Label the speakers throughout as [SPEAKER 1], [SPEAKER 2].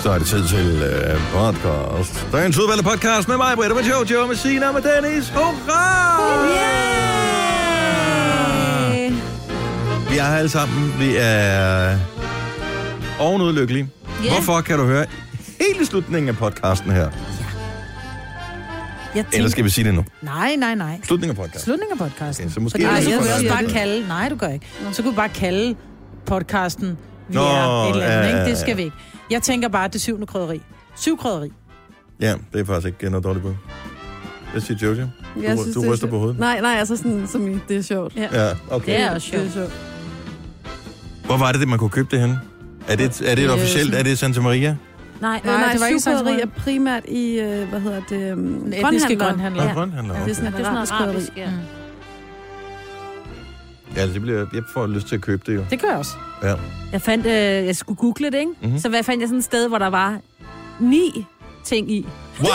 [SPEAKER 1] Så er det tid til øh, podcast. Dagens udvalgte podcast med mig, Britta, med Jojo, med Sina, med Dennis. Hurra!
[SPEAKER 2] Øh,
[SPEAKER 3] Yeah!
[SPEAKER 1] Vi er her alle sammen. Vi er ovenud lykkelige.
[SPEAKER 3] Ja.
[SPEAKER 1] Hvorfor kan du høre hele slutningen af podcasten her?
[SPEAKER 2] Jeg
[SPEAKER 1] Eller
[SPEAKER 2] tænker...
[SPEAKER 1] skal vi sige det nu?
[SPEAKER 2] Nej, nej, nej.
[SPEAKER 1] Slutningen af podcasten.
[SPEAKER 2] Slutningen af podcasten.
[SPEAKER 1] Okay, så måske
[SPEAKER 2] Fordi
[SPEAKER 1] er det
[SPEAKER 2] så
[SPEAKER 1] så for
[SPEAKER 2] kunne vi også
[SPEAKER 1] dig.
[SPEAKER 2] bare kalde... Nej, du gør ikke. Så kunne vi bare kalde podcasten... Vi
[SPEAKER 1] Nå,
[SPEAKER 2] Nå, er et eller andet,
[SPEAKER 1] ja, ja,
[SPEAKER 2] ikke?
[SPEAKER 1] ja.
[SPEAKER 2] Det skal vi ikke. Jeg tænker bare, det syvende krydderi. Syv krydderi.
[SPEAKER 1] Ja, det er faktisk ikke øh, noget dårligt bud. Jeg siger Jojo. Du,
[SPEAKER 4] Jeg
[SPEAKER 1] du
[SPEAKER 4] det er
[SPEAKER 1] ryster
[SPEAKER 4] sjovt.
[SPEAKER 1] på hovedet.
[SPEAKER 4] Nej, nej, altså sådan, som i, det er sjovt.
[SPEAKER 1] Ja, okay.
[SPEAKER 3] Det er også
[SPEAKER 4] Det er
[SPEAKER 3] sjovt.
[SPEAKER 4] sjovt.
[SPEAKER 1] Hvor var det, det man kunne købe det henne? Er det, er det et
[SPEAKER 4] Øh,
[SPEAKER 1] officielt? Er det Santa Maria?
[SPEAKER 3] Nej,
[SPEAKER 4] Nej, nej, det var ikke
[SPEAKER 2] sådan,
[SPEAKER 4] sådan,
[SPEAKER 2] det
[SPEAKER 4] er primært i, øh, hvad hedder det, um,
[SPEAKER 2] Den etniske grønhandler.
[SPEAKER 1] Nå,
[SPEAKER 3] Ja.
[SPEAKER 1] ja. Grønhandler.
[SPEAKER 4] Det
[SPEAKER 1] Okay.
[SPEAKER 4] er sådan
[SPEAKER 3] det er
[SPEAKER 4] et
[SPEAKER 3] sådan
[SPEAKER 4] arabisk
[SPEAKER 3] noget
[SPEAKER 4] krydderi.
[SPEAKER 3] arabisk, ja.
[SPEAKER 2] Mm.
[SPEAKER 1] Ja, det bliver, jeg får lyst til at købe det jo.
[SPEAKER 2] Det gør jeg også.
[SPEAKER 1] Ja.
[SPEAKER 3] Jeg fandt, øh, jeg skulle google det, ikke?
[SPEAKER 1] Mhm.
[SPEAKER 3] Mm-hmm. Så hvad fandt jeg sådan et sted, hvor der var ni ting i.
[SPEAKER 1] Wow!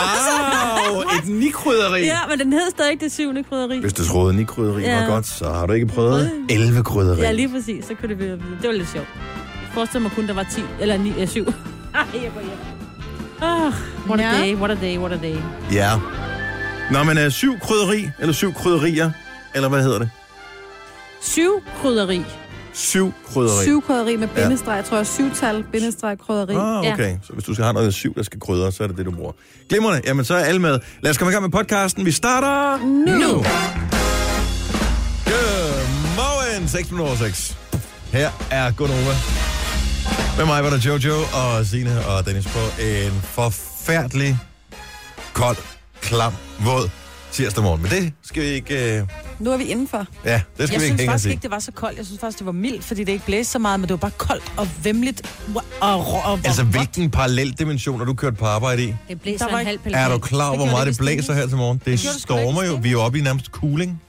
[SPEAKER 1] et nikrydderi!
[SPEAKER 3] Ja, men den hed stadig det syvende krydderi.
[SPEAKER 1] Hvis du troede, nikrydderi ja. var
[SPEAKER 3] Ja.
[SPEAKER 1] godt, så har du ikke prøvet 11 krydderi.
[SPEAKER 3] Ja, lige præcis. Så kunne det blive Det var lidt sjovt. Jeg forestiller mig kun, der var 10 eller 9 eller 7. Ej, jeg går hjem. Ah, what a
[SPEAKER 2] Ja.
[SPEAKER 3] day, what a day, what a day.
[SPEAKER 1] Ja. Nå, men er syv krydderi, eller syv krydderier, eller hvad hedder det?
[SPEAKER 3] Syv krydderi.
[SPEAKER 1] Syv krydderi.
[SPEAKER 4] Syv krydderi med bindestreg, tror jeg. Syvtal, bindestreg, krydderi.
[SPEAKER 1] Ah, okay. Så hvis du skal have noget syv, der skal krydre, så er det det, du bruger. Glimrende. Jamen, så er alle med. Lad os komme i gang med podcasten. Vi starter nu. nu. Godmorgen. 6 minutter 6. Her er Gunova. Med mig var der Jojo og Sine og Dennis på en forfærdelig kold, klam, våd tirsdag morgen. Men det skal vi ikke... Øh...
[SPEAKER 4] Nu er vi indenfor.
[SPEAKER 1] Ja, det skal
[SPEAKER 2] Jeg
[SPEAKER 1] vi ikke altså.
[SPEAKER 2] synes
[SPEAKER 1] hænge os
[SPEAKER 2] faktisk
[SPEAKER 1] i.
[SPEAKER 2] ikke, det var så koldt. Jeg synes faktisk, det var mildt, fordi det ikke blæste så meget, men det var bare koldt og vemmeligt. Og, og, og, og
[SPEAKER 1] Altså, hvilken paralleldimension har du kørt på arbejde i?
[SPEAKER 3] Det blæser
[SPEAKER 2] Der var
[SPEAKER 3] en
[SPEAKER 2] ikke-
[SPEAKER 3] halv pelkan.
[SPEAKER 1] Er du klar over,
[SPEAKER 3] Det
[SPEAKER 1] hvor
[SPEAKER 3] gjorde
[SPEAKER 1] meget
[SPEAKER 3] det
[SPEAKER 1] det blæser her til morgen? Det,
[SPEAKER 2] gjorde det sgu da ikke
[SPEAKER 1] stormer
[SPEAKER 2] i
[SPEAKER 1] jo.
[SPEAKER 2] Stenløse.
[SPEAKER 1] Vi er jo oppe i nærmest cooling.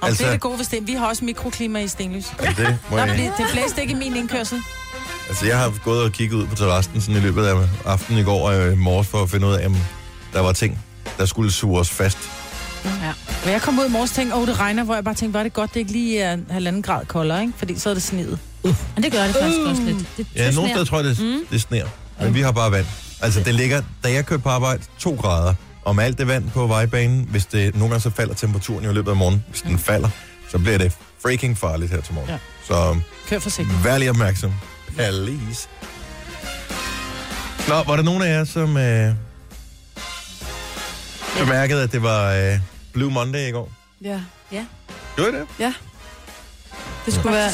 [SPEAKER 2] Og altså...
[SPEAKER 1] altså-
[SPEAKER 2] det er det gode ved Sten. Vi har også mikroklima i Stenløs.
[SPEAKER 1] Ja, det må
[SPEAKER 2] Der
[SPEAKER 1] jeg
[SPEAKER 2] ble, det blæste ikke i min indkørsel.
[SPEAKER 1] Altså, jeg har gået og kigget ud på terrassen sådan i løbet af aftenen i går og øh, i morges for at finde ud af, om der var ting, der skulle suge os fast.
[SPEAKER 2] Ja. Og jeg kom ud i morges og tænkte, åh, det regner, hvor jeg bare tænkte, var det godt, det ikke lige er en halvanden grad koldere, ikke? Fordi så er det sneet.
[SPEAKER 3] Men det gør det faktisk også lidt. Det
[SPEAKER 1] Ja, nogle steder tror jeg, det, mm. det sner. Men vi har bare vand. Altså, det ligger, da jeg kørte på arbejde, to grader. Om alt det vand på vejbanen, hvis det nogle gange så falder temperaturen jo i løbet af morgenen. Hvis den falder, så bliver det freaking farligt her til morgen. Ja.
[SPEAKER 2] Ja.
[SPEAKER 1] Så øhm,
[SPEAKER 2] Kør forsigtigt.
[SPEAKER 1] Vær lige opmærksom. Please. Nå, var der nogen af jer, som øh, bemærkede, at det var øh, Blue Monday i går?
[SPEAKER 4] Ja.
[SPEAKER 1] Gjorde I det?
[SPEAKER 4] Det skulle være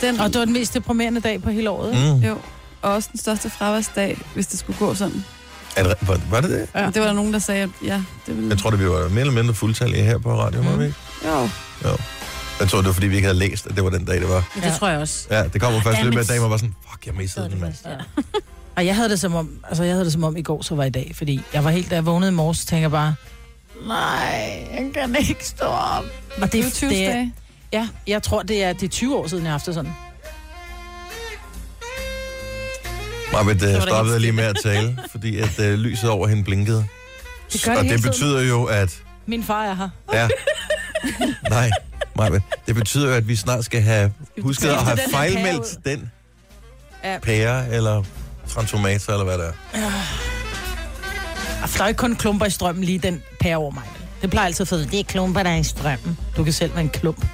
[SPEAKER 4] den,
[SPEAKER 2] Og det var den mest deprimerende dag på hele året. Mm.
[SPEAKER 1] Mm.
[SPEAKER 4] jo, og også den største fraværsdag, hvis det skulle gå sådan.
[SPEAKER 1] Er det, re- var, var det det?
[SPEAKER 2] Ja.
[SPEAKER 4] Ja. Det var der nogen, der sagde, at ja, det ville...
[SPEAKER 1] Jeg tror, det vi var mere eller mindre fuldtallige her på radioen, var vi ikke?
[SPEAKER 4] Jo.
[SPEAKER 2] Mm.
[SPEAKER 1] Jeg tror, det var, fordi vi ikke havde læst, at det var den dag, det var.
[SPEAKER 3] Det tror jeg også.
[SPEAKER 1] Ja, det kommer først i
[SPEAKER 3] Ja,
[SPEAKER 1] løbet af
[SPEAKER 3] men-
[SPEAKER 1] dagen, og var sådan, fuck, jeg missede den, mand.
[SPEAKER 2] Ja. Og jeg havde det som om, altså jeg havde det som om i går så var i dag, fordi jeg var helt, da jeg vågnede i morges, tænker jeg bare, nej, jeg kan ikke stå op. Og
[SPEAKER 4] Det
[SPEAKER 2] det,
[SPEAKER 4] er
[SPEAKER 2] det,
[SPEAKER 4] 20
[SPEAKER 2] det,
[SPEAKER 4] dage.
[SPEAKER 2] ja, jeg tror, det er, det er 20 år siden, jeg har haft det sådan.
[SPEAKER 1] Marbet
[SPEAKER 3] det
[SPEAKER 1] uh,
[SPEAKER 3] helt
[SPEAKER 1] stoppede lige med at tale, fordi at uh, lyset over hende blinkede.
[SPEAKER 2] Det gør det
[SPEAKER 1] og
[SPEAKER 2] hele
[SPEAKER 1] det
[SPEAKER 2] tiden.
[SPEAKER 1] betyder jo, at
[SPEAKER 2] Min far er her.
[SPEAKER 1] Ja. Nej, Maja, det betyder jo, at vi snart skal have husket at
[SPEAKER 2] skifte
[SPEAKER 1] have
[SPEAKER 2] den her
[SPEAKER 1] fejlmeldt den
[SPEAKER 2] Ja.
[SPEAKER 1] pære eller transformator, eller hvad det er.
[SPEAKER 2] Og der er ikke kun klumper i strømmen lige den pære over mig. Det plejer altid at få, det er klumper, der er i strømmen. Du kan selv være en klump.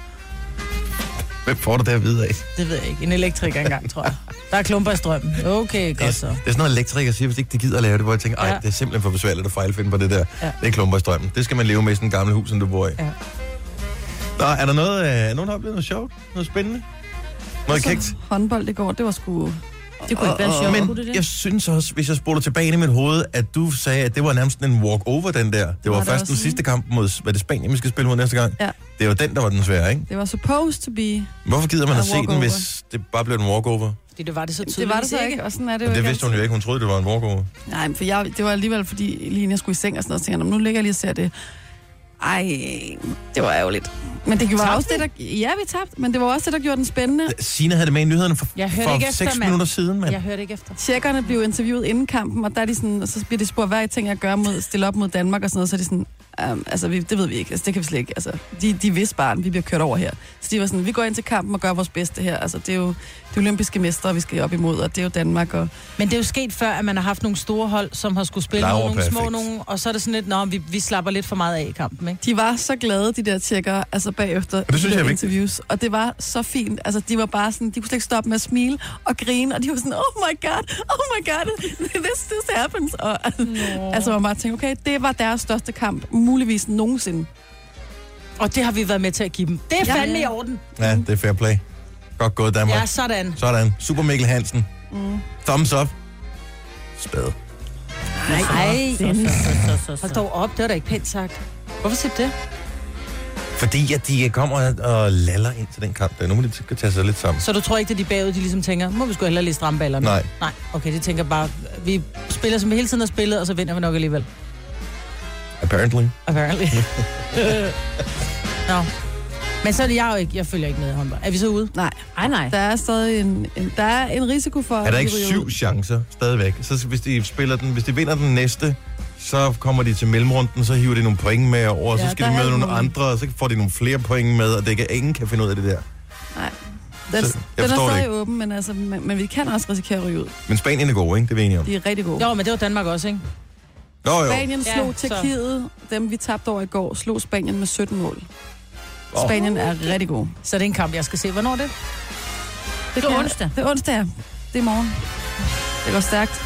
[SPEAKER 1] Hvem får du det at vide af?
[SPEAKER 2] Det ved jeg ikke. En elektriker engang, tror jeg. Der er klumper i strømmen. Okay,
[SPEAKER 1] Det er,
[SPEAKER 2] godt
[SPEAKER 1] det
[SPEAKER 2] så.
[SPEAKER 1] er sådan noget, elektriker siger, hvis ikke de gider at lave det, hvor jeg tænker, ej,
[SPEAKER 2] Ja.
[SPEAKER 1] det er simpelthen for besværligt at fejlfinde på det der.
[SPEAKER 2] Ja.
[SPEAKER 1] Det er klumper i strømmen. Det skal man leve med i sådan en gammel hus, som du bor i.
[SPEAKER 2] Ja.
[SPEAKER 1] Nå, er der noget, øh, er nogen, der har oplevet noget sjovt? Noget spændende?
[SPEAKER 2] Altså,
[SPEAKER 1] Noget kægt?
[SPEAKER 4] Håndbold i går, det var sgu...
[SPEAKER 3] Det kunne ikke være sjovt.
[SPEAKER 1] Men
[SPEAKER 3] kunne det det?
[SPEAKER 1] jeg synes også, hvis jeg spoler tilbage ind i mit hoved, at du sagde, at det var nærmest en walk-over, den der. Det var,
[SPEAKER 4] Var
[SPEAKER 1] var
[SPEAKER 4] det
[SPEAKER 1] først
[SPEAKER 4] også
[SPEAKER 1] den
[SPEAKER 4] det?
[SPEAKER 1] sidste kamp mod, hvad det Spanien, vi skal spille mod næste gang.
[SPEAKER 4] Ja.
[SPEAKER 1] Det var den, der var den svære, ikke?
[SPEAKER 4] Det var supposed to be.
[SPEAKER 1] Hvorfor gider man
[SPEAKER 4] Ja,
[SPEAKER 1] at se den,
[SPEAKER 4] walkover.
[SPEAKER 1] hvis det bare blev en walk-over?
[SPEAKER 2] Fordi det var det så tydeligt.
[SPEAKER 4] Det var det så ikke, og sådan er det jo
[SPEAKER 1] Men det
[SPEAKER 4] ikke
[SPEAKER 1] vidste hun jo
[SPEAKER 4] altid.
[SPEAKER 1] ikke. Hun troede, det var en walk-over.
[SPEAKER 4] Nej, men for jeg, det var alligevel, fordi lige inden jeg skulle i seng og sådan noget, så tænkte jeg, "Nå, nu ligger jeg lige og ser det. Ej, det var ærgerligt. Men det var også det, der... Ja, vi tabte, men det var også det, der gjorde den spændende.
[SPEAKER 1] Sina havde det med i nyhederne for,
[SPEAKER 2] Jeg hørte ikke
[SPEAKER 1] for
[SPEAKER 2] efter,
[SPEAKER 1] 6
[SPEAKER 2] mand.
[SPEAKER 1] minutter siden, mand.
[SPEAKER 2] Jeg hørte ikke efter.
[SPEAKER 4] Tjekkerne blev interviewet inden kampen, og der er de sådan, og så bliver de spurgt, hvad er I ting, jeg gør mod, stille op mod Danmark og sådan noget, så er de sådan, um, altså vi, det ved vi ikke, altså det kan vi slet ikke, altså de, de vidste bare, at vi bliver kørt over her. Så de var sådan, vi går ind til kampen og gør vores bedste her, altså det er jo, de olympiske mestre, vi skal op imod, og det er jo Danmark. Og...
[SPEAKER 2] Men det er jo sket før, at man har haft nogle store hold, som har skulle spille
[SPEAKER 1] Laura
[SPEAKER 2] nogle, nogle små
[SPEAKER 1] Perfect.
[SPEAKER 2] nogen, og så er det sådan lidt, nå, vi, vi slapper lidt for meget af i kampen, ikke?
[SPEAKER 4] De var så glade, de der tjekkere, altså bagefter
[SPEAKER 1] det synes
[SPEAKER 4] de der
[SPEAKER 1] jeg er vigtigt.
[SPEAKER 4] interviews. Og det var så fint. Altså, de var bare sådan, de kunne slet ikke stoppe med at smile og grine, og de var sådan, oh my god, oh my god, this, this happens. Og, altså, hvor man bare tænkte, okay, det var deres største kamp, muligvis nogensinde.
[SPEAKER 2] Og det har vi været med til at give dem. Det er
[SPEAKER 4] Ja.
[SPEAKER 2] fandme i orden.
[SPEAKER 1] Ja, det er fair play. Godt gået, Danmark.
[SPEAKER 2] Ja, sådan.
[SPEAKER 1] Sådan. Super Mikkel Hansen. Thumbs up. Spade.
[SPEAKER 2] Nej,
[SPEAKER 3] Så, så, så, så, så,
[SPEAKER 2] Hold
[SPEAKER 3] så.
[SPEAKER 2] dog op, det var da ikke pænt sagt. Hvorfor siger du det?
[SPEAKER 1] Fordi at de kommer og laller ind til den kamp. der. Nu må de t- tage sig lidt sammen.
[SPEAKER 2] Så du tror ikke, at de bagud, de ligesom tænker, må vi sgu hellere lige stramme ballerne?
[SPEAKER 1] Nej.
[SPEAKER 2] Nej, okay, de tænker bare, vi spiller, som vi hele tiden har spillet, og så vinder vi nok alligevel.
[SPEAKER 1] Apparently.
[SPEAKER 2] Apparently. Øh, Nå. Men så er det jeg jo ikke, jeg følger ikke med i håndbold. Er vi så ude?
[SPEAKER 4] Nej,
[SPEAKER 3] Ej, nej.
[SPEAKER 4] der er stadig en, en, der er en risiko for...
[SPEAKER 1] Er der ikke
[SPEAKER 4] at de ryger
[SPEAKER 1] syv
[SPEAKER 4] ud.
[SPEAKER 1] chancer stadigvæk? Så hvis de spiller den, hvis de vinder den næste, så kommer de til mellemrunden, så hiver de nogle point med over, og så
[SPEAKER 4] Ja,
[SPEAKER 1] skal
[SPEAKER 4] der
[SPEAKER 1] de
[SPEAKER 4] er
[SPEAKER 1] møde nogle
[SPEAKER 4] nogle.
[SPEAKER 1] andre, og så får de nogle flere point med, og det kan, ingen kan finde ud af det der.
[SPEAKER 4] Den,
[SPEAKER 1] Så- jeg
[SPEAKER 4] den er
[SPEAKER 1] forstår det
[SPEAKER 4] stadig
[SPEAKER 1] ikke.
[SPEAKER 4] åben, men, altså, men, men, vi kan også risikere at ryge ud.
[SPEAKER 1] Men Spanien er gode, ikke? Det er vi enige om.
[SPEAKER 4] De er rigtig gode.
[SPEAKER 2] Jo, men det var Danmark også, ikke?
[SPEAKER 1] Nå jo.
[SPEAKER 4] Spanien
[SPEAKER 2] Ja,
[SPEAKER 4] slog ja,
[SPEAKER 2] så-
[SPEAKER 4] Tjekkiet. Dem, vi tabte over i går, slog Spanien med 17 mål.
[SPEAKER 1] Åh.
[SPEAKER 4] Spanien er rigtig god.
[SPEAKER 2] Så det er en kamp, jeg skal se. Hvornår er det?
[SPEAKER 3] Det er onsdag.
[SPEAKER 4] Det er onsdag, ja. Det er morgen. Det går stærkt.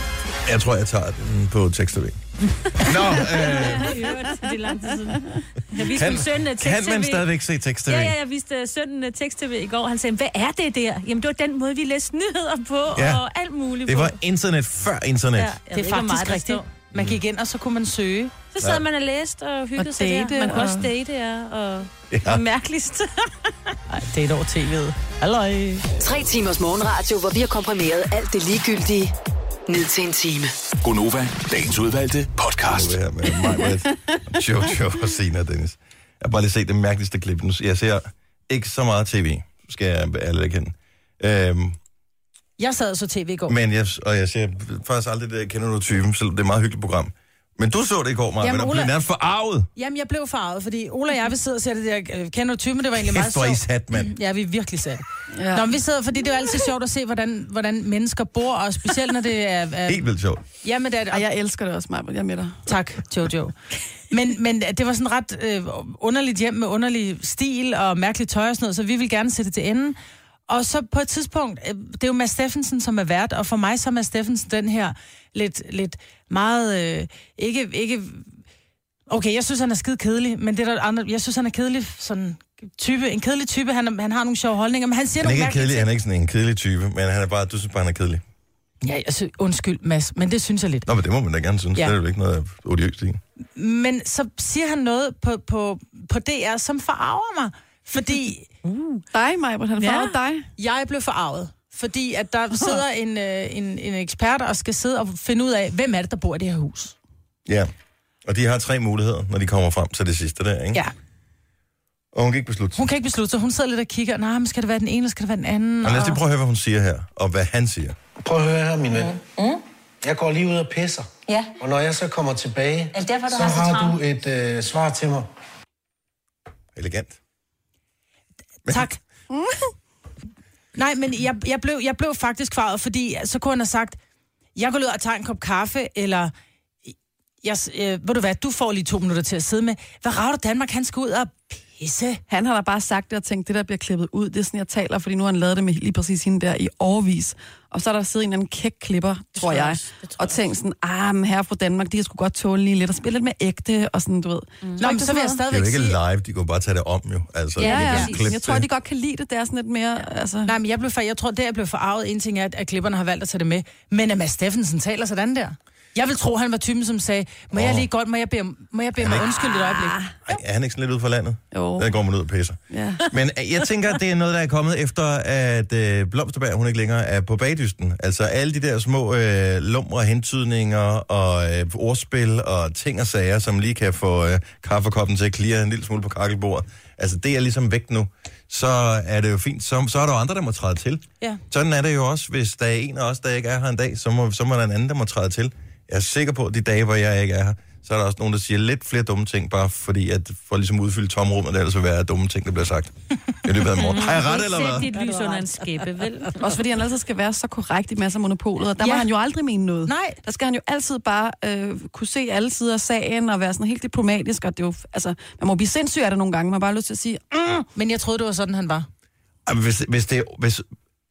[SPEAKER 1] Jeg tror, jeg tager den på tekst Nå, øh,
[SPEAKER 3] I øvrigt, det er lang tid siden. Jeg viste
[SPEAKER 1] Kan-
[SPEAKER 3] min søn øh,
[SPEAKER 1] kan man
[SPEAKER 3] tekst-tv.
[SPEAKER 1] stadigvæk se tekst
[SPEAKER 3] Ja, ja, jeg viste øh, sønnen øh, tekst-tv i går. Han sagde, hvad er det der? Jamen, det var den måde, vi læste nyheder på,
[SPEAKER 1] Ja.
[SPEAKER 3] ja. og alt muligt
[SPEAKER 1] Det var
[SPEAKER 3] på.
[SPEAKER 1] internet før internet.
[SPEAKER 3] Ja, jeg ved ikke, hvor meget der står.
[SPEAKER 2] Man gik ind, og så kunne man søge.
[SPEAKER 3] Så sad man og læste og hyggede
[SPEAKER 4] Og
[SPEAKER 3] sig der.
[SPEAKER 4] date
[SPEAKER 3] Man kunne
[SPEAKER 4] og-
[SPEAKER 3] også date, ja. Og,
[SPEAKER 1] Ja.
[SPEAKER 3] og mærkeligst.
[SPEAKER 2] Nej, det er et år tv'et. Halløj.
[SPEAKER 5] Tre timers morgenradio, hvor vi har komprimeret alt det ligegyldige ned til en time.
[SPEAKER 6] Gonova, dagens udvalgte podcast.
[SPEAKER 1] det her med mig, med Jojo og Sina og Dennis. Jeg har bare lige set det mærkeligste klip. Nu- Jeg ser ikke så meget tv, skal jeg ærligt erkende. Øhm,
[SPEAKER 2] Jeg sad og så tv i går.
[SPEAKER 1] men jeg, og jeg ser faktisk aldrig det, der kender du typen, selvom det er et meget hyggeligt program. Men du så det i går, Maja, men
[SPEAKER 2] Jamen,
[SPEAKER 1] du
[SPEAKER 2] Ola-
[SPEAKER 1] blev nærmest forarvet.
[SPEAKER 2] Jamen, jeg blev farvet, fordi Ola og jeg, vi sidder og ser det der, øh, kender du typen, det var egentlig meget
[SPEAKER 1] Kæft, hvor er I
[SPEAKER 2] sjovt.
[SPEAKER 1] sat, mand.
[SPEAKER 2] Ja, vi er virkelig sat.
[SPEAKER 4] Ja.
[SPEAKER 2] Nå, men vi sidder, fordi det er jo altid sjovt at se, hvordan, hvordan mennesker bor, og specielt når det er... er
[SPEAKER 1] Helt vildt sjovt.
[SPEAKER 2] jamen, det er,
[SPEAKER 4] Ej, jeg elsker det også, Maja. Jeg er med dig.
[SPEAKER 2] Tak, Jojo. Men, men det var sådan ret øh, underligt hjem med underlig stil og mærkeligt tøj og sådan noget, så vi vil gerne sætte det til enden. Og så på et tidspunkt, øh, det er jo Mads Steffensen, som er vært, og for mig så er Mads Steffensen den her lidt, lidt meget, øh, ikke, ikke, okay, jeg synes, han er skide kedelig, men det er der andre, jeg synes, han er kedelig sådan type, en kedelig type, han, er- han har nogle sjove holdninger, men han siger
[SPEAKER 1] Han er
[SPEAKER 2] nogle
[SPEAKER 1] ikke
[SPEAKER 2] mærkelige
[SPEAKER 1] kedelig,
[SPEAKER 2] ting.
[SPEAKER 1] han er ikke sådan en kedelig type, men han er bare, du synes bare, han er kedelig.
[SPEAKER 2] Ja, jeg synes, undskyld, Mads, men det synes jeg lidt.
[SPEAKER 1] Nå, men det må man da gerne synes. Ja.
[SPEAKER 2] Ja.
[SPEAKER 1] Det er jo ikke noget odiøst i.
[SPEAKER 2] Men så siger han noget på, på, på DR, som forarver mig. Fordi
[SPEAKER 4] Dig, Maja, han
[SPEAKER 2] Ja.
[SPEAKER 4] ja. dig.
[SPEAKER 2] jeg blev forarvet. Fordi at der sidder en, øh, en, en ekspert og skal sidde og finde ud af, hvem er det, der bor i det her hus.
[SPEAKER 1] Ja. Og de har tre muligheder, når de kommer frem til det sidste der, ikke?
[SPEAKER 2] Ja.
[SPEAKER 1] Og hun kan ikke beslutte sig.
[SPEAKER 2] Hun kan ikke beslutte sig. Hun sidder lidt og kigger. Nej, men skal det være den ene, eller skal det være den anden?
[SPEAKER 1] Men lad os
[SPEAKER 2] Og...
[SPEAKER 1] lige prøve at høre, hvad hun siger her, og hvad han siger.
[SPEAKER 7] Prøv at høre her, min ven. Mm. Jeg går lige ud og pisser.
[SPEAKER 8] Ja.
[SPEAKER 7] Og når jeg så kommer tilbage,
[SPEAKER 8] Er det derfor, du
[SPEAKER 7] så
[SPEAKER 8] har så
[SPEAKER 7] har
[SPEAKER 8] travlt?
[SPEAKER 7] du et øh, svar til mig.
[SPEAKER 1] Elegant.
[SPEAKER 2] Tak. Nej, men jeg, jeg, blev, jeg blev faktisk farvet, fordi så kunne han have sagt, jeg går ud og tager en kop kaffe, eller jeg, s- øh, ved du hvad, du får lige to minutter til at sidde med. Hvad rager du Danmark? Han skal ud og pisse.
[SPEAKER 4] Han har da bare sagt det og tænkt, det der bliver klippet ud, det er sådan, jeg taler, fordi nu har han lavet det med lige præcis hende der i årvis. Og så er der siddet en eller anden kæk klipper, tror
[SPEAKER 3] tror jeg
[SPEAKER 4] jeg,
[SPEAKER 3] også. Det tror
[SPEAKER 4] og
[SPEAKER 3] jeg
[SPEAKER 4] tænkt sådan, ah, men herre fra Danmark, de har sgu godt tåle lige lidt og spille lidt mere ægte, og sådan, du ved. Mm.
[SPEAKER 2] Nå, men så vil jeg
[SPEAKER 1] Det er jo
[SPEAKER 2] stadigvæk
[SPEAKER 1] ikke
[SPEAKER 2] sige...
[SPEAKER 1] live, de kunne bare tage det om jo. Altså,
[SPEAKER 4] Ja,
[SPEAKER 1] de kan
[SPEAKER 4] ja,
[SPEAKER 1] klippe
[SPEAKER 4] ja. Jeg tror, de godt kan lide det, det er sådan lidt mere, altså...
[SPEAKER 2] Nej, men jeg, blev, fa- jeg tror, det jeg blev forarvet, en ting er, at, at klipperne har valgt at tage det med. Men at Mads Steffensen taler sådan der. Jeg vil tro, han var typen, som sagde, må oh. jeg
[SPEAKER 1] Åh.
[SPEAKER 2] lige godt, må jeg bede, om- må jeg bede mig undskyld et øjeblik?
[SPEAKER 1] Ej, er han ikke sådan lidt ude for landet?
[SPEAKER 4] Jo.
[SPEAKER 1] Der går man ud og pisser.
[SPEAKER 4] Ja.
[SPEAKER 1] Men øh, jeg tænker, at det er noget, der er kommet efter, at øh, Blomsterberg, hun ikke længere er på bagdysten. Altså alle de der små øh, lumre hentydninger og øh, ordspil og ting og sager, som lige kan få øh, kaffekoppen til at klire en lille smule på kakkelbordet. Altså det er ligesom væk nu. Så er det jo fint. Så, så er der jo andre, der må træde til.
[SPEAKER 2] Ja.
[SPEAKER 1] Sådan er det jo også, hvis der er en af os, der ikke er her en dag, så må, så må der en anden, der må træde til. Jeg er sikker på, at de dage, hvor jeg ikke er her, så er der også nogen, der siger lidt flere dumme ting, bare fordi, at for at ligesom at udfylde tomrummet, der ellers vil være dumme ting, der bliver sagt. I løbet af en morgen. Har jeg ret, eller
[SPEAKER 3] Sæt
[SPEAKER 1] hvad?
[SPEAKER 3] dit lys under en skæppe, vel?
[SPEAKER 4] Også fordi han altid skal være så korrekt i masser af monopolet, og der ja.
[SPEAKER 2] Ja.
[SPEAKER 4] må han jo aldrig mene noget.
[SPEAKER 2] Nej.
[SPEAKER 4] Der skal han jo altid bare øh, kunne se alle sider af sagen og være sådan helt diplomatisk, og det er jo, altså, man må blive sindssyg af det nogle gange. Man har bare lyst til at sige,
[SPEAKER 2] Men jeg troede, det var sådan, han var.
[SPEAKER 1] Ej, men Hvis, hvis, det, hvis,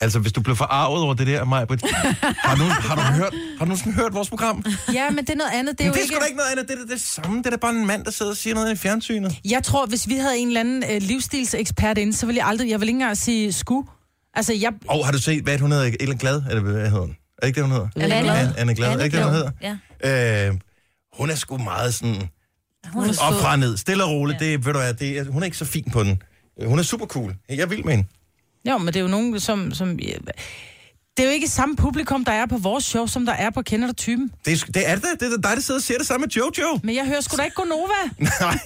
[SPEAKER 1] altså, hvis du blev forarvet over det der, Maja, Britt, har du, har du hørt, har du nogensinde hørt vores program? Det
[SPEAKER 2] Ja, men det er noget andet. Det er,
[SPEAKER 1] er,
[SPEAKER 2] jo
[SPEAKER 1] det er sgu
[SPEAKER 2] ikke...
[SPEAKER 1] da ikke noget andet. Det er da det samme. Det er da bare en mand, der sidder og siger noget i fjernsynet.
[SPEAKER 2] Jeg tror, hvis vi havde en eller anden øh, livsstilsekspert inde, så ville jeg aldrig... Jeg ville ikke engang sige sku. Altså, jeg...
[SPEAKER 1] Og har du set, hvad er det, hun hedder? Ellen Glad, eller hvad hedder hun? Er det ikke det, hun hedder?
[SPEAKER 3] Anne Glad.
[SPEAKER 1] Anne, Anne Glad, er det ikke det, hun hedder?
[SPEAKER 3] Ja.
[SPEAKER 1] Øh, hun er sgu meget sådan
[SPEAKER 3] Hun er
[SPEAKER 1] op
[SPEAKER 3] sød.
[SPEAKER 1] fra og ned, stille og roligt. Ja. Det, ved du hvad, det, er- hun er ikke så fin på den. Øh, Hun er super cool. Jeg vil med hende.
[SPEAKER 2] Jo, men det er jo nogen, som... som det er jo ikke samme publikum, der er på vores show, som der er på Kender du typen.
[SPEAKER 1] Det er, sgu- det er det, det er dig, der sidder og siger det samme med Jojo.
[SPEAKER 2] Men jeg hører sgu da ikke Gonova.
[SPEAKER 1] Nej.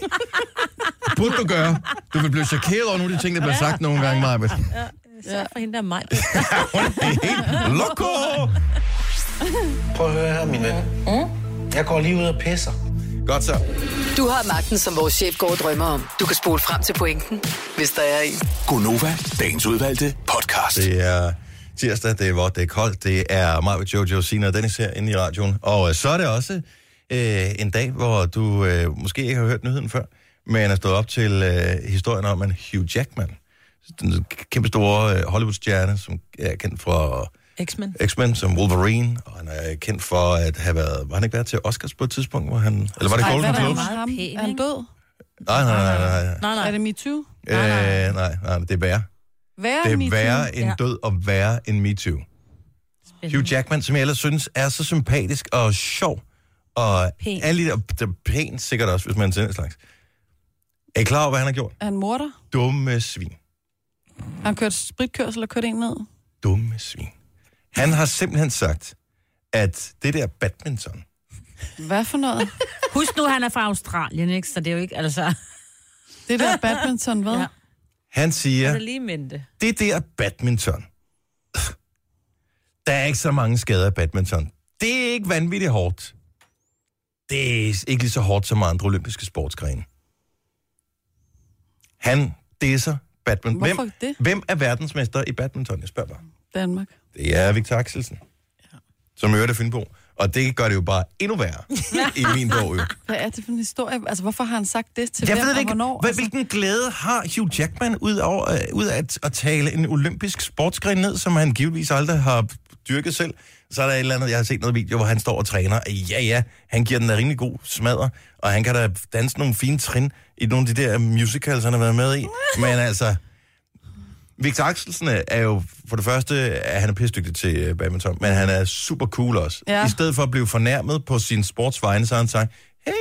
[SPEAKER 1] Burde du gøre. Du vil blive chokeret over nogle af de ting, der bliver sagt nogle gange, Maja.
[SPEAKER 3] Så for hende der er mig.
[SPEAKER 1] Hun er helt loco.
[SPEAKER 7] Prøv at høre her, min ven.
[SPEAKER 8] Mm.
[SPEAKER 7] Jeg går lige ud og pisser.
[SPEAKER 1] Godt så.
[SPEAKER 5] Du har magten, som vores chef går og drømmer om. Du kan spole frem til pointen, hvis der er en.
[SPEAKER 6] Gonova, dagens udvalgte podcast.
[SPEAKER 1] Det er tirsdag, det er vådt, det er koldt, det er mig med Jojo, Sina og Dennis her inde i radioen. Og øh, så er det også øh, en dag, hvor du øh, måske ikke har hørt nyheden før, men er stået op til øh, historien om en Hugh Jackman. Den kæmpe store øh, Hollywood-stjerne, som er kendt fra
[SPEAKER 2] X-Men.
[SPEAKER 1] X-Men som Wolverine, og han er kendt for at have været, var han ikke været til Oscars på et tidspunkt, hvor han, eller var det
[SPEAKER 4] Ej,
[SPEAKER 1] Golden
[SPEAKER 4] hvad
[SPEAKER 1] Globes?
[SPEAKER 4] var det med ham?
[SPEAKER 3] Pæn,
[SPEAKER 4] Er han
[SPEAKER 3] ikke?
[SPEAKER 4] død?
[SPEAKER 1] Nej, nej, nej, nej.
[SPEAKER 2] Nej, nej.
[SPEAKER 4] Er det MeToo?
[SPEAKER 1] Øh, nej, nej, det er værre.
[SPEAKER 4] Være
[SPEAKER 1] Det er
[SPEAKER 4] MeToo?
[SPEAKER 1] værre end død og værre end MeToo. Hugh Jackman, som jeg ellers synes er så sympatisk og sjov, og
[SPEAKER 3] Pæn.
[SPEAKER 1] alle de der, der er pænt sikkert også, hvis man er sådan en slags. Er I klar over, hvad han har gjort?
[SPEAKER 4] Er han morder?
[SPEAKER 1] Dumme svin.
[SPEAKER 4] Har han kørt spritkørsel og kørt en ned?
[SPEAKER 1] Dumme svin. Han har simpelthen sagt, at det der badminton,
[SPEAKER 4] Hvad for noget?
[SPEAKER 3] Husk nu, han er fra Australien, ikke? Så det er jo ikke, altså...
[SPEAKER 4] Det der badminton, hvad?
[SPEAKER 3] Ja.
[SPEAKER 4] Ja.
[SPEAKER 1] han siger,
[SPEAKER 3] Ja. lige mente.
[SPEAKER 1] det der badminton, der er ikke så mange skader af badminton. Det er ikke vanvittigt hårdt. Det er ikke lige så hårdt som andre olympiske sportsgrene. Han disser badminton.
[SPEAKER 4] Hvorfor
[SPEAKER 1] Hvem,
[SPEAKER 4] det?
[SPEAKER 1] hvem er verdensmester i badminton? Jeg spørger bare.
[SPEAKER 4] Danmark.
[SPEAKER 1] Det er Victor Axelsen, som øvrigt er Fynbo. Og det gør det jo bare endnu værre i min bog. Jo.
[SPEAKER 4] Hvad er det for en historie? Altså, hvorfor har han sagt det til
[SPEAKER 1] Jeg
[SPEAKER 4] hvem
[SPEAKER 1] ved det
[SPEAKER 4] og
[SPEAKER 1] ikke,
[SPEAKER 4] hvornår?
[SPEAKER 1] hvad,
[SPEAKER 4] altså,
[SPEAKER 1] hvilken glæde har Hugh Jackman ud, over, øh, ud af at, at tale en olympisk sportsgren ned, som han givetvis aldrig har dyrket selv. Så er der et eller andet, jeg har set noget video, hvor han står og træner. Ja, ja, han giver den da rimelig god smadder, og han kan da danse nogle fine trin i nogle af de der musicals, han har været med i. Men altså, Victor Axelsen er jo for det første, at han er pisdygtig til øh, badminton, men han er super cool også. Ja.
[SPEAKER 4] Ja.
[SPEAKER 1] I stedet for at blive fornærmet på sin sportsvejne, så har han sagt, hey,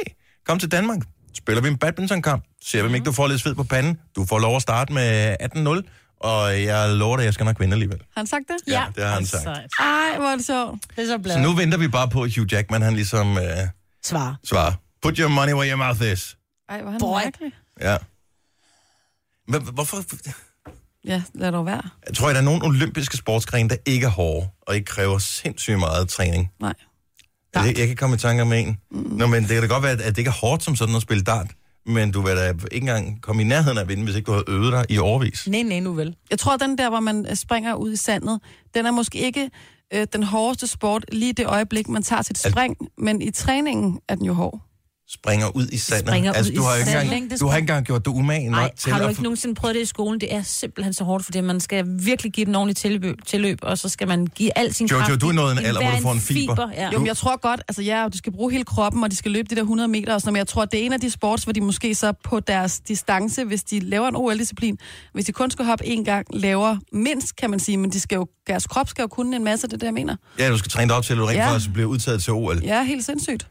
[SPEAKER 1] kom til Danmark, spiller vi en badmintonkamp, ser vi, om ikke du får lidt sved på panden, du får lov at starte med 18-0, og jeg lover dig, jeg skal nok vinde alligevel.
[SPEAKER 4] Har han sagt det?
[SPEAKER 1] Ja, det har han
[SPEAKER 3] Altså,
[SPEAKER 1] sagt.
[SPEAKER 4] Ej, hvor er det sjovt.
[SPEAKER 2] Det er så blad.
[SPEAKER 1] Så nu venter vi bare på, at Hugh Jackman han ligesom øh,
[SPEAKER 2] Svar.
[SPEAKER 1] svarer, put your money where your mouth is.
[SPEAKER 4] Ej, hvor er han
[SPEAKER 2] Boy.
[SPEAKER 4] mærkelig.
[SPEAKER 1] Ja. Men hvorfor...
[SPEAKER 4] Ja, lad dog være.
[SPEAKER 1] Jeg tror, at der er nogle olympiske sportsgrene, der ikke er hårde, og ikke kræver sindssygt meget træning.
[SPEAKER 4] Nej.
[SPEAKER 1] Jeg, jeg kan komme i tanke om en. Mm. Nå, men det kan da godt være, at at det ikke er hårdt som sådan at spille dart, men du vil da ikke engang komme i nærheden af at vinde, hvis ikke du har øvet dig i årvis.
[SPEAKER 2] Nej, nej, nu vel.
[SPEAKER 4] Jeg tror, at den der, hvor man øh, springer ud i sandet, den er måske ikke øh, den hårdeste sport lige i det øjeblik, man tager sit spring, men i træningen er den jo hård.
[SPEAKER 1] Springer ud i sandet.
[SPEAKER 3] Springer
[SPEAKER 1] altså,
[SPEAKER 3] ud
[SPEAKER 1] du
[SPEAKER 3] i
[SPEAKER 1] har jo ikke
[SPEAKER 3] sandet.
[SPEAKER 1] engang, du har ikke engang gjort dig umage nok
[SPEAKER 3] Nej,
[SPEAKER 1] til
[SPEAKER 3] har du
[SPEAKER 1] at...
[SPEAKER 3] ikke nogensinde prøvet det i skolen? Det er simpelthen så hårdt, fordi man skal virkelig give den ordentlige tilløb, tilløb og så skal man give al sin
[SPEAKER 1] Jojo,
[SPEAKER 3] kraft.
[SPEAKER 1] du er
[SPEAKER 3] i-
[SPEAKER 1] nået en
[SPEAKER 3] i
[SPEAKER 1] alder, hvor
[SPEAKER 3] hver
[SPEAKER 1] du får en fiber.
[SPEAKER 3] ja.
[SPEAKER 4] Jo, men jeg tror godt, altså ja, du skal bruge hele kroppen, og de skal løbe de der 100 meter og sådan noget, men jeg tror, det er en af de sports, hvor de måske så på deres distance, hvis de laver en OL-disciplin, hvis de kun skal hoppe én gang, laver mindst, kan man sige, men de skal jo, deres krop skal jo kunne en masse, af det der jeg mener.
[SPEAKER 1] Ja, du skal træne dig op til, at du rent
[SPEAKER 4] Ja.
[SPEAKER 1] faktisk bliver udtaget til OL.
[SPEAKER 4] Ja, helt sindssygt.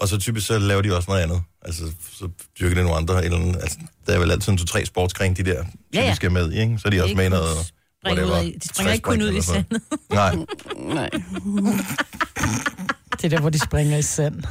[SPEAKER 1] Og så typisk så laver de også noget andet. Altså, så dyrker de nogle andre. et Eller andet. altså, der er vel altid en to-tre sportsgrene, de der,
[SPEAKER 3] Ja, ja.
[SPEAKER 1] typisk er med i, ikke? Så er de også
[SPEAKER 3] ikke
[SPEAKER 1] med i
[SPEAKER 3] kun
[SPEAKER 1] noget...
[SPEAKER 3] springe ud
[SPEAKER 1] whatever,
[SPEAKER 3] af- de springer ikke kun ud i
[SPEAKER 1] træspring eller sådan noget. Nej.
[SPEAKER 4] Nej.
[SPEAKER 2] Det er der, hvor de springer i sand.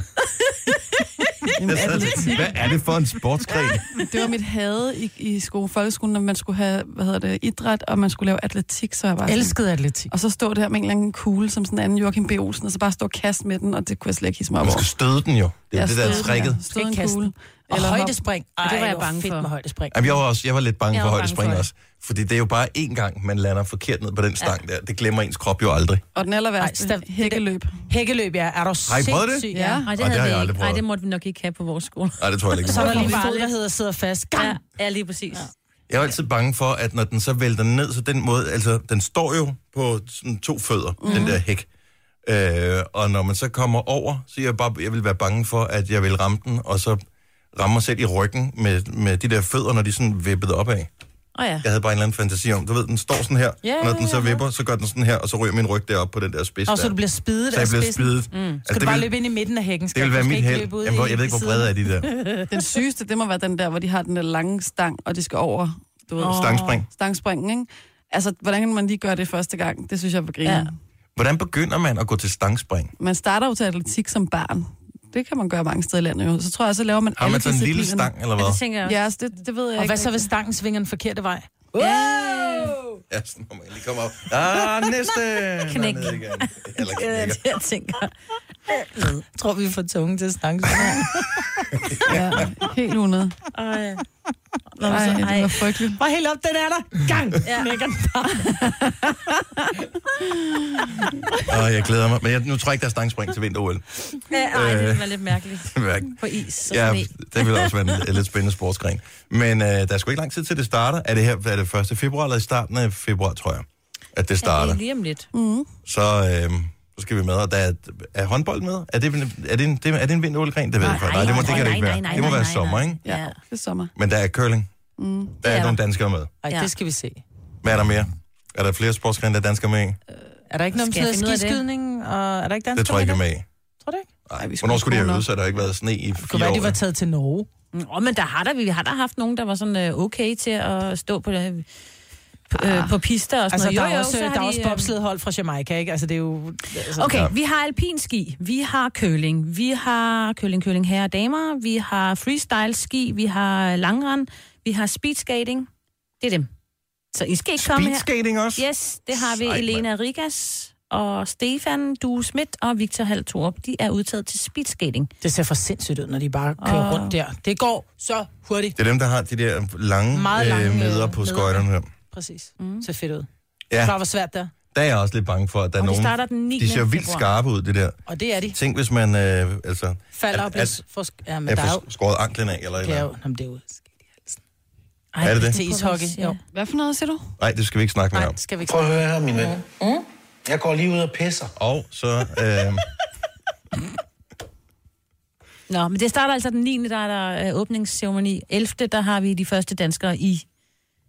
[SPEAKER 4] Jamen, atletik.
[SPEAKER 1] Hvad er det for en sportsgren?
[SPEAKER 4] Det var mit hade i, i sko, folkeskolen, når man skulle have, hvad hedder det, idræt, og man skulle lave atletik, så jeg var sådan,
[SPEAKER 2] Elskede atletik.
[SPEAKER 4] og så stod der med en eller anden kugle, som sådan en anden Joachim B. Olsen, og så bare stå og kaste med den, og det kunne jeg slet ikke hisse mig op
[SPEAKER 1] Man
[SPEAKER 4] over.
[SPEAKER 1] skal støde den jo. Det er
[SPEAKER 4] Jeg
[SPEAKER 1] det, der er
[SPEAKER 4] stod-
[SPEAKER 1] tricket.
[SPEAKER 4] ja, Stod en
[SPEAKER 2] Ikke kaste
[SPEAKER 4] kugle.
[SPEAKER 2] Og
[SPEAKER 4] Eller hop.
[SPEAKER 2] højdespring. Ej,
[SPEAKER 3] det var jeg
[SPEAKER 2] hvor
[SPEAKER 3] bange
[SPEAKER 2] fedt
[SPEAKER 3] for.
[SPEAKER 2] med højdespring.
[SPEAKER 1] Jamen, jeg var, også, jeg var lidt bange
[SPEAKER 3] Jeg
[SPEAKER 1] for
[SPEAKER 3] var
[SPEAKER 1] højdespring
[SPEAKER 3] bange for
[SPEAKER 1] også. Fordi det er jo bare én gang, man lander forkert ned på den stang der. Det glemmer ens krop jo aldrig.
[SPEAKER 4] Og den aller værste,
[SPEAKER 2] Ej, stav-
[SPEAKER 4] hækkeløb.
[SPEAKER 2] Hækkeløb, ja. Er du
[SPEAKER 1] Har I prøvet det?
[SPEAKER 2] sindssyg?
[SPEAKER 3] Nej,
[SPEAKER 4] Ja.
[SPEAKER 3] det,
[SPEAKER 1] Og det har
[SPEAKER 3] havde
[SPEAKER 1] jeg
[SPEAKER 3] vi
[SPEAKER 1] aldrig
[SPEAKER 3] ikke. Nej,
[SPEAKER 1] prøvet.
[SPEAKER 3] det måtte vi nok ikke have på vores skole.
[SPEAKER 1] Nej, det tror jeg ikke.
[SPEAKER 2] Så er der lige en
[SPEAKER 3] Farligt.
[SPEAKER 2] fod, der hedder sidder fast. Gang!
[SPEAKER 3] Ja, ja lige præcis. Ja.
[SPEAKER 1] Jeg er altid bange for, at når den så vælter ned, så den måde, altså den står jo på sådan to fødder, mm. den der hæk. Øh, og når man så kommer over, så jeg bare, jeg vil være bange for, at jeg vil ramme den, og så ramme mig selv i ryggen med, med de der fødder, når de sådan vippede opad.
[SPEAKER 3] Oh, ja.
[SPEAKER 1] Jeg havde bare en eller anden fantasi om, du ved, den står sådan her,
[SPEAKER 2] Ja,
[SPEAKER 1] og når den så
[SPEAKER 2] ja, ja.
[SPEAKER 1] vipper, så gør den sådan her, og så ryger min ryg derop på den der spids
[SPEAKER 2] Og så
[SPEAKER 1] der.
[SPEAKER 2] du bliver spidet
[SPEAKER 1] så
[SPEAKER 2] af
[SPEAKER 1] jeg bliver
[SPEAKER 2] spidsen.
[SPEAKER 1] spidet. Mm. Altså,
[SPEAKER 2] Skal du bare løbe ind i midten af hækken?
[SPEAKER 1] det
[SPEAKER 2] skat?
[SPEAKER 1] vil være
[SPEAKER 2] Du skal
[SPEAKER 1] mit
[SPEAKER 2] ikke
[SPEAKER 1] held.
[SPEAKER 2] løbe ud
[SPEAKER 1] Jamen, hvor-
[SPEAKER 2] i-
[SPEAKER 1] Jeg ved ikke,
[SPEAKER 2] i
[SPEAKER 1] hvor
[SPEAKER 2] siden.
[SPEAKER 1] brede er de der
[SPEAKER 4] Den sygeste, det må være den der, hvor de har den der lange stang, og de skal over, du ved, oh.
[SPEAKER 1] stangspring.
[SPEAKER 4] stangspringen, ikke? Altså, hvordan kan man lige gøre det første gang? Det synes jeg var griner. Ja.
[SPEAKER 3] Ja.
[SPEAKER 1] Hvordan begynder man at gå til stangspring?
[SPEAKER 4] Man starter jo til atletik som barn. Det kan man gøre mange steder i landet jo. Så tror jeg, så laver man
[SPEAKER 1] Har
[SPEAKER 4] alle
[SPEAKER 1] man sådan en lille
[SPEAKER 4] disciplinerne.
[SPEAKER 1] stang, eller
[SPEAKER 3] ja,
[SPEAKER 1] hvad?
[SPEAKER 3] det tænker jeg også.
[SPEAKER 4] Ja, altså, det, det ved jeg
[SPEAKER 2] Og
[SPEAKER 4] ikke.
[SPEAKER 2] hvad så,
[SPEAKER 4] rigtig.
[SPEAKER 2] hvis stangen svinger den forkerte vej?
[SPEAKER 1] Ja, sådan, når man lige kommer op. Ah, næste! Knæk. Eller
[SPEAKER 3] Ja,
[SPEAKER 1] knækker.
[SPEAKER 3] det jeg tænker.
[SPEAKER 2] Jeg tror, vi får tunge til stangen.
[SPEAKER 4] Ja, helt unød.
[SPEAKER 3] Ej. Nå, men
[SPEAKER 4] Nej,
[SPEAKER 3] så,
[SPEAKER 4] det
[SPEAKER 3] ej.
[SPEAKER 4] var frygteligt.
[SPEAKER 2] Bare helt op, den er der. Gang! Knækker den bare.
[SPEAKER 1] Åh, jeg glæder mig. Men jeg, nu tror jeg ikke, der er stangspring til vinter-OL.
[SPEAKER 3] Ja, Ej, det var lidt mærkeligt.
[SPEAKER 1] Hverken.
[SPEAKER 3] På is og
[SPEAKER 1] Øh. Ja,
[SPEAKER 3] sne.
[SPEAKER 1] det vil også være en, en lidt spændende sportsgren. Men øh, der er sgu ikke lang tid til, det starter. Er det her er det 1. februar, eller i starten af februar, tror jeg, at det
[SPEAKER 3] Ja, det
[SPEAKER 1] starter.
[SPEAKER 3] er lige om lidt.
[SPEAKER 1] Så, øh, så skal vi med, og der er, er håndbold med? Er det, er det en, det, er det en vinter-OL-gren? Det ved jeg faktisk. Nej, det må, det kan det ikke være. Det må være sommer, ikke?
[SPEAKER 4] Ja,
[SPEAKER 3] Ja.
[SPEAKER 4] det er sommer.
[SPEAKER 1] Men der er curling. Der er
[SPEAKER 3] er
[SPEAKER 1] ikke
[SPEAKER 3] der.
[SPEAKER 1] nogen danskere med.
[SPEAKER 2] Ej,
[SPEAKER 3] Ja.
[SPEAKER 2] det skal vi se.
[SPEAKER 1] Hvad er der mere? Er der flere sportsgrene, der er danskere med i?
[SPEAKER 2] Er der ikke noget om
[SPEAKER 3] Skal
[SPEAKER 2] sådan
[SPEAKER 3] jeg finde ud
[SPEAKER 2] noget
[SPEAKER 3] af det?
[SPEAKER 2] skiskydning? Og er der ikke dansk?
[SPEAKER 1] Det tror jeg ikke er med i.
[SPEAKER 2] Tror du ikke?
[SPEAKER 1] Nej,
[SPEAKER 4] Ej, vi skulle
[SPEAKER 1] Hvornår skulle de
[SPEAKER 4] ikke
[SPEAKER 1] have
[SPEAKER 4] bruge
[SPEAKER 1] øvet sig, at der ikke har været sne i
[SPEAKER 2] Det kunne
[SPEAKER 1] fire
[SPEAKER 2] være,
[SPEAKER 1] år?
[SPEAKER 2] de var taget til Norge.
[SPEAKER 3] Mm, Åh, men der har der, vi har der haft nogen, der var sådan øh, okay til at stå på, øh, på,
[SPEAKER 1] Ah.
[SPEAKER 3] øh, på pister og sådan
[SPEAKER 2] Altså,
[SPEAKER 3] noget.
[SPEAKER 2] der er også,
[SPEAKER 3] så har
[SPEAKER 2] der er
[SPEAKER 3] de,
[SPEAKER 2] også
[SPEAKER 3] øh,
[SPEAKER 2] bobsledhold fra Jamaica, ikke? Altså, det er jo... Altså,
[SPEAKER 3] Okay, vi har alpinski, vi har curling, vi har curling, curling herre og damer, vi har freestyle ski, vi har langrand, vi har speedskating. Det er dem. Så I skal ikke komme her.
[SPEAKER 1] Speedskating også?
[SPEAKER 3] Yes, det har vi
[SPEAKER 1] Sejt, mand.
[SPEAKER 3] Elena Rigas og Stefan Due Schmidt og Victor Haltorup. De er udtaget til speedskating.
[SPEAKER 2] Det ser for sindssygt ud, når de bare kører
[SPEAKER 3] Og-
[SPEAKER 2] rundt der. Det går så hurtigt.
[SPEAKER 1] Det er dem, der har de der lange,
[SPEAKER 2] Meget lange,
[SPEAKER 1] øh, møder
[SPEAKER 2] øh,
[SPEAKER 1] på
[SPEAKER 2] meder.
[SPEAKER 1] skøjterne her.
[SPEAKER 2] Præcis. Mm. Så fedt ud.
[SPEAKER 1] Ja,
[SPEAKER 2] Klar, hvor svært der.
[SPEAKER 1] der er jeg også lidt bange for, at der er
[SPEAKER 3] Og det
[SPEAKER 1] nogen...
[SPEAKER 3] starter den 9.
[SPEAKER 1] de ser vildt
[SPEAKER 3] februar.
[SPEAKER 1] skarpe ud, det der.
[SPEAKER 2] Og det er de.
[SPEAKER 1] Tænk, hvis man øh, altså,
[SPEAKER 2] Falder
[SPEAKER 1] At-
[SPEAKER 2] op lidt
[SPEAKER 1] at-
[SPEAKER 2] for... sk- Ja, men
[SPEAKER 1] er
[SPEAKER 2] der er jo...
[SPEAKER 1] på skåret anklen af, eller et
[SPEAKER 2] Det
[SPEAKER 1] eller
[SPEAKER 2] er
[SPEAKER 1] andet.
[SPEAKER 2] jo... Jamen, det er jo...
[SPEAKER 3] Ej,
[SPEAKER 1] Er det det?
[SPEAKER 2] Til ishockey,
[SPEAKER 3] øh,
[SPEAKER 2] jo.
[SPEAKER 4] Hvad for noget, siger du?
[SPEAKER 1] Nej, det skal vi ikke snakke mere
[SPEAKER 2] Nej,
[SPEAKER 1] om.
[SPEAKER 2] det skal vi ikke.
[SPEAKER 7] Prøv at høre her, min ven.
[SPEAKER 8] Mm.
[SPEAKER 7] Jeg går lige ud og pisser.
[SPEAKER 1] Og så... Øh,
[SPEAKER 3] Nå, men det starter altså den 9. der er der øh, åbningsceremoni. 11. der har vi de første danskere i,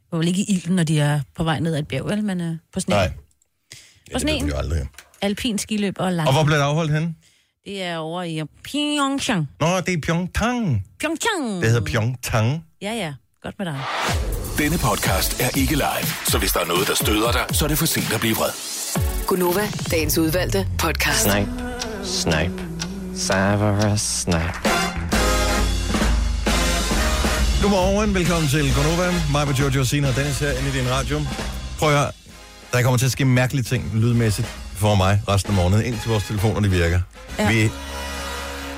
[SPEAKER 3] hvor vel ikke i ilden, når de er på vej ned ad et bjerg, vel, men øh, på sne.
[SPEAKER 1] nej.
[SPEAKER 3] På
[SPEAKER 1] Ja, det ved
[SPEAKER 3] sneen.
[SPEAKER 1] vi jo aldrig.
[SPEAKER 3] Alpin skiløb og lang.
[SPEAKER 1] Og hvor blev det afholdt henne?
[SPEAKER 3] Det er over i Pyeongchang.
[SPEAKER 1] Nå, det er Pyeongtang.
[SPEAKER 3] Pyeongchang!
[SPEAKER 1] Det
[SPEAKER 2] Mm.
[SPEAKER 1] hedder Pyeongtang.
[SPEAKER 3] Ja, ja. Godt med dig.
[SPEAKER 6] Denne podcast er ikke live, så hvis der er noget, der støder dig, så er det for sent at blive vred.
[SPEAKER 5] Gunova, dagens udvalgte podcast.
[SPEAKER 8] Snipe, snipe, Severus Snipe.
[SPEAKER 1] Godmorgen, velkommen til Gonova. Mig var Jojo Sina og Dennis her inde i din radio. Prøv at høre, der kommer til at ske mærkelige ting lydmæssigt for mig resten af morgenen, indtil vores telefoner de virker. Ja. Vi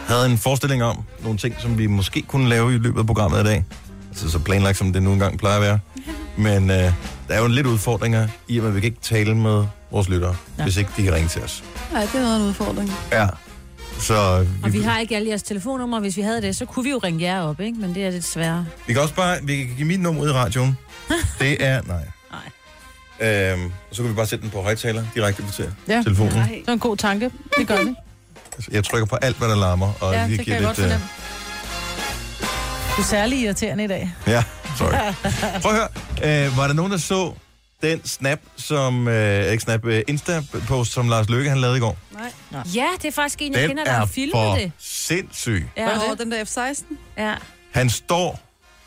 [SPEAKER 1] havde en forestilling om nogle ting, som vi måske kunne lave i løbet af programmet i dag. Altså så planlagt, som det nu engang plejer at være. Men øh, der er jo lidt udfordringer i, og med, at vi kan ikke tale med vores lyttere, ja. hvis ikke de kan ringe til os.
[SPEAKER 4] Nej, det er noget af en udfordring.
[SPEAKER 1] Ja. Så
[SPEAKER 3] Og vi har ikke alle jeres telefonnumre. Hvis vi havde det, så kunne vi jo ringe jer op, ikke? Men det er lidt sværere.
[SPEAKER 1] Vi kan også bare, vi kan give mit nummer ud i radioen. Det er, nej. nej. Øhm, og så kan vi bare sætte den på højtaler direkte på til ja.
[SPEAKER 2] Ja.
[SPEAKER 1] telefonen. Nej.
[SPEAKER 2] Det var en god tanke. Det gør vi.
[SPEAKER 1] Jeg trykker på alt, hvad der larmer, og
[SPEAKER 2] Ja,
[SPEAKER 1] lige
[SPEAKER 2] det kan
[SPEAKER 1] giver
[SPEAKER 2] jeg godt
[SPEAKER 1] lidt... øh,
[SPEAKER 2] fornemme. Du er særlig irriterende i dag.
[SPEAKER 1] ja, sorry. Prøv at høre, øh, var der nogen, der så den snap, som, øh, ikke snap, øh, Insta-post, som Lars Løkke han lavede i går?
[SPEAKER 3] Ja, det er faktisk en, jeg
[SPEAKER 1] den
[SPEAKER 3] kender, der
[SPEAKER 1] er
[SPEAKER 3] har filmet
[SPEAKER 1] for
[SPEAKER 3] det.
[SPEAKER 1] sindssyg.
[SPEAKER 3] Ja,
[SPEAKER 4] Hvad over den der F-16?
[SPEAKER 3] ja.
[SPEAKER 1] Han står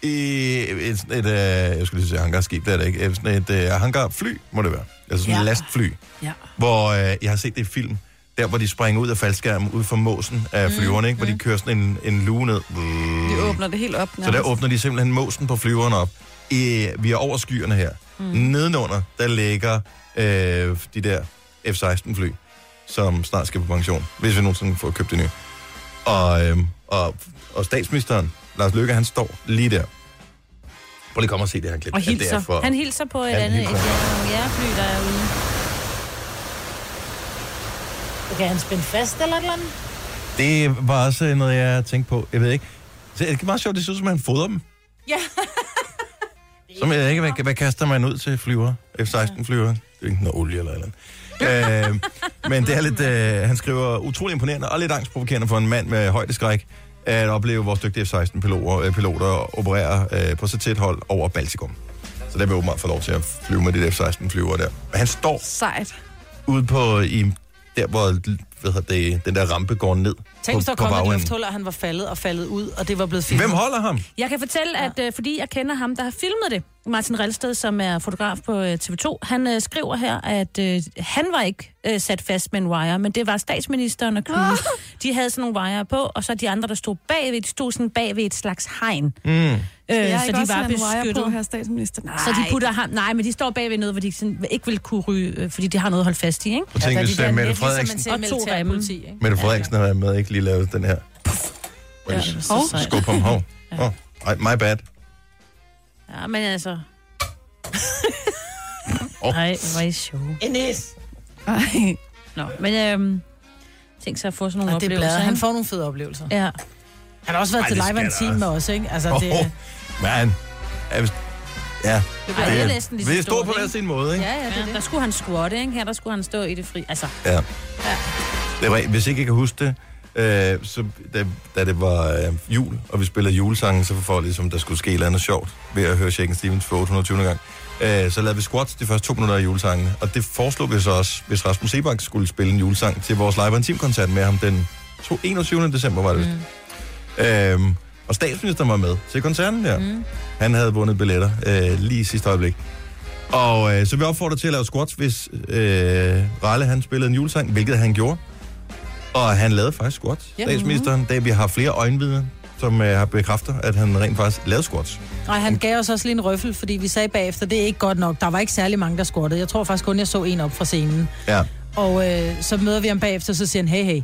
[SPEAKER 1] i et, et, et øh, jeg skulle lige sige hangarskib, det er det ikke, Øh, sådan et øh, hangarfly, må det være. Altså sådan et
[SPEAKER 3] Ja.
[SPEAKER 1] lastfly.
[SPEAKER 3] ja.
[SPEAKER 1] hvor øh, jeg har set det i film. der hvor de springer ud af faldskærmen, ud fra måsen af flyverne, ikke? hvor de kører sådan en, en luge ned.
[SPEAKER 4] De åbner det helt op.
[SPEAKER 1] Mm. Så der åbner de simpelthen måsen på flyveren op. I, vi er over skyerne her. Mm. Nedenunder, der ligger øh, de der F-16-fly, som snart skal på pension, hvis vi nogensinde får købt det nye. Og, øh, og, og statsministeren, Lars Løkke, han står lige der. Prøv lige at komme og se det her klip.
[SPEAKER 3] Og
[SPEAKER 1] Ja, det er
[SPEAKER 3] hilser.
[SPEAKER 1] for-
[SPEAKER 3] Han hilser på et
[SPEAKER 1] Han
[SPEAKER 3] andet
[SPEAKER 1] hilser.
[SPEAKER 3] et jægerfly, der er ude.
[SPEAKER 9] Kan han spænde fast eller et eller andet?
[SPEAKER 1] Det var også noget, jeg tænkte på. Jeg ved ikke. Så det er meget sjovt, det ser ud som, at han fodrer dem.
[SPEAKER 9] Ja.
[SPEAKER 1] Som jeg ved ikke, hvad, hvad kaster man ud til flyver? F-16-flyver? Det er ikke noget olie eller et eller andet. øh, men det er lidt, øh, han skriver, utrolig imponerende og lidt angstprovokerende for en mand med højdeskræk, at opleve vores dygtige F-16-piloter øh, piloter operere øh, på så tæt hold over Baltikum. Så der vil jeg åbenbart få lov til at flyve med de der F-16-flyver der. Men han står
[SPEAKER 4] Sejt.
[SPEAKER 1] ude på, i, der hvor hvad hedder det, den der rampe går ned
[SPEAKER 2] Tænk, hvis
[SPEAKER 1] på,
[SPEAKER 2] der
[SPEAKER 1] på
[SPEAKER 2] kom et
[SPEAKER 1] bagenden.
[SPEAKER 2] lufthul, og han var faldet og faldet ud, og det var blevet fint.
[SPEAKER 1] Hvem holder ham?
[SPEAKER 3] Jeg kan fortælle, at øh, fordi jeg kender ham, der har filmet det, Martin Relsted, som er fotograf på øh, TV2, han øh, skriver her, at øh, han var ikke øh, sat fast med en wire, men det var statsministeren og Knude. De havde sådan nogle wire på, og så de andre, der stod bagved, de stod sådan bagved et slags hegn. Mm. Øh,
[SPEAKER 4] Jeg
[SPEAKER 3] så
[SPEAKER 4] ikke
[SPEAKER 3] de
[SPEAKER 4] også
[SPEAKER 3] var
[SPEAKER 4] lade en wire På,
[SPEAKER 3] beskyttet.
[SPEAKER 4] her statsminister. Nej.
[SPEAKER 3] Så de putter ham... Nej, men de står bagved noget, hvor de sådan, ikke vil kunne ryge, øh, fordi de har noget at holde fast i, ikke?
[SPEAKER 1] Prøv at tænke, hvis øh, Mette Frederiksen,
[SPEAKER 3] Og to remme.
[SPEAKER 1] Mette Frederiksen havde været med ikke lige lavet den her. Ja, Skub ham hov. Oh, my bad.
[SPEAKER 3] Ja, men altså...
[SPEAKER 1] Åh.
[SPEAKER 3] Nej, hvor er I sjove.
[SPEAKER 4] Ej.
[SPEAKER 3] Nå, men øhm, tænk sig at få sådan nogle
[SPEAKER 2] Og det er
[SPEAKER 3] oplevelser.
[SPEAKER 2] bladet. Han
[SPEAKER 3] ikke?
[SPEAKER 2] får nogle fede oplevelser.
[SPEAKER 3] Ja.
[SPEAKER 2] Han har også været
[SPEAKER 1] Ej,
[SPEAKER 2] til
[SPEAKER 1] det
[SPEAKER 2] live en
[SPEAKER 1] skal der
[SPEAKER 2] time med os, ikke? Altså,
[SPEAKER 1] Oh,
[SPEAKER 2] det,
[SPEAKER 1] man. Ja, hvis- Ja,
[SPEAKER 3] Ej, det er næsten lige så
[SPEAKER 1] vi står
[SPEAKER 3] stort,
[SPEAKER 1] på hver
[SPEAKER 3] ikke?
[SPEAKER 1] sin måde, ikke?
[SPEAKER 3] Ja, ja, det, ja. Der skulle han squatte, ikke? Her der skulle han stå i det fri. Altså,
[SPEAKER 1] Ja. ja. Det var, hvis ikke jeg kan huske det, øh, så da, da det var øh, jul, og vi spillede julesangen, så for ligesom, der skulle ske et eller andet sjovt ved at høre Shaken Stevens for 820. gang. Øh, så lavede vi squats de første to minutter af julesangen, og det foreslog vi så også, hvis Rasmus Sebak skulle spille en julesang til vores live team koncert med ham den to- 21. december, var det vist. Øhm, og statsministeren var med til koncerten der. Mm. Han havde vundet billetter øh, lige i sidste øjeblik. Og øh, så vi opfordrer til at lave squats, hvis øh, Ralle han spillede en julesang, hvilket han gjorde. Og han lavede faktisk squats.
[SPEAKER 2] Ja.
[SPEAKER 1] Statsministeren, da vi har flere øjenvidner, som øh, har bekræfter, at han rent faktisk lavede squats.
[SPEAKER 2] Nej,
[SPEAKER 1] Mm.
[SPEAKER 2] han gav os også lige en røffel, fordi vi sagde bagefter, det er ikke godt nok. Der var ikke særlig mange, der squattede. Jeg tror faktisk kun, jeg så en op fra scenen.
[SPEAKER 1] Ja.
[SPEAKER 2] Og øh, så møder vi ham bagefter, så siger han, hey, hey,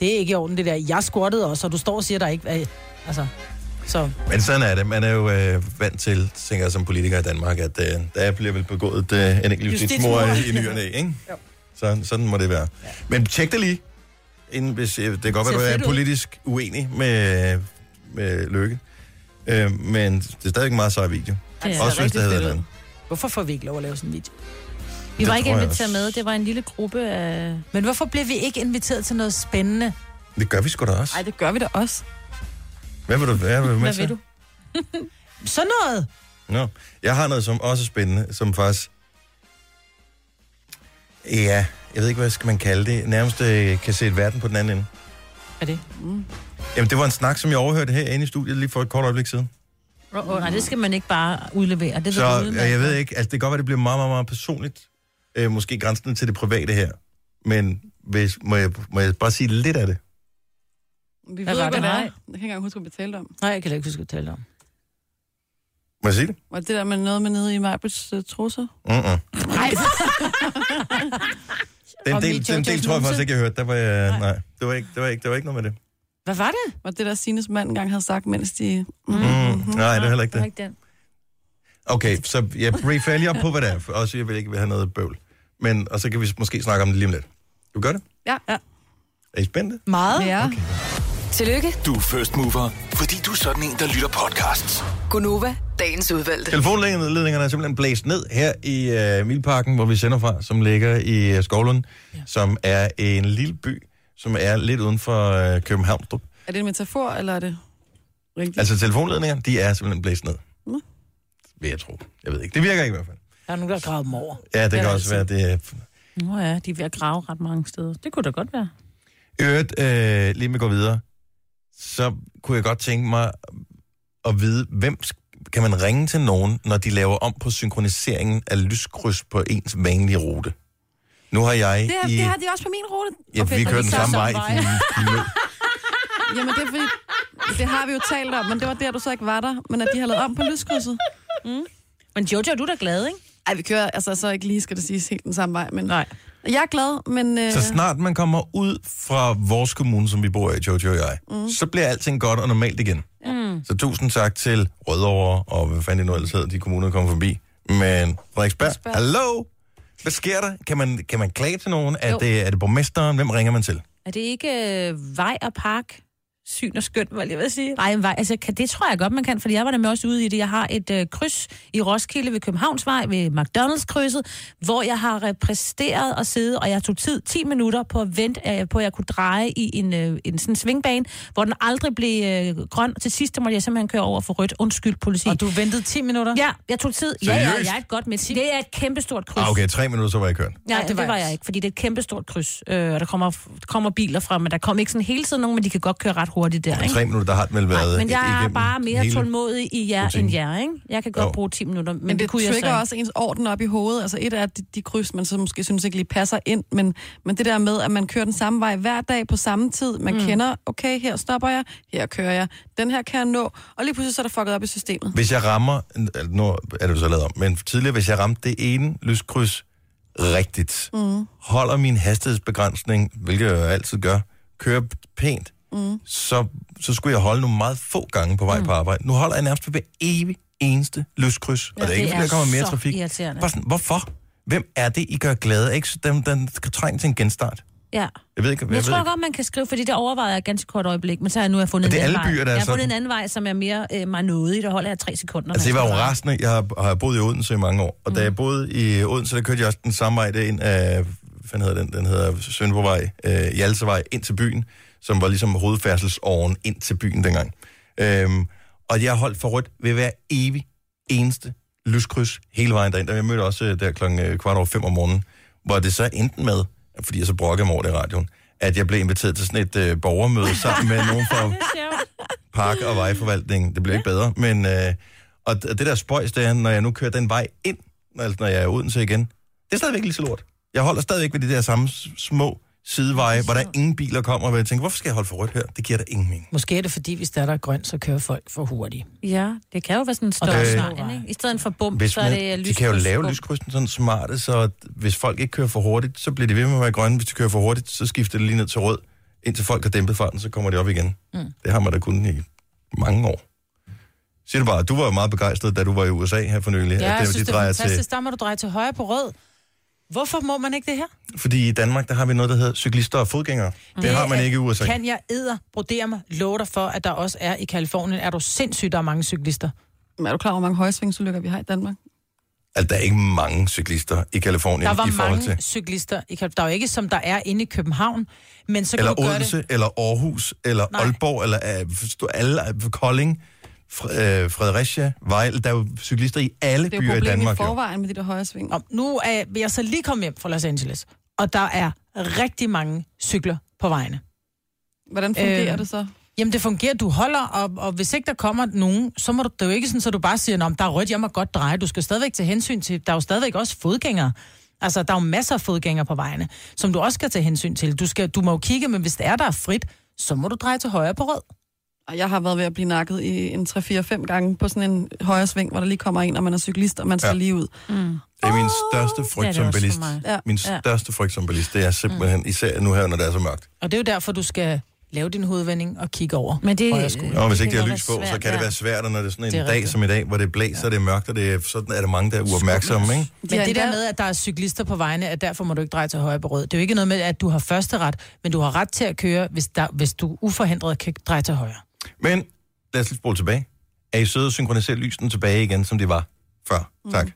[SPEAKER 2] det er ikke i orden det der. Jeg squattede også, og du står og siger, der ikke... er-" Altså, så
[SPEAKER 1] Men sådan er det. Man er jo øh, vant til, tænker jeg som politiker i Danmark, at øh, der bliver vel begået øh, en enkelt justitsmord i i ny og næ, ikke? Sådan, sådan må det være. Ja. Men tjek det lige, inden, hvis, øh, det kan godt være, at
[SPEAKER 2] Ser
[SPEAKER 1] du
[SPEAKER 2] fedt
[SPEAKER 1] er
[SPEAKER 2] ud.
[SPEAKER 1] politisk uenig med, med Lykke. Øh, men det er stadigvæk en meget sej video.
[SPEAKER 3] det er.
[SPEAKER 1] Også hvis det havde været den.
[SPEAKER 2] hvorfor får vi ikke lov at lave sådan en video?
[SPEAKER 3] Vi var
[SPEAKER 1] det
[SPEAKER 3] ikke
[SPEAKER 1] tror jeg
[SPEAKER 3] inviteret
[SPEAKER 1] også.
[SPEAKER 3] med. Det var en lille gruppe af...
[SPEAKER 2] Men hvorfor blev vi ikke inviteret til noget spændende?
[SPEAKER 1] Det gør vi sgu da også.
[SPEAKER 4] Ej, det gør vi da også.
[SPEAKER 1] Hvad vil du være med
[SPEAKER 3] Hvad
[SPEAKER 1] til?
[SPEAKER 3] ved du?
[SPEAKER 2] Sådan noget!
[SPEAKER 1] Nå, jeg har noget, som også er spændende, som faktisk... Ja, jeg ved ikke, hvad skal man kalde det. Nærmest øh, kan se et verden på den anden ende. Mm.
[SPEAKER 2] Hvad er det?
[SPEAKER 1] Jamen, det var en snak, som jeg overhørte herinde i studiet lige for et kort øjeblik siden.
[SPEAKER 3] Åh, åh, nej, det skal man ikke bare udlevere. Det
[SPEAKER 1] Så
[SPEAKER 3] ved du
[SPEAKER 1] jeg, jeg ved ikke, altså det kan godt være, det bliver meget, meget, meget personligt. Øh, måske grænsen til det private her. Men hvis, må, jeg, må jeg bare sige lidt af det?
[SPEAKER 4] Vi
[SPEAKER 3] Hvad
[SPEAKER 4] ved
[SPEAKER 3] var
[SPEAKER 4] ikke, hvad
[SPEAKER 3] det, nej?
[SPEAKER 4] det er. Jeg kan ikke engang huske, hvad vi talte om.
[SPEAKER 2] Nej, jeg kan da ikke huske, hvad jeg talte om.
[SPEAKER 1] Må jeg sige det?
[SPEAKER 4] Var det det der med noget med nede i Majbrits uh, trusser?
[SPEAKER 1] Mm-mm. den
[SPEAKER 2] Og
[SPEAKER 1] del,
[SPEAKER 2] mit
[SPEAKER 1] den del
[SPEAKER 2] Jojo's
[SPEAKER 1] tror jeg faktisk
[SPEAKER 2] numse?
[SPEAKER 1] ikke, jeg hørte. Der var jeg, nej, det var, ikke, det, var ikke, det var ikke noget med det.
[SPEAKER 2] Hvad var det?
[SPEAKER 4] Var det det der Sines mand engang havde sagt, mens de... Mm.
[SPEAKER 2] Mm-hmm.
[SPEAKER 1] Mm, nej, det var heller ikke det.
[SPEAKER 3] ikke den.
[SPEAKER 1] Okay, så jeg briefer lige op på, hvad det er, og så jeg vil ikke have noget bøvl. Men, og så kan vi måske snakke om det lige om lidt. Du gør det?
[SPEAKER 4] Ja. ja.
[SPEAKER 1] Er I spændte?
[SPEAKER 2] Meget?
[SPEAKER 4] Ja. Okay.
[SPEAKER 5] Tillykke,
[SPEAKER 6] Du er first mover, fordi du er sådan en, der lytter podcasts.
[SPEAKER 5] Gunova, dagens udvalgte.
[SPEAKER 1] Telefonledningerne er simpelthen blæst ned her i øh, Milparken, hvor vi sender fra, som ligger i øh, Skovlund, ja. som er en lille by, som er lidt uden for øh, København.
[SPEAKER 4] Er det en metafor, eller er det rigtigt?
[SPEAKER 1] Altså telefonledningerne, de er simpelthen blæst ned.
[SPEAKER 4] Nå.
[SPEAKER 1] Vil jeg tro. Jeg ved ikke. Det virker ikke i hvert fald.
[SPEAKER 2] Der er nogen, der har gravet dem over.
[SPEAKER 1] Ja, altså. det
[SPEAKER 2] er
[SPEAKER 1] kan
[SPEAKER 2] der
[SPEAKER 1] også være, det er
[SPEAKER 3] Nå ja, de er ved at grave ret mange steder. Det kunne da godt være.
[SPEAKER 1] I øvrigt, øh, lige med går videre, så kunne jeg godt tænke mig at vide, hvem sk- kan man ringe til nogen, når de laver om på synkroniseringen af lyskryds på ens vanlige rute? Nu har jeg
[SPEAKER 4] Det,
[SPEAKER 1] i...
[SPEAKER 4] det har de også på min rute.
[SPEAKER 1] Ja, vi kører den
[SPEAKER 4] så-
[SPEAKER 1] samme vej.
[SPEAKER 3] samme
[SPEAKER 1] Din-
[SPEAKER 4] Jamen, det er fordi, det har vi jo talt om, men det var der, du så ikke var der. Men at de har lavet om på lyskrydset.
[SPEAKER 3] Men Jojo, du er da glad, ikke?
[SPEAKER 4] Ej, vi kører altså så ikke lige, skal det siges, helt den samme vej. Men Nej. Jeg er glad, men... Øh,
[SPEAKER 1] Så snart man kommer ud fra vores kommune, som vi bor i, Jojo og jeg, mm. så bliver alting godt og normalt igen. Mm. Så tusind tak til Rødovre og hvad fanden det nu ellers hedder, de kommuner, der kommer forbi. Men Frederiksberg, hallo? Hvad sker der? Kan man, kan man klage til nogen? Er
[SPEAKER 3] Jo.
[SPEAKER 1] det, er det borgmesteren? Hvem ringer man til?
[SPEAKER 3] Er det ikke øh, vej og park? Syn og skønt, var jeg lige ved at sige. Nej, vej. Altså, kan, det tror jeg godt, man kan, fordi jeg var nemlig også ude i det. Jeg har et øh, kryds i Roskilde ved Københavnsvej, ved McDonald's-krydset, hvor jeg har repræsteret og siddet, og jeg tog tid, 10 minutter på at vente øh, på, at jeg kunne dreje i en, øh, en sådan svingbane, hvor den aldrig blev øh, grøn. Til sidst der måtte jeg simpelthen køre over for rødt. Undskyld, politi.
[SPEAKER 2] Og du ventede 10 minutter?
[SPEAKER 3] Ja, jeg tog tid. Ja, ja,
[SPEAKER 1] Seriøst?
[SPEAKER 3] jeg er et godt med. Det er et kæmpestort kryds.
[SPEAKER 1] Ah, okay, tre minutter, så var jeg kørt.
[SPEAKER 3] Nej, det var, det var jeg ikke, fordi det er et kæmpestort kryds, øh, og der kommer, der kommer biler fra, men der kommer ikke sådan hele tiden nogen, men de kan godt køre ret hurtigt der, ikke?
[SPEAKER 1] Tre minutter, der har den vel været
[SPEAKER 3] Men jeg er
[SPEAKER 1] igennem
[SPEAKER 3] bare mere
[SPEAKER 1] hele-
[SPEAKER 3] tålmodig i jer
[SPEAKER 1] rutinen.
[SPEAKER 3] end jer, ikke? Jeg kan godt
[SPEAKER 1] Jo.
[SPEAKER 3] bruge 10 minutter, men,
[SPEAKER 4] Men det, det
[SPEAKER 3] kunne jeg
[SPEAKER 4] trigger
[SPEAKER 3] så ikke.
[SPEAKER 4] også ens orden op i hovedet. Altså et er de, de kryds, man så måske synes ikke lige passer ind, men, men det der med, at man kører den samme vej hver dag på samme tid. Man mm. kender, okay, her stopper jeg, her kører jeg, den her kan jeg nå, og lige pludselig så er der fucket op i systemet.
[SPEAKER 1] Hvis jeg rammer, altså, nu er det jo så lavet om, men tidligere, hvis jeg ramte det ene lyskryds rigtigt, mm. holder min hastighedsbegrænsning, hvilket jeg jo altid gør, kører pænt, mm. så, så skulle jeg holde nogle meget få gange på vej mm. på arbejde. Nu holder jeg nærmest ved hver evig eneste lyskryds, ja, og det er ikke,
[SPEAKER 3] det
[SPEAKER 1] fordi der
[SPEAKER 3] er
[SPEAKER 1] kommer mere
[SPEAKER 3] så
[SPEAKER 1] trafik.
[SPEAKER 3] irriterende.
[SPEAKER 1] Bare sådan, hvorfor? Hvem er det, I gør glade? Er Ikke den, den skal trænge til en genstart.
[SPEAKER 3] Ja.
[SPEAKER 1] Jeg ved ikke, jeg,
[SPEAKER 3] Jeg, jeg
[SPEAKER 1] ved
[SPEAKER 3] tror
[SPEAKER 1] ikke.
[SPEAKER 3] godt, man kan skrive, fordi det overvejede jeg et ganske kort øjeblik, men så har jeg nu har jeg fundet
[SPEAKER 1] Og det er
[SPEAKER 3] en anden
[SPEAKER 1] alle byer,
[SPEAKER 3] vej.
[SPEAKER 1] der er
[SPEAKER 3] jeg har fundet
[SPEAKER 1] sådan.
[SPEAKER 3] en anden vej, som er mere øh, mig nådig, der holder jeg tre sekunder.
[SPEAKER 1] Altså, det
[SPEAKER 3] når
[SPEAKER 1] var
[SPEAKER 3] jeg
[SPEAKER 1] jo
[SPEAKER 3] skal dreje.
[SPEAKER 1] rasende. Jeg har, har boet i Odense i mange år, og mm. da jeg boede i Odense, der kørte jeg også den samme vej derind af, hvad fanden hedder den, den hedder Sønderborgvej, øh, Hjalsevej, ind til byen, som var ligesom hovedfærdselsåren ind til byen dengang. Øhm, og jeg holdt for rødt ved hver evig eneste lyskryds hele vejen derind. Og jeg mødte også øh, der klokken øh, kvart over fem om morgenen, hvor det så endte med, fordi jeg så brokkede mig over det i radioen, at jeg blev inviteret til sådan et øh, borgermøde sammen med nogen fra park- og vejforvaltning. Det bliver ikke bedre, men... Øh, og d- og det der spøjs, det er, når jeg nu kører den vej ind, altså når jeg er i Odense igen, det er stadigvæk lige så lort. Jeg holder stadigvæk ved de der samme s- små sideveje, hvor der ingen biler kommer, og hvor jeg tænker, hvorfor skal jeg holde for rødt her? Det giver da ingen mening.
[SPEAKER 9] Måske er det fordi, hvis der er grønt, så kører folk for hurtigt.
[SPEAKER 3] Ja, det kan jo være sådan en
[SPEAKER 9] der
[SPEAKER 3] større
[SPEAKER 9] er
[SPEAKER 3] øh,
[SPEAKER 9] snor.
[SPEAKER 3] ikke? I stedet for bum,
[SPEAKER 1] Hvis
[SPEAKER 3] så er det
[SPEAKER 1] man,
[SPEAKER 3] øh,
[SPEAKER 1] de kan jo
[SPEAKER 3] lyskryds.
[SPEAKER 1] lave
[SPEAKER 3] Bum.
[SPEAKER 1] lyskrydsen sådan smarte, så at hvis folk ikke kører for hurtigt, så bliver de ved med at være grønne. Hvis de kører for hurtigt, så skifter det lige ned til rød. Indtil folk har dæmpet farten, så kommer det op igen. Mm. Det har man da kun i mange år. Siger du bare, du var jo meget begejstret, da du var i USA her for nylig. at
[SPEAKER 2] Ja, jeg
[SPEAKER 1] det-
[SPEAKER 2] synes, det er
[SPEAKER 1] drejer
[SPEAKER 2] fantastisk. Der må du dreje til højre på rød. Hvorfor må man ikke det her?
[SPEAKER 1] Fordi i Danmark, der har vi noget, der hedder cyklister og fodgængere. Det, det har man
[SPEAKER 2] er-
[SPEAKER 1] ikke i USA. Kan...
[SPEAKER 2] Kan jeg æder, brodere mig, love dig for, at der også er i Kalifornien. Er du sindssygt, der er mange cyklister?
[SPEAKER 4] Men er du klar over, hvor mange højsvingsulykker vi har i Danmark?
[SPEAKER 1] Altså, der er ikke mange cyklister i Kalifornien
[SPEAKER 2] Der var
[SPEAKER 1] i forhold
[SPEAKER 2] mange
[SPEAKER 1] til...
[SPEAKER 2] cyklister i Kalifornien. Der er jo ikke, som der er inde i København, men så kan
[SPEAKER 1] Eller
[SPEAKER 2] du gøre det.
[SPEAKER 1] Odense, eller Aarhus, eller Nej.
[SPEAKER 2] Nej.
[SPEAKER 1] Aalborg, eller øh, forstå- alle, øh, Kolding, Fre- øh, Fredericia, Vejle. Der er jo cyklister i alle
[SPEAKER 4] Det er jo
[SPEAKER 1] byer i
[SPEAKER 4] problemet
[SPEAKER 1] Danmark.
[SPEAKER 4] i
[SPEAKER 1] Jo.
[SPEAKER 4] forvejen med de der højresving.
[SPEAKER 2] Om, nu er jeg, jeg er så lige kommet hjem fra Los Angeles, og der er rigtig mange cykler på vejene.
[SPEAKER 4] Hvordan fungerer
[SPEAKER 2] Øh,
[SPEAKER 4] øh, det så?
[SPEAKER 2] Jamen det fungerer, du holder, og, og hvis ikke der kommer nogen, så må du, det er jo ikke sådan, så du bare siger, "Nå, men der er rødt, jeg må godt dreje. Du skal stadigvæk tage hensyn til, der er jo stadigvæk også fodgængere. Altså, der er jo masser af fodgængere på vejene, som du også skal tage hensyn til. Du, skal, du må jo kigge, men hvis det er, der er frit, så må du dreje til højre på rød.
[SPEAKER 4] Og jeg har været ved at blive nakket i en 3-4-5 gange på sådan en højre sving, hvor der lige kommer en, og man er cyklist, og man skal
[SPEAKER 1] Ja.
[SPEAKER 4] ja. lige ud.
[SPEAKER 1] Det er min største frygt
[SPEAKER 3] Ja, det er
[SPEAKER 1] som
[SPEAKER 3] også for
[SPEAKER 1] bilist.
[SPEAKER 3] mig.
[SPEAKER 4] Ja.
[SPEAKER 1] Min største frygt som bilist, det er simpelthen, især nu her, når det er så mørkt.
[SPEAKER 2] Og det er jo derfor, du skal lave din hovedvending og kigge over.
[SPEAKER 3] Men det,
[SPEAKER 2] højre skulder.
[SPEAKER 1] Og hvis
[SPEAKER 3] det
[SPEAKER 1] ikke det har
[SPEAKER 3] kan godt
[SPEAKER 1] lys på,
[SPEAKER 3] være
[SPEAKER 1] så
[SPEAKER 3] svært,
[SPEAKER 1] kan det
[SPEAKER 3] ja.
[SPEAKER 1] være svært, og når det er sådan en
[SPEAKER 2] Det er
[SPEAKER 1] dag
[SPEAKER 2] rigtigt.
[SPEAKER 1] som i dag, hvor det blæser, og det er mørkt, og det er, sådan er der mange, der er uopmærksomme, ikke?
[SPEAKER 2] Men
[SPEAKER 4] Ja,
[SPEAKER 2] det der
[SPEAKER 4] endda-
[SPEAKER 2] med, at der er cyklister på vejene, at derfor må du ikke dreje til højre på rød. Det er jo ikke noget med, at du har første ret, men du har ret til at køre, hvis, der, hvis du uforhindret kan dreje til højre.
[SPEAKER 1] Men lad os lige spole tilbage. Er I søde at synkronisere lysene tilbage igen, som det var før? Mm. Tak.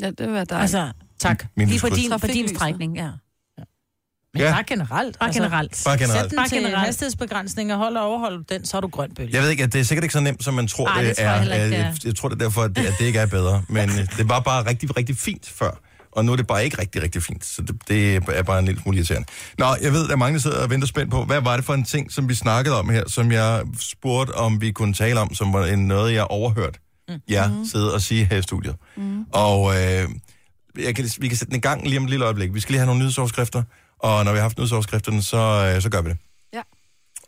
[SPEAKER 4] Ja, det vil være dejligt.
[SPEAKER 3] Altså,
[SPEAKER 2] Tak.
[SPEAKER 1] Min
[SPEAKER 3] lige på
[SPEAKER 1] lyskryds.
[SPEAKER 3] din, på din
[SPEAKER 4] Trafiklysene.
[SPEAKER 3] strækning, ja. Altså,
[SPEAKER 2] Men
[SPEAKER 1] Ja.
[SPEAKER 2] ja. bare generelt. altså.
[SPEAKER 3] Bare generelt.
[SPEAKER 1] Bare
[SPEAKER 2] Sæt
[SPEAKER 1] generelt.
[SPEAKER 2] den
[SPEAKER 3] Bare
[SPEAKER 2] til
[SPEAKER 3] generelt.
[SPEAKER 2] hastighedsbegrænsninger, hold og overhold den, så er du grøn bølge.
[SPEAKER 1] Jeg ved ikke, at det er sikkert ikke så nemt, som man tror,
[SPEAKER 3] Ej, det
[SPEAKER 1] det,
[SPEAKER 3] tror jeg
[SPEAKER 1] er.
[SPEAKER 3] heller ikke, det er.
[SPEAKER 1] Jeg, jeg tror det er derfor, at det, at det ikke er bedre. Men øh, det var bare rigtig, rigtig fint før. Og nu er det bare ikke rigtig, rigtig fint. Så det, det er bare en lille smule irriterende. Nå, jeg ved, at der er mange, der sidder og venter spændt på, hvad var det for en ting, som vi snakkede om her, som jeg spurgte, om vi kunne tale om,
[SPEAKER 3] Mm.
[SPEAKER 1] som var en- noget, jeg overhørte mm. jer sidde og sige her i studiet. Mm. Og øh, jeg kan, vi kan sætte den i gang lige om et lille øjeblik. Vi skal lige have nogle nyhedsoverskrifter, og når vi har haft nyhedsoverskrifterne, så, øh, så gør vi det.
[SPEAKER 4] Ja.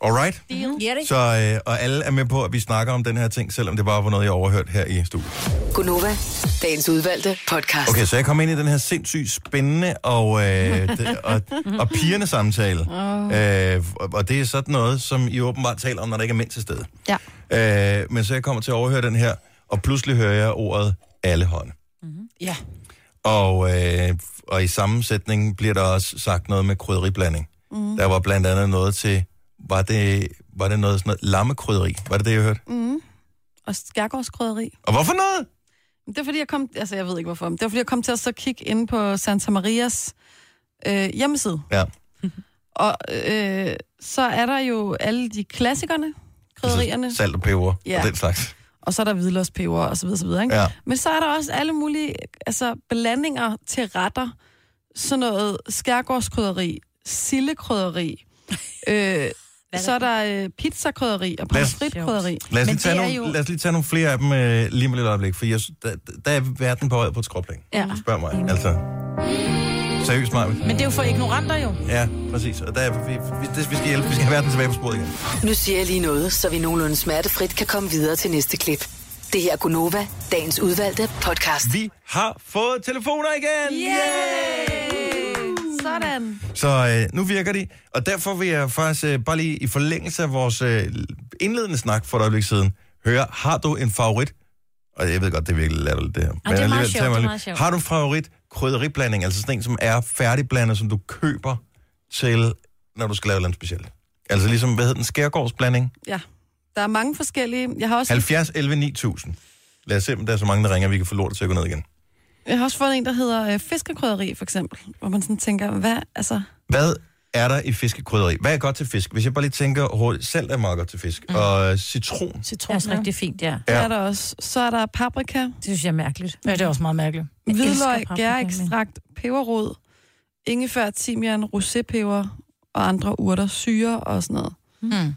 [SPEAKER 1] Alright?
[SPEAKER 10] Ja, det.
[SPEAKER 1] Så, øh, og alle er med på, at vi snakker om den her ting, selvom det bare var noget, jeg overhørte her i studiet.
[SPEAKER 5] Gunova, dagens udvalgte podcast.
[SPEAKER 1] Okay, så jeg kom ind i den her sindssygt spændende og, øh, d- og, og pigerne samtale.
[SPEAKER 4] Åh.
[SPEAKER 1] Øh, og- og det er sådan noget, som I åbenbart taler om, når der ikke er mænd til stede.
[SPEAKER 4] Ja.
[SPEAKER 1] Øh, men så jeg kommer til at overhøre den her, og pludselig hører jeg ordet alle hånd.
[SPEAKER 2] Ja.
[SPEAKER 1] Og, øh, og i samme sætning bliver der også sagt noget med krydderiblanding. Mm. Der var blandt andet noget til, var det, var det noget sådan noget lammekrydderi? Var det det, jeg hørte?
[SPEAKER 4] Mm. Og skærgårdskrydderi.
[SPEAKER 1] Og hvorfor noget?
[SPEAKER 4] Det er fordi, jeg kom... Altså, jeg ved ikke hvorfor. men Det er fordi, jeg kom til at så kigge inde på Santa Marias øh, hjemmeside.
[SPEAKER 1] Ja.
[SPEAKER 4] Og øh, så er der jo alle de klassikerne, krydderierne.
[SPEAKER 1] Salt og peber ja.
[SPEAKER 4] Ja.
[SPEAKER 1] og den slags.
[SPEAKER 4] Og så er der hvidløgspeber og så videre, så videre, ikke?
[SPEAKER 1] Ja.
[SPEAKER 4] Men så er der også alle mulige altså, blandinger til retter. Sådan noget skærgårdskrydderi, sillekrydderi, øh, så er der øh, pizzakrydderi og
[SPEAKER 1] Lad os-
[SPEAKER 4] pomfritkrydderi.
[SPEAKER 1] Lad os,
[SPEAKER 2] Men
[SPEAKER 1] lige tage
[SPEAKER 2] det er
[SPEAKER 1] nogle, jo...
[SPEAKER 2] jo-
[SPEAKER 1] lad os lige tage nogle flere af dem øh, lige om et lille øjeblik, for jeg, sy- der, der er verden på vej på et skråplan.
[SPEAKER 4] Ja.
[SPEAKER 1] Spørg mig, altså. Seriøst, Maja.
[SPEAKER 2] Men det er jo for ignoranter jo.
[SPEAKER 1] Ja, præcis. Og der er, vi, vi, det, vi skal hjælpe. Vi skal have verden tilbage på sporet igen.
[SPEAKER 5] Nu siger jeg lige noget, så vi nogenlunde smertefrit kan komme videre til næste klip. Det her er Gunova, dagens udvalgte podcast.
[SPEAKER 1] Vi har fået telefoner igen!
[SPEAKER 4] Sådan.
[SPEAKER 1] Så øh, nu virker de, og derfor vil jeg faktisk øh, bare lige i forlængelse af vores øh, indledende snak for et øjeblik siden, høre, har du en favorit? Og jeg ved godt, det er virkelig latterligt det her. Men
[SPEAKER 3] meget
[SPEAKER 1] alligevel,
[SPEAKER 3] sjovt,
[SPEAKER 1] tag mig
[SPEAKER 3] det er
[SPEAKER 1] lige.
[SPEAKER 3] meget sjovt.
[SPEAKER 1] Har du en favorit krydderiblanding, altså sådan en, som er færdigblandet, som du køber til, når du skal lave noget specielt? Altså ligesom, hvad hedder den, skærgårdsblanding?
[SPEAKER 4] Ja. Der er mange forskellige. Jeg har også,
[SPEAKER 1] 70, 11, 9000. Lad os se, om der er så mange, der ringer, vi kan få lortet til at gå ned igen.
[SPEAKER 4] jeg har også fundet en, der hedder øh, fiskekrydderi, for eksempel. Hvor man sådan tænker, hvad, altså...
[SPEAKER 1] Hvad er der i fiskekrydderi? Hvad er godt til fisk? Hvis jeg bare lige tænker hurtigt, salt er meget godt til fisk. Mm. Og øh, citron.
[SPEAKER 3] Det er
[SPEAKER 9] Citron.
[SPEAKER 3] også rigtig fint, ja.
[SPEAKER 4] Ja.
[SPEAKER 1] Ja.
[SPEAKER 4] Er der også. Så er der paprika,
[SPEAKER 3] Det synes jeg er mærkeligt.
[SPEAKER 9] Ja, det er også meget mærkeligt.
[SPEAKER 3] Jeg elsker
[SPEAKER 4] hvidløg,
[SPEAKER 3] paprika,
[SPEAKER 4] gærekstrakt, peberrod, ingefær, timian, rosépeber og andre urter, syre og sådan noget.
[SPEAKER 3] Mm.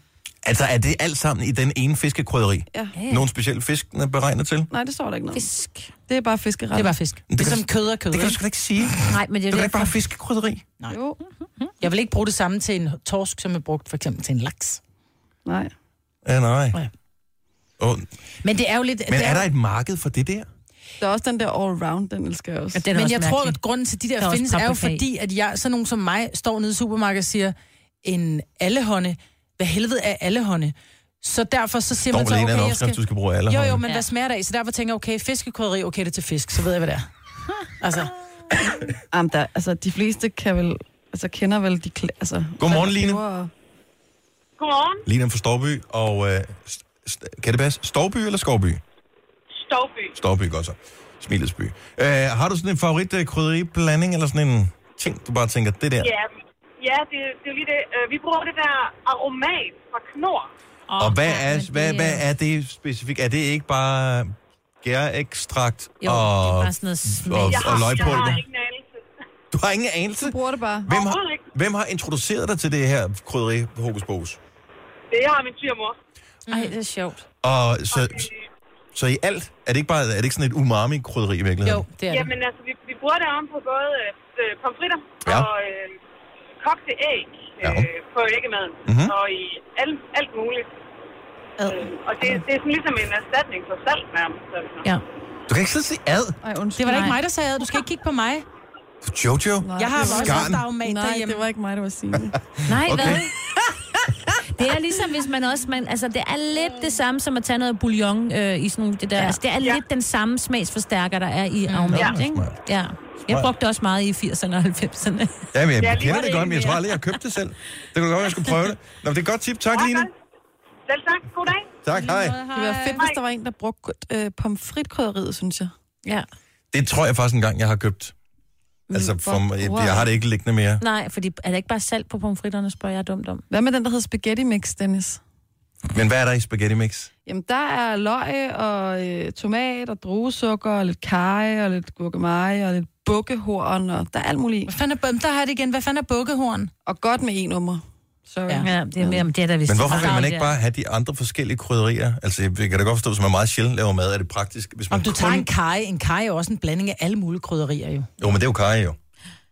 [SPEAKER 1] Altså, er det alt sammen i den ene fiskekrydderi?
[SPEAKER 4] Ja.
[SPEAKER 3] Ja, ja.
[SPEAKER 1] Nogle specielle fisk, den er beregnet til?
[SPEAKER 4] Nej, det står der ikke noget. om.
[SPEAKER 3] Fisk.
[SPEAKER 4] Det er bare
[SPEAKER 2] Det
[SPEAKER 4] fiskeret.
[SPEAKER 3] Mm.
[SPEAKER 2] er bare fisk. Det,
[SPEAKER 1] kan
[SPEAKER 2] er som
[SPEAKER 1] du-
[SPEAKER 2] kød og kød.
[SPEAKER 1] Det kan du
[SPEAKER 2] ikke?
[SPEAKER 1] sgu da ikke sige.
[SPEAKER 3] Nej, men det er
[SPEAKER 1] Du
[SPEAKER 3] jo
[SPEAKER 1] kan ikke
[SPEAKER 3] derfor.
[SPEAKER 1] bare have fiskekrydderi.
[SPEAKER 4] Jo,
[SPEAKER 2] Jeg vil ikke bruge det samme til en torsk, som jeg brugte for eksempel til en laks.
[SPEAKER 4] nej.
[SPEAKER 1] Ja, nej.
[SPEAKER 2] Nej.
[SPEAKER 1] Oh,
[SPEAKER 2] Men det er jo lidt...
[SPEAKER 1] men
[SPEAKER 2] det
[SPEAKER 1] er der et marked for det der?
[SPEAKER 4] Der er også den der all-round, den elsker jeg også.
[SPEAKER 3] Ja, den er
[SPEAKER 2] men
[SPEAKER 3] også
[SPEAKER 2] jeg tror,
[SPEAKER 3] mærkelig.
[SPEAKER 2] at grunden til, at de
[SPEAKER 3] Der
[SPEAKER 2] der,
[SPEAKER 3] er
[SPEAKER 2] der
[SPEAKER 3] også
[SPEAKER 2] findes, er jo
[SPEAKER 3] paprika i.
[SPEAKER 2] fordi, at jeg, sådan nogen som mig, står nede i supermarkedet og siger, en allehånde, hvad helvede er allehånde? Så derfor så siger
[SPEAKER 1] Dog
[SPEAKER 2] man
[SPEAKER 1] vel
[SPEAKER 2] så,
[SPEAKER 1] en eller
[SPEAKER 2] okay,
[SPEAKER 1] anden
[SPEAKER 2] jeg
[SPEAKER 1] opskrift,
[SPEAKER 2] skal...
[SPEAKER 1] du skal bruge alle
[SPEAKER 2] Jo, jo,
[SPEAKER 1] hånden.
[SPEAKER 2] men
[SPEAKER 3] Ja.
[SPEAKER 2] hvad smager det af? Så derfor tænker jeg, okay, fiskekrydderi, okay, det er til fisk, så ved jeg, hvad det er. Altså,
[SPEAKER 4] Jamen, der, altså, de fleste kan vel, altså, kender vel de... Kl- altså,
[SPEAKER 1] Godmorgen, Line.
[SPEAKER 4] peber og-
[SPEAKER 10] Godmorgen.
[SPEAKER 1] Lina fra Storby, og... Øh, st- st- kan det passe? Storby eller Skovby?
[SPEAKER 10] Stovby.
[SPEAKER 1] Storby, godt så. Smilets by. Øh, har du sådan en favorit øh, krydderiblanding, eller sådan en ting, du bare tænker, det der?
[SPEAKER 10] Ja, ja det, det er jo lige det. Øh, Vi bruger det der aromat fra knor.
[SPEAKER 1] Og hvad
[SPEAKER 3] ja, men
[SPEAKER 1] er,
[SPEAKER 3] det
[SPEAKER 1] hvad,
[SPEAKER 3] er-
[SPEAKER 1] hvad er det specifikt? Er det ikke bare gæreekstrakt og,
[SPEAKER 3] Jo, det er bare sådan noget smag.
[SPEAKER 1] og,
[SPEAKER 10] Jeg
[SPEAKER 1] og
[SPEAKER 10] har, jeg
[SPEAKER 1] løgpulver?
[SPEAKER 10] har ingen anelse.
[SPEAKER 1] Du har ingen anelse?
[SPEAKER 4] Du bruger det bare.
[SPEAKER 1] Hvem har,
[SPEAKER 10] Overhovedet ikke.
[SPEAKER 1] hvem har introduceret dig til det her krydderi hokus pokus?
[SPEAKER 10] Det har min svigermor.
[SPEAKER 3] Ej, det er sjovt.
[SPEAKER 1] Og så, så i alt, er det ikke bare er det ikke sådan et umami-krydderi i virkeligheden?
[SPEAKER 2] jo, det er det.
[SPEAKER 10] Jamen altså, vi, vi bruger det om på både øh, pomfritter
[SPEAKER 1] Ja.
[SPEAKER 10] ja. og øh, kogte æg
[SPEAKER 1] Ja.
[SPEAKER 10] øh, på æggemaden.
[SPEAKER 1] Mhm.
[SPEAKER 10] Mm-hmm. Og i alt, alt muligt. Øh, og det, det er sådan ligesom en erstatning for salt nærmest. Altså.
[SPEAKER 3] Ja.
[SPEAKER 1] Du kan ikke sidde og sige ad.
[SPEAKER 4] Ej, undskyld.
[SPEAKER 2] Det var da ikke
[SPEAKER 3] Nej.
[SPEAKER 2] mig, der sagde, ad. du skal ikke kigge på mig.
[SPEAKER 1] Jojo?
[SPEAKER 2] Jeg
[SPEAKER 4] Nej,
[SPEAKER 2] har
[SPEAKER 4] det var-
[SPEAKER 2] også
[SPEAKER 1] Skarn.
[SPEAKER 2] haft aromat
[SPEAKER 4] Nej,
[SPEAKER 2] derhjemme.
[SPEAKER 4] det var ikke mig, det var Signe.
[SPEAKER 3] Nej,
[SPEAKER 1] Okay.
[SPEAKER 3] okay. hvad? Det er ligesom, hvis man også... Man, altså, det er lidt det samme som at tage noget bouillon øh, i sådan nogle... Det, der, ja. altså, det er
[SPEAKER 10] Ja.
[SPEAKER 3] lidt den samme smagsforstærker, der er i aromat,
[SPEAKER 1] Ja.
[SPEAKER 3] ikke?
[SPEAKER 1] Smart.
[SPEAKER 3] Ja. Jeg brugte det også meget i 80'erne og
[SPEAKER 1] Ja,
[SPEAKER 3] 90'erne.
[SPEAKER 1] men jeg ja,
[SPEAKER 10] Ja, lige
[SPEAKER 1] kender
[SPEAKER 10] var
[SPEAKER 1] det
[SPEAKER 10] det
[SPEAKER 1] godt,
[SPEAKER 10] en
[SPEAKER 1] men jeg tror
[SPEAKER 10] mere.
[SPEAKER 1] aldrig, jeg har købt det selv. Det kunne godt være, jeg skulle prøve det. Nå, men det er et godt tip. Tak, Line.
[SPEAKER 10] Selv tak. God dag.
[SPEAKER 1] Tak, hej.
[SPEAKER 4] Det var fedt, hvis der var en, der brugte øh, pomfritkrydderiet, synes jeg.
[SPEAKER 3] Ja.
[SPEAKER 1] Det tror jeg faktisk engang, jeg har købt. Altså, for, jeg, jeg har det ikke liggende mere.
[SPEAKER 3] Nej, fordi er der ikke bare salt på pomfritterne, spørger jeg dumt om.
[SPEAKER 4] Hvad med den, der hedder spaghetti mix, Dennis?
[SPEAKER 1] Men hvad er der i spaghetti mix?
[SPEAKER 4] Jamen, der er løg og øh, tomat og druesukker og lidt karry og lidt gurkemeje og lidt bukkehorn, og der er alt muligt. i.
[SPEAKER 2] Øhm, Hvad fanden er, bu- der har jeg det igen. Hvad fanden er bukkehorn?
[SPEAKER 4] Og godt med en nummer.
[SPEAKER 3] Sorry. Ja, det er mere om det, der vist.
[SPEAKER 1] Men hvorfor vil man ikke bare have de andre forskellige krydderier? Altså, jeg kan da godt forstå, hvis man meget sjældent laver mad, er det praktisk. Hvis man
[SPEAKER 2] Om du tager en kaj, en kaj er også en blanding af alle mulige krydderier jo.
[SPEAKER 1] Jo, men det er jo kaj, jo.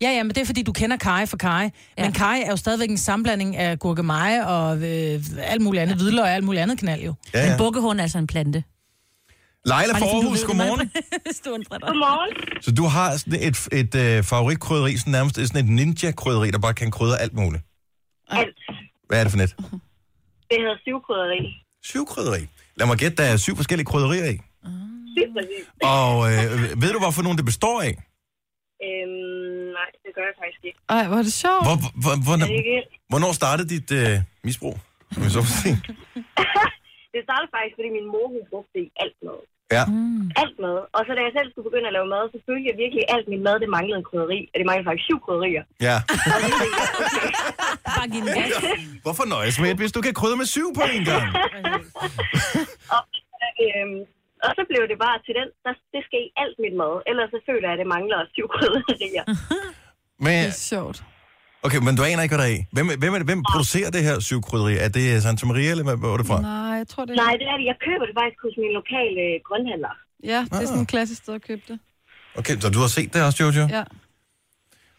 [SPEAKER 2] Ja, ja, men det er fordi, du kender kaj for kaj. Ja. Men kaj er jo stadigvæk en sammenblanding af gurkemeje og øh, alt muligt andet, hvidløg og alt muligt andet knald jo.
[SPEAKER 1] Ja, ja. Men
[SPEAKER 3] bukkehorn er altså en plante.
[SPEAKER 1] Leila fra Aarhus, godmorgen.
[SPEAKER 8] Godmorgen.
[SPEAKER 1] Så du har sådan et, et, et øh, favoritkrydderi, sådan nærmest det er sådan et ninja-krydderi, der bare kan krydre alt muligt.
[SPEAKER 8] Alt.
[SPEAKER 1] Hvad er det for net?
[SPEAKER 8] Det hedder syvkrydderi.
[SPEAKER 1] Syv krydderi. Lad mig gætte, der er syv forskellige krydderier i.
[SPEAKER 8] Syv præcis.
[SPEAKER 1] Og øh, ved du, hvorfor nogen det består af?
[SPEAKER 8] Øhm, nej, det gør jeg faktisk ikke.
[SPEAKER 4] Ej, hvor er det sjovt.
[SPEAKER 1] Hvor, hvor,
[SPEAKER 8] Det,
[SPEAKER 1] hvor,
[SPEAKER 8] er ikke...
[SPEAKER 1] hvornår startede dit øh, misbrug? Kan vi så sige?
[SPEAKER 8] det startede faktisk, fordi min mor hun brugte det i alt mad.
[SPEAKER 1] Ja.
[SPEAKER 2] Mm.
[SPEAKER 8] Alt mad. Og så da jeg selv skulle begynde at lave mad, så følte jeg virkelig, at alt min mad, det manglede krydderi. Og det manglede faktisk syv krydderier.
[SPEAKER 1] ja.
[SPEAKER 3] Bare give den gas.
[SPEAKER 1] Hvorfor nøjes med et, hvis du kan krydre med syv på en gang?
[SPEAKER 8] Og, øhm, og så blev det bare til den, der, det skal i alt mit mad. Ellers så føler jeg, at det mangler syv krydderier.
[SPEAKER 2] Mm.
[SPEAKER 4] Det
[SPEAKER 1] Men,
[SPEAKER 4] er sjovt.
[SPEAKER 1] okay, men du aner ikke, hvad der er i. Hvem, hvem, er det, hvem producerer det her syv krydderi? Er det øh, Santa Maria, eller hvad, hvor er det fra?
[SPEAKER 4] Nej, jeg tror det
[SPEAKER 8] Nej,
[SPEAKER 4] er...
[SPEAKER 8] det er det. Jeg køber det faktisk hos min lokale øh, grønhandler.
[SPEAKER 4] Ja, det er sådan et klassisk sted at købe det.
[SPEAKER 1] Okay, så du har set det også, Jojo?
[SPEAKER 4] Ja.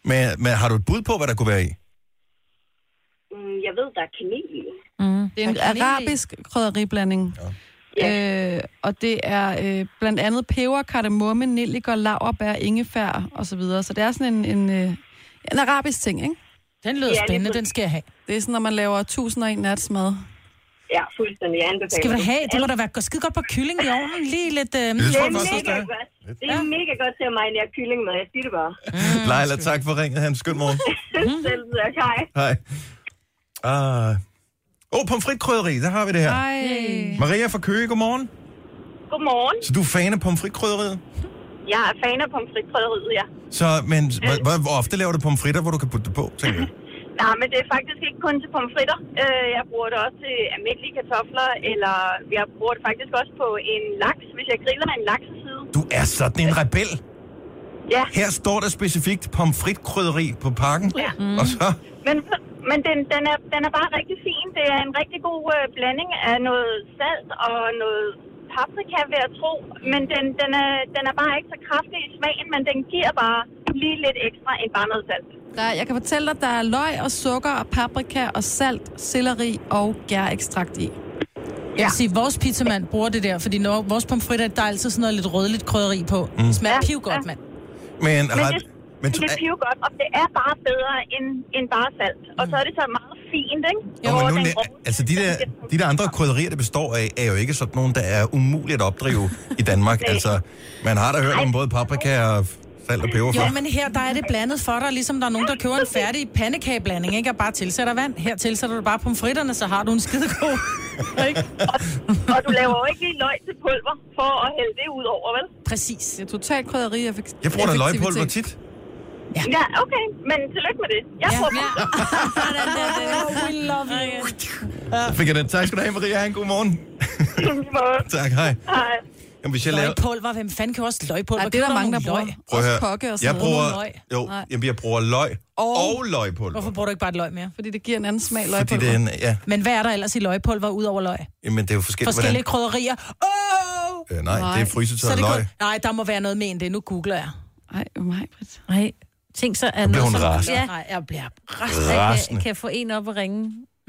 [SPEAKER 1] Men, men har du et bud på, hvad der kunne være i?
[SPEAKER 8] Mm, jeg ved, der er kanel i.
[SPEAKER 4] Det er en arabisk krydderiblanding. Ja. Øh, og det er øh, blandt andet peber, kardemomme, nelliker, laverbær, ingefær og så videre. Så det er sådan en, en, øh, en arabisk ting, ikke?
[SPEAKER 2] Den lyder
[SPEAKER 8] Ja, lige
[SPEAKER 2] spændende,
[SPEAKER 8] præcis.
[SPEAKER 2] den skal jeg have.
[SPEAKER 4] Det er sådan, når man laver tusind og en nats mad.
[SPEAKER 8] Ja, fuldstændig. Jeg anbefaler
[SPEAKER 2] Skal vi da have? Det må da være godt- skide godt på kylling i ovnen. Lige lidt... Øh,
[SPEAKER 1] Det
[SPEAKER 8] Det
[SPEAKER 1] tror
[SPEAKER 8] er
[SPEAKER 1] jeg faktisk også,
[SPEAKER 8] mega
[SPEAKER 1] det er.
[SPEAKER 8] godt. Det er mega godt til at marinere kylling med. Jeg siger det bare.
[SPEAKER 1] Leila, tak for ringet. Ha' en skøn morgen.
[SPEAKER 2] Mm.
[SPEAKER 8] Selv tak. Hej.
[SPEAKER 1] Hej. Åh, uh, oh, pomfritkrydderi, der har vi det her.
[SPEAKER 4] Ej.
[SPEAKER 1] Maria fra Køge, godmorgen.
[SPEAKER 8] Godmorgen.
[SPEAKER 1] Så du er fan af pomfritkrydderiet?
[SPEAKER 8] Jeg er fan af pomfritkrydderiet, ja.
[SPEAKER 1] Så, men hvor, hvor- hvor ofte laver du pomfritter, hvor du kan putte det på, tænker jeg?
[SPEAKER 8] Nej, men det er faktisk ikke kun til pomfritter. Øh, Jeg bruger det også til almindelige kartofler, eller jeg bruger det faktisk også på en laks, hvis jeg griller med en lakseside.
[SPEAKER 1] Du er sådan en rebel.
[SPEAKER 8] Ja,
[SPEAKER 1] Her står der specifikt pomfritkrydderi på pakken.
[SPEAKER 8] Ja.
[SPEAKER 1] Mm. Og så,
[SPEAKER 8] men, men den, den, er, den er bare rigtig fin. Det er en rigtig god øh, blanding af noget salt og noget paprika, vil jeg tro. Men den, den, er, den er bare ikke så kraftig i smagen, men den giver bare lige lidt ekstra end bare noget salt.
[SPEAKER 4] Der, er- jeg kan fortælle dig, at der er løg og sukker og paprika og salt, selleri og gærekstrakt i.
[SPEAKER 2] Jeg vil sige, vores pizzamand bruger det der, fordi når vores pomfritter, der er altid sådan noget lidt rødligt krydderi på. Mm. Smager
[SPEAKER 8] Ja,
[SPEAKER 2] piv godt,
[SPEAKER 8] ja.
[SPEAKER 2] mand.
[SPEAKER 1] men,
[SPEAKER 8] Men
[SPEAKER 1] ret,
[SPEAKER 8] det,
[SPEAKER 1] men,
[SPEAKER 8] men det er piv godt, og det er bare bedre end, end bare salt. Og så er det så meget fint, ikke?
[SPEAKER 1] Jo,
[SPEAKER 8] Hvor
[SPEAKER 1] men nu,
[SPEAKER 8] den
[SPEAKER 1] næ-
[SPEAKER 8] grove-
[SPEAKER 1] altså de der, de der andre krydderier, det består af, er jo ikke sådan nogen, der er umuligt at opdrive i Danmark. Altså, man har da hørt om både paprika og salt og peber før.
[SPEAKER 2] Jo, men her der er det blandet for dig, ligesom der er nogen, der køber en færdig pandekageblanding, ikke? Og bare tilsætter vand. Her tilsætter du bare pomfritterne, så har du en skidegod.
[SPEAKER 8] Og du laver jo ikke lige løg til pulver for at hælde det ud over, vel?
[SPEAKER 2] Præcis.
[SPEAKER 4] Det er totalt krydderi og effektivitet.
[SPEAKER 1] Jeg bruger da løgpulver tit.
[SPEAKER 8] Ja, okay. Men tillykke med det. Jeg
[SPEAKER 3] Ja.
[SPEAKER 8] får
[SPEAKER 3] ja. Sådan der, Dennis.
[SPEAKER 2] We love you.
[SPEAKER 1] Så fik jeg den. Tak skal du have, Maria. Ha' en god morgen. Tak, hej.
[SPEAKER 8] Hej.
[SPEAKER 1] Jamen, hvis jeg laver...
[SPEAKER 2] Løgpulver, hvem fanden kan også løgpulver?
[SPEAKER 4] Ja, det er
[SPEAKER 2] Køber
[SPEAKER 4] der mange, der
[SPEAKER 2] nogle
[SPEAKER 4] bruger.
[SPEAKER 2] løg?
[SPEAKER 1] Prøv at
[SPEAKER 4] Også
[SPEAKER 1] høre.
[SPEAKER 4] kokke og sådan
[SPEAKER 1] jeg
[SPEAKER 4] noget.
[SPEAKER 1] bruger,
[SPEAKER 2] Bruger løg?
[SPEAKER 1] jo,
[SPEAKER 4] Nej.
[SPEAKER 1] jamen, jeg bruger løg og,
[SPEAKER 4] Og-
[SPEAKER 1] og løgpulver.
[SPEAKER 2] Hvorfor bruger du ikke bare et løg mere?
[SPEAKER 4] Fordi det giver en anden smag
[SPEAKER 1] Fordi
[SPEAKER 4] løgpulver.
[SPEAKER 1] det er en, ja,
[SPEAKER 2] Men hvad er der ellers i løgpulver ud over løg?
[SPEAKER 1] jamen, det er jo forskelligt,
[SPEAKER 2] Forskellige krydderier. Åh! Oh!
[SPEAKER 1] hvordan... Øh, nej,
[SPEAKER 4] Nej.
[SPEAKER 1] det er
[SPEAKER 2] Så er
[SPEAKER 1] frysetørret
[SPEAKER 2] det
[SPEAKER 1] løg.
[SPEAKER 2] kun... Nej, der må være noget med end det. Nu googler jeg.
[SPEAKER 4] Ej, oh my, Britt.
[SPEAKER 3] Nej, tænk så, at
[SPEAKER 1] bliver hun
[SPEAKER 3] noget, som-
[SPEAKER 1] rasende.
[SPEAKER 3] Ja,
[SPEAKER 2] Nej, jeg bliver...
[SPEAKER 3] jeg
[SPEAKER 1] Rasende.
[SPEAKER 3] kan, kan jeg få en op og ringe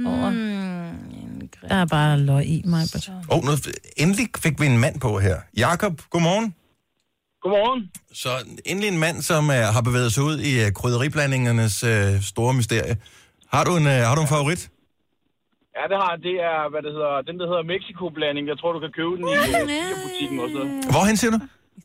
[SPEAKER 3] over. Der er bare løg i mig. but-
[SPEAKER 1] Åh, oh, endelig fik vi en mand på her. Jakob, godmorgen.
[SPEAKER 8] Godmorgen.
[SPEAKER 1] Så endelig en mand, som uh, har bevæget sig ud i uh, krydderiblandingernes uh, store mysterie. Har du en, uh, har du en favorit?
[SPEAKER 11] Ja, det har jeg. Det er, hvad det hedder, den der hedder Mexico-blanding. Jeg tror, du kan købe den i øh, Tia-butikken også.
[SPEAKER 1] Hvorhen siger du?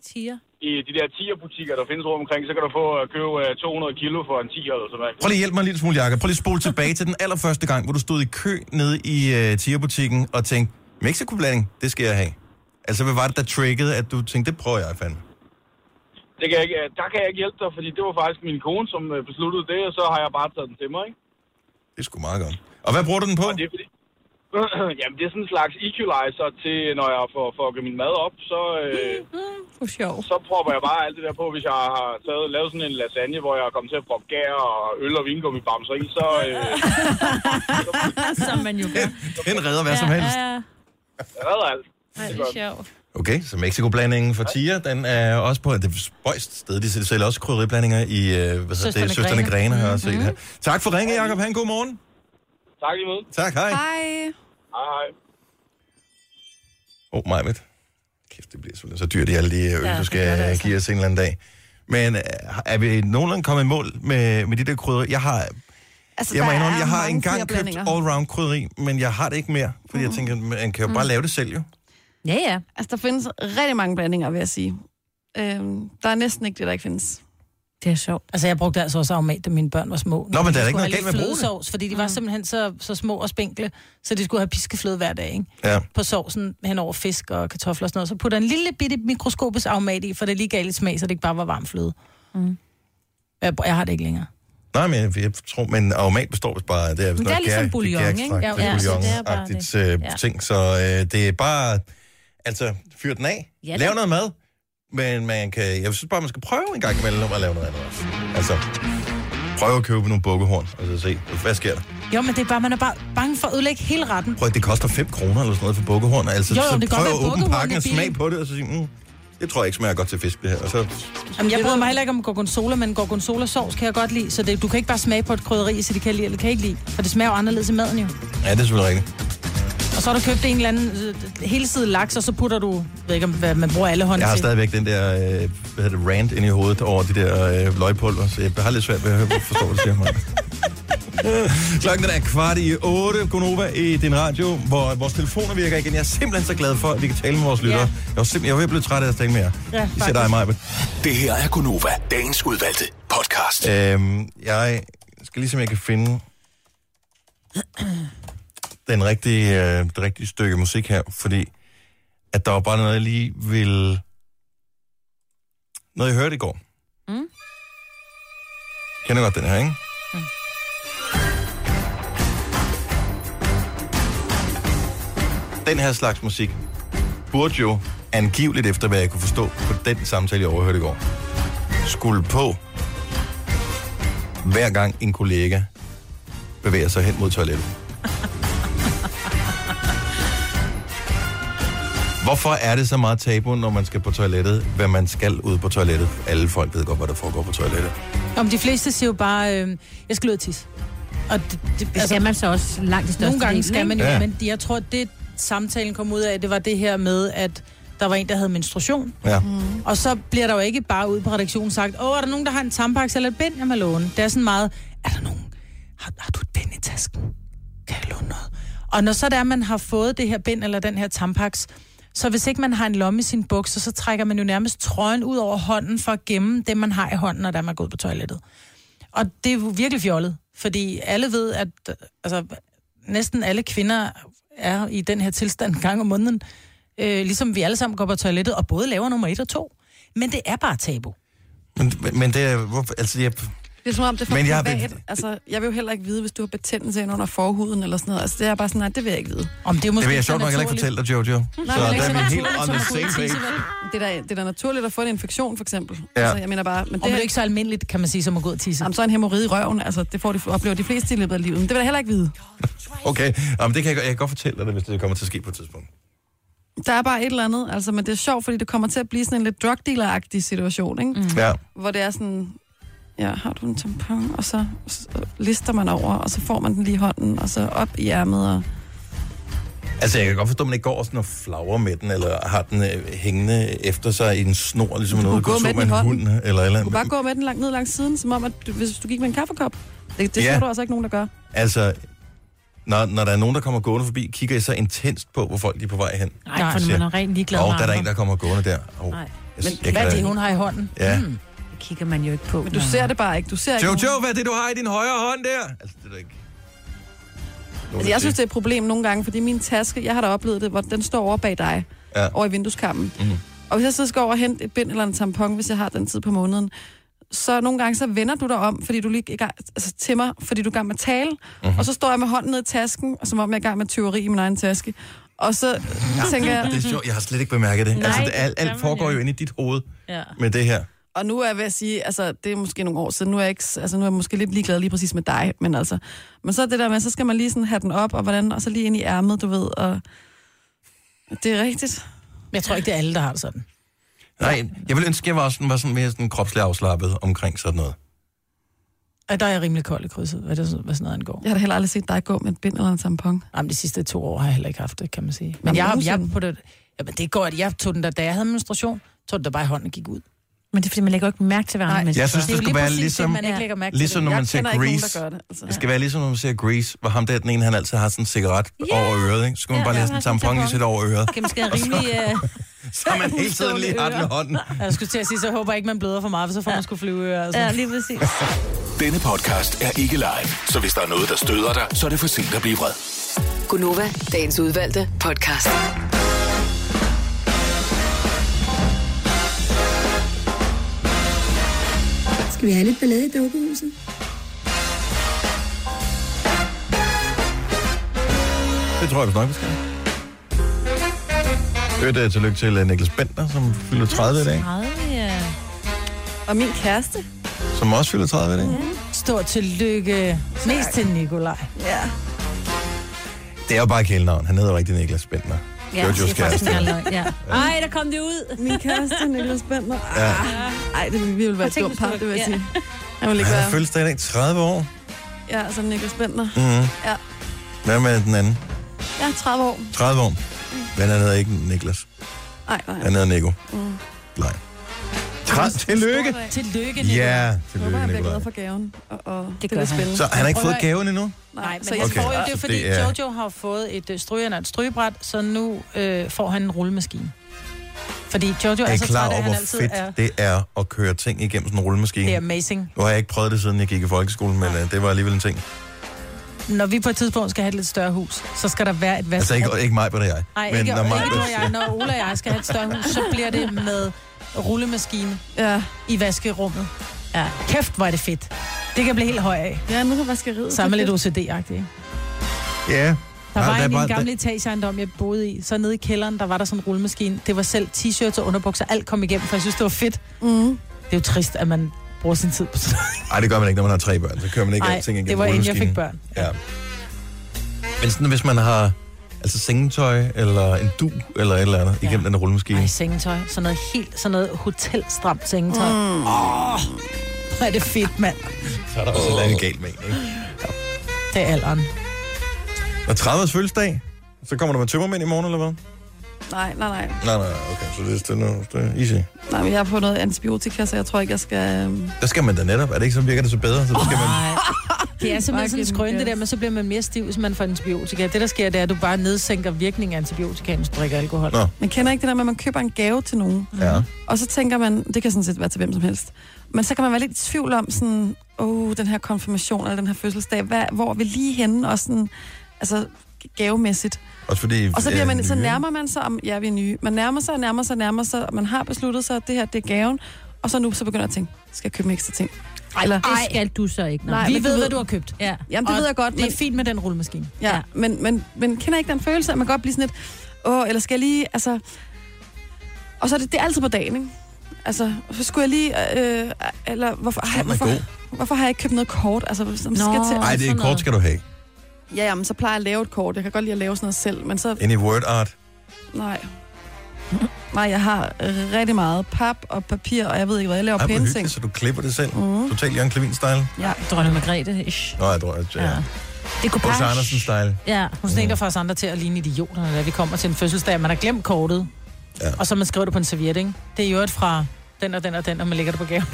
[SPEAKER 3] Tiger.
[SPEAKER 11] I de der Tia-butikker, der findes rundt omkring, så kan du få at købe øh, 200 kilo for en 10 eller sådan noget.
[SPEAKER 1] Prøv lige at hjælpe mig en lille smule, Jakob. Prøv lige at spole tilbage til den allerførste gang, hvor du stod i kø nede i uh, Tia-butikken og tænkte, Mexico-blanding, det skal jeg have. Altså, hvad var det, der triggede, at du tænkte, det prøver jeg fandme?
[SPEAKER 11] Det kan jeg ikke, øh, der kan jeg ikke hjælpe dig, fordi det var faktisk min kone, som øh, besluttede det, og så har jeg bare taget den til mig, ikke?
[SPEAKER 1] Det er sgu meget godt. Og hvad bruger du den på?
[SPEAKER 11] Og det er fordi... Jamen, det er sådan en slags equalizer til, når jeg får fucket min mad op, så, øh,
[SPEAKER 3] Hvor sjovt.
[SPEAKER 11] så propper jeg bare alt det der på, hvis jeg har taget, lavet sådan en lasagne, hvor jeg er kommet til at proppe gær og øl og vingummi bamser i, så... Øh,
[SPEAKER 3] Som man jo gør.
[SPEAKER 1] Den redder hvad som helst.
[SPEAKER 3] Ja, ja.
[SPEAKER 11] Jeg redder alt.
[SPEAKER 3] Ej, det er sjovt.
[SPEAKER 1] Okay, så Mexico-blandingen for Tia, den er også på det spøjst sted. De sælger også krydderiblandinger i øh, hvad hedder det,
[SPEAKER 11] Søstrene
[SPEAKER 1] Søsterne
[SPEAKER 11] Grene.
[SPEAKER 1] Grene, har jeg set her. Tak for ringet, Jacob. Ha' en god morgen.
[SPEAKER 11] Tak i måde.
[SPEAKER 1] Tak, hej.
[SPEAKER 4] Hej.
[SPEAKER 11] Hej, hej.
[SPEAKER 1] Åh, oh, Majved. Kæft, det bliver selvfølgelig så dyrt i alle de øl,
[SPEAKER 11] Ja,
[SPEAKER 1] ja, du
[SPEAKER 11] det gør
[SPEAKER 1] skal
[SPEAKER 11] det
[SPEAKER 1] altså.
[SPEAKER 11] altså.
[SPEAKER 1] give os en eller anden dag. Men øh, er vi nogenlunde kommet i mål med, med de der krydder? Jeg har, altså, jeg må
[SPEAKER 6] der
[SPEAKER 1] indrømme,
[SPEAKER 6] er
[SPEAKER 1] jeg har
[SPEAKER 6] mange flere
[SPEAKER 1] engang købt
[SPEAKER 6] blandinger.
[SPEAKER 1] all-round krydderi, men jeg har det ikke mere, fordi mm. jeg tænker, man kan jo bare
[SPEAKER 4] Mm.
[SPEAKER 1] lave det selv jo.
[SPEAKER 4] Ja, ja. Altså, der findes rigtig mange blandinger, vil jeg sige. Øhm, der er næsten ikke det, der ikke findes.
[SPEAKER 3] Det er sjovt.
[SPEAKER 2] Altså, jeg brugte altså også aromat, da mine børn var små.
[SPEAKER 1] men der er
[SPEAKER 2] De
[SPEAKER 1] da ikke
[SPEAKER 2] skulle
[SPEAKER 1] noget
[SPEAKER 2] have
[SPEAKER 1] galt
[SPEAKER 2] lidt
[SPEAKER 1] med at bruge det.
[SPEAKER 2] flødesovs, fordi de
[SPEAKER 4] Mm.
[SPEAKER 2] var simpelthen så, så små og spinkle, så de skulle have piskefløde hver dag, ikke?
[SPEAKER 1] Ja.
[SPEAKER 2] På sovsen hen over fisk og kartofler og sådan noget. Så putter en lille bitte mikroskopisk aromat i, for det lige gav lidt smag, så det ikke bare var varm fløde. Mm. Jeg, jeg, har det ikke længere.
[SPEAKER 1] Nej, men jeg, jeg tror, men aromat består vist bare... Det er, vist
[SPEAKER 2] Men det er
[SPEAKER 1] noget
[SPEAKER 2] ligesom
[SPEAKER 1] gær-
[SPEAKER 2] bouillon, ikke?
[SPEAKER 1] gærkstrakt,
[SPEAKER 2] Ja, ja, så det er bare
[SPEAKER 1] bouillon-agtigt
[SPEAKER 2] det.
[SPEAKER 1] øh,
[SPEAKER 2] Ja.
[SPEAKER 1] ting, så øh, det er bare... Altså, fyr den af.
[SPEAKER 2] Ja,
[SPEAKER 1] Ja,
[SPEAKER 2] det-
[SPEAKER 1] Lav noget mad. Men man kan, jeg synes bare, man skal prøve en gang imellem at lave noget andet. også. Altså, prøv at købe nogle bukkehorn, og så se, hvad sker der?
[SPEAKER 2] Jo, men det er bare, man er bare bange for at ødelægge hele retten.
[SPEAKER 1] Prøv, at- det koster 5 kroner eller sådan noget for bukkehorn. Altså,
[SPEAKER 2] Jo, jo,
[SPEAKER 1] så
[SPEAKER 2] det kan
[SPEAKER 1] prøv
[SPEAKER 2] godt
[SPEAKER 1] at
[SPEAKER 2] være,
[SPEAKER 1] åbne
[SPEAKER 2] bukkehorn
[SPEAKER 1] pakken
[SPEAKER 2] er
[SPEAKER 1] og smag
[SPEAKER 2] billigt.
[SPEAKER 1] på det, og så sige, mm, det tror jeg ikke smager godt til fisk, det her. Og så,
[SPEAKER 2] Jamen, jeg bryder mig heller ikke om gorgonzola, men gorgonzola-sovs kan jeg godt lide, så det, du kan ikke bare smage på et krydderi, så de kan lide, eller kan ikke lide, for det smager jo anderledes i maden jo.
[SPEAKER 1] ja, det er selvfølgelig rigtigt.
[SPEAKER 2] Og så har du købt en eller anden øh, hele side laks, og så putter du, jeg ved ikke om hvad man bruger alle hånd
[SPEAKER 1] Jeg har
[SPEAKER 2] til.
[SPEAKER 1] stadigvæk den der, øh, hvad hedder det, rant inde i hovedet over de der øh, løgpulver, så jeg har lidt svært ved at høre, hvor forstår det, siger mig. Klokken den er kvart i 8. Gunova i din radio, hvor vores telefoner virker igen. Jeg er simpelthen så glad for, at vi kan tale med vores lyttere. Jeg var simpelthen jeg var ved at blive træt af at tale med jer.
[SPEAKER 10] Ja,
[SPEAKER 1] Især dig,
[SPEAKER 10] faktisk.
[SPEAKER 1] Maja.
[SPEAKER 10] Det her er Gunova, dagens udvalgte podcast.
[SPEAKER 1] Øhm, jeg skal ligesom jeg kan finde den rigtige, øh, det rigtige stykke musik her, fordi at der var bare noget, jeg lige ville... Noget, jeg hørte i går.
[SPEAKER 3] Mm.
[SPEAKER 1] Kender godt den her, ikke? Den her slags musik burde jo angiveligt efter, hvad jeg kunne forstå på den samtale, jeg overhørte i går, skulle på hver gang en kollega bevæger sig hen mod toilettet. Hvorfor er det så meget tabu, når man skal på toilettet, hvad man skal ud på toilettet? Alle folk ved godt, hvad der foregår på toilettet.
[SPEAKER 2] Om de fleste siger jo bare, øh, jeg skal ud og tisse. Og det, det,
[SPEAKER 3] Det skal man så også langt det største
[SPEAKER 2] Nogle gange
[SPEAKER 3] del,
[SPEAKER 2] skal
[SPEAKER 3] ikke?
[SPEAKER 2] man jo,
[SPEAKER 1] Ja.
[SPEAKER 2] ja. men jeg tror, det samtalen kom ud af, det var det her med, at der var en, der havde menstruation.
[SPEAKER 1] Ja.
[SPEAKER 2] Mm. Og så bliver der jo ikke bare ude på redaktionen sagt, åh, er der nogen, der har en tampaks eller et bind, jeg må låne? Det er sådan meget, er der nogen, har, har du et bind i tasken? Kan jeg låne noget? Og når så det er, man har fået det her bind eller den her tampaks, så hvis ikke man har en lomme i sin bukser, så trækker man jo nærmest trøjen ud over hånden for at gemme det, man har i hånden, når der er man går ud på toilettet. Og det er jo virkelig fjollet, fordi alle ved, at øh, altså, næsten alle kvinder er i den her tilstand en gang om måneden. Øh, ligesom vi alle sammen går på toilettet og både laver nummer et og to. Men det er bare tabu.
[SPEAKER 1] Men, men det er... Hvorfor, altså, jeg,
[SPEAKER 4] Det er som om, det er for
[SPEAKER 1] Men
[SPEAKER 4] Men
[SPEAKER 1] jeg-
[SPEAKER 4] jeg privat. Altså, jeg vil jo heller ikke vide, hvis du har betændelse ind under forhuden eller sådan noget. Altså, det er bare sådan, nej, det vil jeg ikke vide.
[SPEAKER 2] Om det er
[SPEAKER 1] det vil jeg sjovt nok heller ikke fortælle dig, Jojo. Så der
[SPEAKER 4] men ikke
[SPEAKER 1] er vi helt
[SPEAKER 4] naturligt
[SPEAKER 1] on
[SPEAKER 4] som
[SPEAKER 1] the
[SPEAKER 4] at gå ud
[SPEAKER 1] same
[SPEAKER 4] og tisse,
[SPEAKER 1] page.
[SPEAKER 4] vel? Det er, da, det er da naturligt at få en infektion, for eksempel.
[SPEAKER 1] Ja.
[SPEAKER 4] Ja. Altså, jeg mener bare... Men
[SPEAKER 2] det er jo ikke så almindeligt, kan man sige, som at gå ud og tisse.
[SPEAKER 4] Jamen, så er en hemorrhoide i røven. Altså, det får de, oplever de fleste i løbet af livet. Men det vil jeg heller ikke vide.
[SPEAKER 1] Okay, Jamen, det kan jeg, godt- jeg kan godt fortælle dig det, hvis det kommer til at ske på et tidspunkt.
[SPEAKER 4] Der er bare et eller andet, altså, men det er sjovt, fordi det kommer til at blive sådan en lidt drug dealer-agtig situation, ikke?
[SPEAKER 1] Mm. Ja.
[SPEAKER 4] Hvor det er sådan, ja, har du en tampon? Og så, så lister man over, og så får man den lige i hånden, og så op i ærmet. Og...
[SPEAKER 1] Altså, jeg kan godt forstå, at man ikke går sådan og flagrer med den, eller har den øh, hængende efter sig i en snor, ligesom
[SPEAKER 4] Du
[SPEAKER 1] noget
[SPEAKER 4] kunne gå
[SPEAKER 1] udgås
[SPEAKER 4] med
[SPEAKER 1] med
[SPEAKER 4] den
[SPEAKER 1] en
[SPEAKER 4] i
[SPEAKER 1] hund,
[SPEAKER 4] hånden.
[SPEAKER 1] eller et eller
[SPEAKER 4] Du
[SPEAKER 1] andet.
[SPEAKER 4] kunne bare gå med den langt ned langs siden, som om, at du, hvis du gik med en kaffekop. Det, det
[SPEAKER 1] Ja.
[SPEAKER 4] yeah. så du altså ikke nogen, der gør.
[SPEAKER 1] Altså, når, når der er nogen, der kommer gående forbi, kigger I så intenst på, hvor folk de er på vej hen?
[SPEAKER 2] Nej, for man er rent ligeglad
[SPEAKER 1] Og
[SPEAKER 2] med
[SPEAKER 1] der er der
[SPEAKER 2] andre.
[SPEAKER 1] en, der kommer gående der. Oh,
[SPEAKER 2] Nej.
[SPEAKER 1] jeg-
[SPEAKER 2] Men
[SPEAKER 1] jeg
[SPEAKER 2] hvad er
[SPEAKER 1] kan-
[SPEAKER 2] det, hun har i hånden?
[SPEAKER 1] Ja.
[SPEAKER 2] Mm.
[SPEAKER 3] Det kigger man jo ikke på.
[SPEAKER 4] Men du ser det bare ikke. Du ser ikke nogen.
[SPEAKER 1] Jojo, hvad er det, du har i din højre hånd der? Altså, det er da ikke...
[SPEAKER 4] Altså, jeg synes, det er et problem nogle gange, fordi min taske, jeg har da oplevet det, hvor den står over bag dig,
[SPEAKER 1] Ja.
[SPEAKER 4] over i vindueskammen.
[SPEAKER 1] Mhm.
[SPEAKER 4] Og hvis jeg så skal over og hente et bind eller en tampon, hvis jeg har den tid på måneden, så nogle gange så vender du dig om, fordi du lige er i gang, altså, til mig, fordi du er i gang med at tale.
[SPEAKER 1] Mhm.
[SPEAKER 4] Og så står jeg med hånden ned i tasken, og som om jeg er i gang med tyveri i min egen taske. Og så ja, tænker jeg...
[SPEAKER 1] Det er sjovt, jeg har slet ikke bemærket det. Nej, altså, det, alt, alt foregår jo inde i dit hoved ja. med det her.
[SPEAKER 4] Og nu er jeg ved at sige, altså det er måske nogle år siden, nu er jeg, ikke, altså, nu er jeg måske lidt ligeglad lige præcis med dig, men altså, men så det der med, så skal man lige sådan have den op, og, hvordan, og så lige ind i ærmet, du ved, og det er rigtigt.
[SPEAKER 2] Men jeg tror ikke, det er alle, der har det sådan.
[SPEAKER 1] Nej, jeg vil ønske, at jeg var, sådan, var sådan mere sådan kropslig afslappet omkring sådan noget.
[SPEAKER 2] Ja, der er jeg rimelig kold i krydset, hvad, det, hvad sådan noget angår.
[SPEAKER 4] Jeg har da heller aldrig set dig gå med et bind eller en tampon.
[SPEAKER 2] Jamen, de sidste to år har jeg heller ikke haft det, kan man sige. Men Jamen, jeg, har, jeg, på det, jamen, det går, at jeg tog den der, da jeg havde menstruation, tog den der bare i hånden og gik ud.
[SPEAKER 3] Men det er fordi, man lægger ikke mærke til, hvad andre
[SPEAKER 1] mennesker Jeg synes,
[SPEAKER 2] det,
[SPEAKER 1] det skal være ligesom,
[SPEAKER 2] det, man ikke lægger mærke
[SPEAKER 1] ligesom
[SPEAKER 2] til
[SPEAKER 1] når
[SPEAKER 2] det.
[SPEAKER 1] man ser
[SPEAKER 4] kender ikke nogen, der
[SPEAKER 1] Grease.
[SPEAKER 4] gør det, altså.
[SPEAKER 1] Det skal være ligesom, når man ser Grease, hvor ham der, den ene, han altid har sådan en cigaret
[SPEAKER 3] Ja.
[SPEAKER 1] over øret, ikke? Så kan man
[SPEAKER 3] Ja,
[SPEAKER 1] bare lige
[SPEAKER 3] ja,
[SPEAKER 1] have sådan en
[SPEAKER 3] han har
[SPEAKER 1] tampon lige
[SPEAKER 3] tampon.
[SPEAKER 1] sætte over øret.
[SPEAKER 3] Kan man skal
[SPEAKER 1] Og så-
[SPEAKER 3] rimelig... Øh,
[SPEAKER 1] Så man hele tiden lige har den i hånden.
[SPEAKER 2] Jeg skulle til at sige, så håber jeg ikke, man bløder for meget, for så får man sgu flyve ører. Altså.
[SPEAKER 3] ja, lige præcis.
[SPEAKER 6] Denne podcast er ikke live, så hvis der er noget, der støder dig, så er det for sent at blive vred.
[SPEAKER 5] Gunova, dagens udvalgte podcast.
[SPEAKER 12] Skal vi have lidt ballade i dukkehuset?
[SPEAKER 1] Det tror jeg, du nok, vi skal. Øvrigt, øh, tillykke til øh, Niklas Bender, som fylder 30 i dag.
[SPEAKER 3] 30, ja.
[SPEAKER 4] Og min kæreste,
[SPEAKER 1] Som også fylder 30 i dag.
[SPEAKER 2] Stort tillykke. Mest til Nikolaj.
[SPEAKER 4] ja.
[SPEAKER 1] Det er jo bare et kælenavn. Han hedder rigtig Niklas Bender.
[SPEAKER 3] Ja,
[SPEAKER 1] Jojos
[SPEAKER 3] det er faktisk
[SPEAKER 1] kæreste.
[SPEAKER 3] en løgn, ja. Ej, der kom det ud.
[SPEAKER 4] Min kæreste, Niklas Bender.
[SPEAKER 1] Ja.
[SPEAKER 4] Ej, det ville, vi ville være
[SPEAKER 3] Jeg
[SPEAKER 4] et
[SPEAKER 3] tænkte,
[SPEAKER 4] dumt
[SPEAKER 3] du
[SPEAKER 4] par,
[SPEAKER 3] skulle-
[SPEAKER 4] det vil jeg
[SPEAKER 3] ja.
[SPEAKER 4] sige. Jeg vil ikke
[SPEAKER 1] Han
[SPEAKER 4] være...
[SPEAKER 1] er fødselsdag i dag, 30 år.
[SPEAKER 4] Ja, altså, som Niklas Bender.
[SPEAKER 1] Mm-hmm.
[SPEAKER 4] Ja.
[SPEAKER 1] Hvad med den anden?
[SPEAKER 4] Jeg er 30 år.
[SPEAKER 1] 30 år. Men han hedder ikke Niklas.
[SPEAKER 4] Ej, nej.
[SPEAKER 1] Han hedder Nico.
[SPEAKER 4] Mm.
[SPEAKER 1] Nej. 30. Tillykke.
[SPEAKER 2] Tillykke, Nikolaj.
[SPEAKER 1] Ja,
[SPEAKER 4] Jeg håber,
[SPEAKER 1] tillykke,
[SPEAKER 4] han bliver glad
[SPEAKER 1] Nicolaj.
[SPEAKER 4] for gaven. Og, og det,
[SPEAKER 3] gør
[SPEAKER 4] bliver
[SPEAKER 3] han.
[SPEAKER 4] spændende.
[SPEAKER 1] Så han har ikke fået
[SPEAKER 2] Prøv at-
[SPEAKER 1] gaven endnu?
[SPEAKER 2] Nej, men
[SPEAKER 4] så
[SPEAKER 2] jeg
[SPEAKER 4] jeg
[SPEAKER 1] Okay.
[SPEAKER 2] tror jo, det er
[SPEAKER 1] Så
[SPEAKER 2] fordi
[SPEAKER 1] Altså, det er-
[SPEAKER 2] Jojo har jo fået et øh, strygerinde og et strygebræt, så nu øh, får han en rullemaskine. Fordi Jojo er,
[SPEAKER 1] Er I
[SPEAKER 2] så
[SPEAKER 1] klar
[SPEAKER 2] altså, træt,
[SPEAKER 1] over,
[SPEAKER 2] at
[SPEAKER 1] hvor
[SPEAKER 2] han altid
[SPEAKER 1] fedt
[SPEAKER 2] er...
[SPEAKER 1] det er at køre ting igennem sådan en rullemaskine?
[SPEAKER 2] Det er amazing.
[SPEAKER 1] Nu har jeg ikke prøvet det, siden jeg gik i folkeskolen, men øh, det var alligevel en ting.
[SPEAKER 2] Når vi på et tidspunkt skal have et lidt større hus, så skal der være et vask.
[SPEAKER 1] Altså ikke, ikke mig på det, jeg.
[SPEAKER 2] Nej,
[SPEAKER 1] men
[SPEAKER 2] ikke,
[SPEAKER 1] når
[SPEAKER 2] når,
[SPEAKER 1] mig,
[SPEAKER 2] ikke, når, jeg, når Ola og jeg skal have et større hus, så bliver det med rullemaskine
[SPEAKER 4] Ja.
[SPEAKER 2] i vaskerummet. Ja. Kæft, hvor er det fedt. Det kan blive helt høj af.
[SPEAKER 4] ja, nu kan vaskeriet.
[SPEAKER 2] Samme
[SPEAKER 4] det
[SPEAKER 2] lidt
[SPEAKER 4] er
[SPEAKER 2] OCD-agtigt, ikke?
[SPEAKER 1] Ja.
[SPEAKER 2] Der var
[SPEAKER 1] Nej,
[SPEAKER 2] en i
[SPEAKER 1] bare-
[SPEAKER 2] en gammel etageejendom, jeg boede i. Så nede i kælderen, der var der sådan en rullemaskine. Det var selv t-shirts og underbukser. Alt kom igennem, for jeg synes, det var fedt.
[SPEAKER 4] fedt. Mm.
[SPEAKER 2] Det er jo trist, at man bruger sin tid på sådan
[SPEAKER 1] Ej, det gør man ikke, når man har tre børn. Så kører man ikke
[SPEAKER 2] Nej,
[SPEAKER 1] alting igennem
[SPEAKER 2] det var inden jeg
[SPEAKER 1] rullemaskinen.
[SPEAKER 2] fik børn.
[SPEAKER 1] Ja. Men sådan, hvis man har altså sengetøj, eller en du, eller et eller andet, ja. igennem den her rullemaskine.
[SPEAKER 2] Nej, sengetøj. Sådan noget helt, sådan noget hotelstramt sengetøj. Åh, mm. oh, hvor er det fedt, mand.
[SPEAKER 1] Så er der også et eller andet galt med en, ikke?
[SPEAKER 2] Det er alderen.
[SPEAKER 1] Og 30-års fødselsdag, så kommer du med tømmermænd i morgen, eller hvad?
[SPEAKER 4] Nej, nej, nej.
[SPEAKER 1] Nej, nej, okay, så det er stille nu. Det er easy.
[SPEAKER 4] Nej, men jeg har på noget antibiotika, så jeg tror ikke, jeg skal... øhm,
[SPEAKER 1] Der skal man da netop. Er det ikke, så virker det så bedre? Så skal man...
[SPEAKER 2] Det er simpelthen sådan en
[SPEAKER 4] Fucking
[SPEAKER 2] skrøn, det der,
[SPEAKER 4] yes.
[SPEAKER 2] men så bliver man mere stiv, hvis man får antibiotika. Det, der sker, det er, at du bare nedsænker virkningen af antibiotika, hvis du drikker alkohol.
[SPEAKER 1] Nå.
[SPEAKER 4] Man kender ikke det der med, at man køber en gave til nogen,
[SPEAKER 1] Ja.
[SPEAKER 4] og så tænker man, det kan sådan set være til hvem som helst, men så kan man være lidt i tvivl om sådan, oh, den her konfirmation eller den her fødselsdag, hvad, hvor er vi lige henne, og sådan, altså gavemæssigt.
[SPEAKER 1] Også fordi...
[SPEAKER 4] Og så, bliver
[SPEAKER 1] øh,
[SPEAKER 4] man, så
[SPEAKER 1] nye-
[SPEAKER 4] nærmer man sig, om, ja, vi er nye, man nærmer sig, nærmer sig, nærmer sig, og man har besluttet sig, at det her, det er gaven, og så nu så begynder jeg at tænke, skal jeg købe en ekstra ting? Eller,
[SPEAKER 3] Det skal du så ikke. Nå.
[SPEAKER 4] Nej,
[SPEAKER 2] Vi
[SPEAKER 4] men
[SPEAKER 2] ved,
[SPEAKER 4] du
[SPEAKER 2] hvad
[SPEAKER 4] ved-
[SPEAKER 2] du har købt.
[SPEAKER 3] Ja.
[SPEAKER 4] Jamen, det
[SPEAKER 2] Og
[SPEAKER 4] ved jeg godt,
[SPEAKER 2] Det er
[SPEAKER 4] men-
[SPEAKER 2] fint med den rullemaskine.
[SPEAKER 4] Ja,
[SPEAKER 3] Ja.
[SPEAKER 4] ja. Men, men, men kender ikke den følelse, at man godt bliver sådan lidt, åh, eller skal jeg lige, altså... Og så er det, det er altid på dagen, ikke? Altså, så skulle jeg lige, øh, eller hvorfor, ej,
[SPEAKER 1] Ah, er
[SPEAKER 4] hvorfor,
[SPEAKER 1] god.
[SPEAKER 4] hvorfor har jeg ikke købt noget kort? Altså, hvis man
[SPEAKER 3] Nå.
[SPEAKER 4] skal til...
[SPEAKER 1] Ej, det er
[SPEAKER 3] sådan
[SPEAKER 1] kort,
[SPEAKER 3] noget.
[SPEAKER 1] skal du have.
[SPEAKER 4] Ja, jamen, så plejer jeg at lave et kort. Jeg kan godt lide at lave sådan noget selv, men så,
[SPEAKER 1] Ind i word art.
[SPEAKER 4] nej. Nej, jeg har rigtig meget pap og papir, og jeg ved ikke hvad, jeg laver
[SPEAKER 1] Ej, hvor
[SPEAKER 4] pæne ting.
[SPEAKER 1] hyggeligt, så du klipper det selv.
[SPEAKER 4] Mhm.
[SPEAKER 1] Totalt Jørgen Klevin-style.
[SPEAKER 4] Ja.
[SPEAKER 3] Dronning Margrethe. Ish.
[SPEAKER 1] Nå, jeg tror, at... Ja.
[SPEAKER 3] Ja. Det kunne
[SPEAKER 1] Hos Mm. Andersen-style.
[SPEAKER 3] Ja.
[SPEAKER 2] Hun er sådan en, der får os andre til at ligne idioter, når vi kommer til en fødselsdag. Man har glemt kortet,
[SPEAKER 1] Ja.
[SPEAKER 2] ja. og så man skriver det på en serviet, ikke? Det er jo et fra den og den og den, og man lægger det på gaven.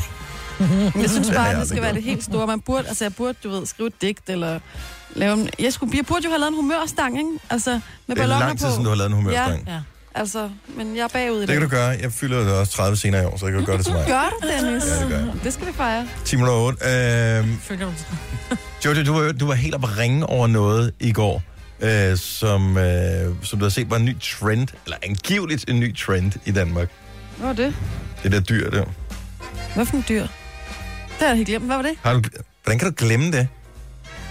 [SPEAKER 4] Men jeg synes
[SPEAKER 1] Det har
[SPEAKER 4] bare,
[SPEAKER 1] jeg
[SPEAKER 4] at det
[SPEAKER 1] aldrig
[SPEAKER 4] skal være
[SPEAKER 1] gjort.
[SPEAKER 4] det helt store. Man burde, altså jeg burde, du ved, skrive et digt, eller lave en... Jeg, skulle, jeg burde jo have lavet en humørstang, ikke? Altså, med
[SPEAKER 1] Det er
[SPEAKER 4] balloner
[SPEAKER 1] lang
[SPEAKER 4] på.
[SPEAKER 1] tid, siden du har lavet en humørstang.
[SPEAKER 2] Ja.
[SPEAKER 4] Altså, men jeg er bagud i
[SPEAKER 1] Det
[SPEAKER 4] dag.
[SPEAKER 1] kan du gøre. Jeg fylder det også 30 senere i år, så jeg kan du gøre det til mig.
[SPEAKER 4] Gør du, Dennis?
[SPEAKER 1] Ja, det gør jeg.
[SPEAKER 4] Det skal vi fejre.
[SPEAKER 1] 10 minutter 8. Øh,
[SPEAKER 2] Følger du
[SPEAKER 1] Jojo, du var, du var helt oppe at ringe over noget i går, øh, som, øh, som du har set var en ny trend, eller angiveligt en ny trend i Danmark.
[SPEAKER 4] Hvad var det?
[SPEAKER 1] Det der dyr der.
[SPEAKER 4] Hvad for en dyr? Det har jeg helt glemt. Hvad var det?
[SPEAKER 1] Har du, hvordan kan du glemme det?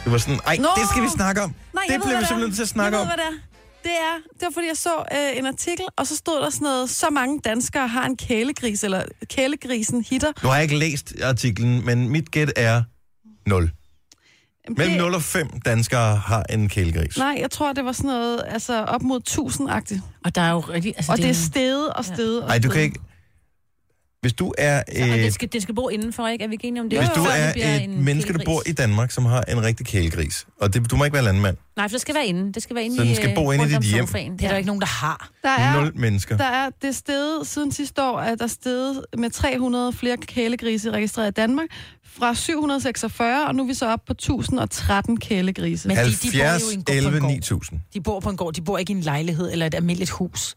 [SPEAKER 1] Det var sådan, ej,
[SPEAKER 4] Nå!
[SPEAKER 1] det skal vi snakke om.
[SPEAKER 4] Nej,
[SPEAKER 1] det
[SPEAKER 4] jeg ved,
[SPEAKER 1] bliver
[SPEAKER 4] hvad
[SPEAKER 1] vi simpelthen nødt
[SPEAKER 4] er.
[SPEAKER 1] til at snakke
[SPEAKER 4] jeg
[SPEAKER 1] om.
[SPEAKER 4] Ved, hvad det er. Det er, det var fordi, jeg så øh, en artikel, og så stod der sådan noget, så mange danskere har en kælegris, eller kælegrisen hitter.
[SPEAKER 1] Nu har jeg ikke læst artiklen, men mit gæt er 0. Jamen, Mellem 0 og 5 danskere har en kælegris.
[SPEAKER 4] Nej, jeg tror, det var sådan noget, altså op mod 1000-agtigt.
[SPEAKER 3] Og der er jo rigtig...
[SPEAKER 4] Altså, og det, det er steget og steget ja.
[SPEAKER 1] Nej, du kan ikke... Hvis du er...
[SPEAKER 3] Øh, det, skal, det skal bo indenfor, ikke? Er vi ikke enige om det?
[SPEAKER 1] Hvis du er et menneske, der bor i Danmark, som har en rigtig kælegris, og det, du må ikke være landmand.
[SPEAKER 3] Nej, for det skal være inde. Det skal være inde
[SPEAKER 1] Så den skal
[SPEAKER 3] øh,
[SPEAKER 1] bo inde i
[SPEAKER 3] rundt om
[SPEAKER 1] dit hjem.
[SPEAKER 3] sofaen. Det
[SPEAKER 9] Det
[SPEAKER 3] er der ikke
[SPEAKER 9] nogen, der har.
[SPEAKER 4] Der er,
[SPEAKER 1] Nul mennesker.
[SPEAKER 4] der er det steget siden sidste år, at der er steget med 300 flere kælegrise registreret i Danmark, fra 746, og nu er vi så oppe på 1013 kælegrise.
[SPEAKER 9] Men de- de bor jo i en gård
[SPEAKER 1] 70,
[SPEAKER 9] på en
[SPEAKER 1] 11,
[SPEAKER 9] gård.
[SPEAKER 1] 9000.
[SPEAKER 9] De bor på en gård, de bor ikke i en lejlighed eller et almindeligt hus.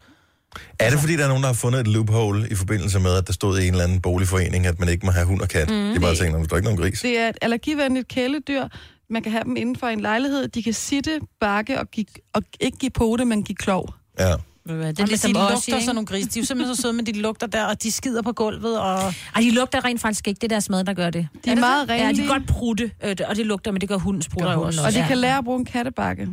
[SPEAKER 1] Er det, fordi der er nogen, der har fundet et loophole i forbindelse med, at der stod i en eller anden boligforening, at man ikke må have hund og kat? Mm. Det er bare tænkt, at der er ikke nogen gris.
[SPEAKER 4] Det er et allergivenligt kæledyr. Man kan have dem inden for en lejlighed. De kan sitte, bakke og, give, og ikke give pote, men give klov.
[SPEAKER 1] Ja.
[SPEAKER 3] Det
[SPEAKER 9] Det er
[SPEAKER 3] er
[SPEAKER 9] Jamen,
[SPEAKER 3] ligesom
[SPEAKER 9] de
[SPEAKER 3] os,
[SPEAKER 9] lugter sådan
[SPEAKER 3] ikke?
[SPEAKER 9] nogle grise. De er jo simpelthen så søde, men de lugter der, og de skider på gulvet. Og...
[SPEAKER 3] Ej, de lugter rent faktisk ikke. Det er deres mad, der gør det.
[SPEAKER 4] De er, er meget
[SPEAKER 3] Ja,
[SPEAKER 4] rene.
[SPEAKER 3] de kan godt prutte, øh, og det lugter, men det gør hunden sprutter
[SPEAKER 9] Gør
[SPEAKER 3] jo
[SPEAKER 9] hunden
[SPEAKER 3] også.
[SPEAKER 9] også.
[SPEAKER 4] Og de
[SPEAKER 3] ja.
[SPEAKER 4] kan lære at bruge en kattebakke.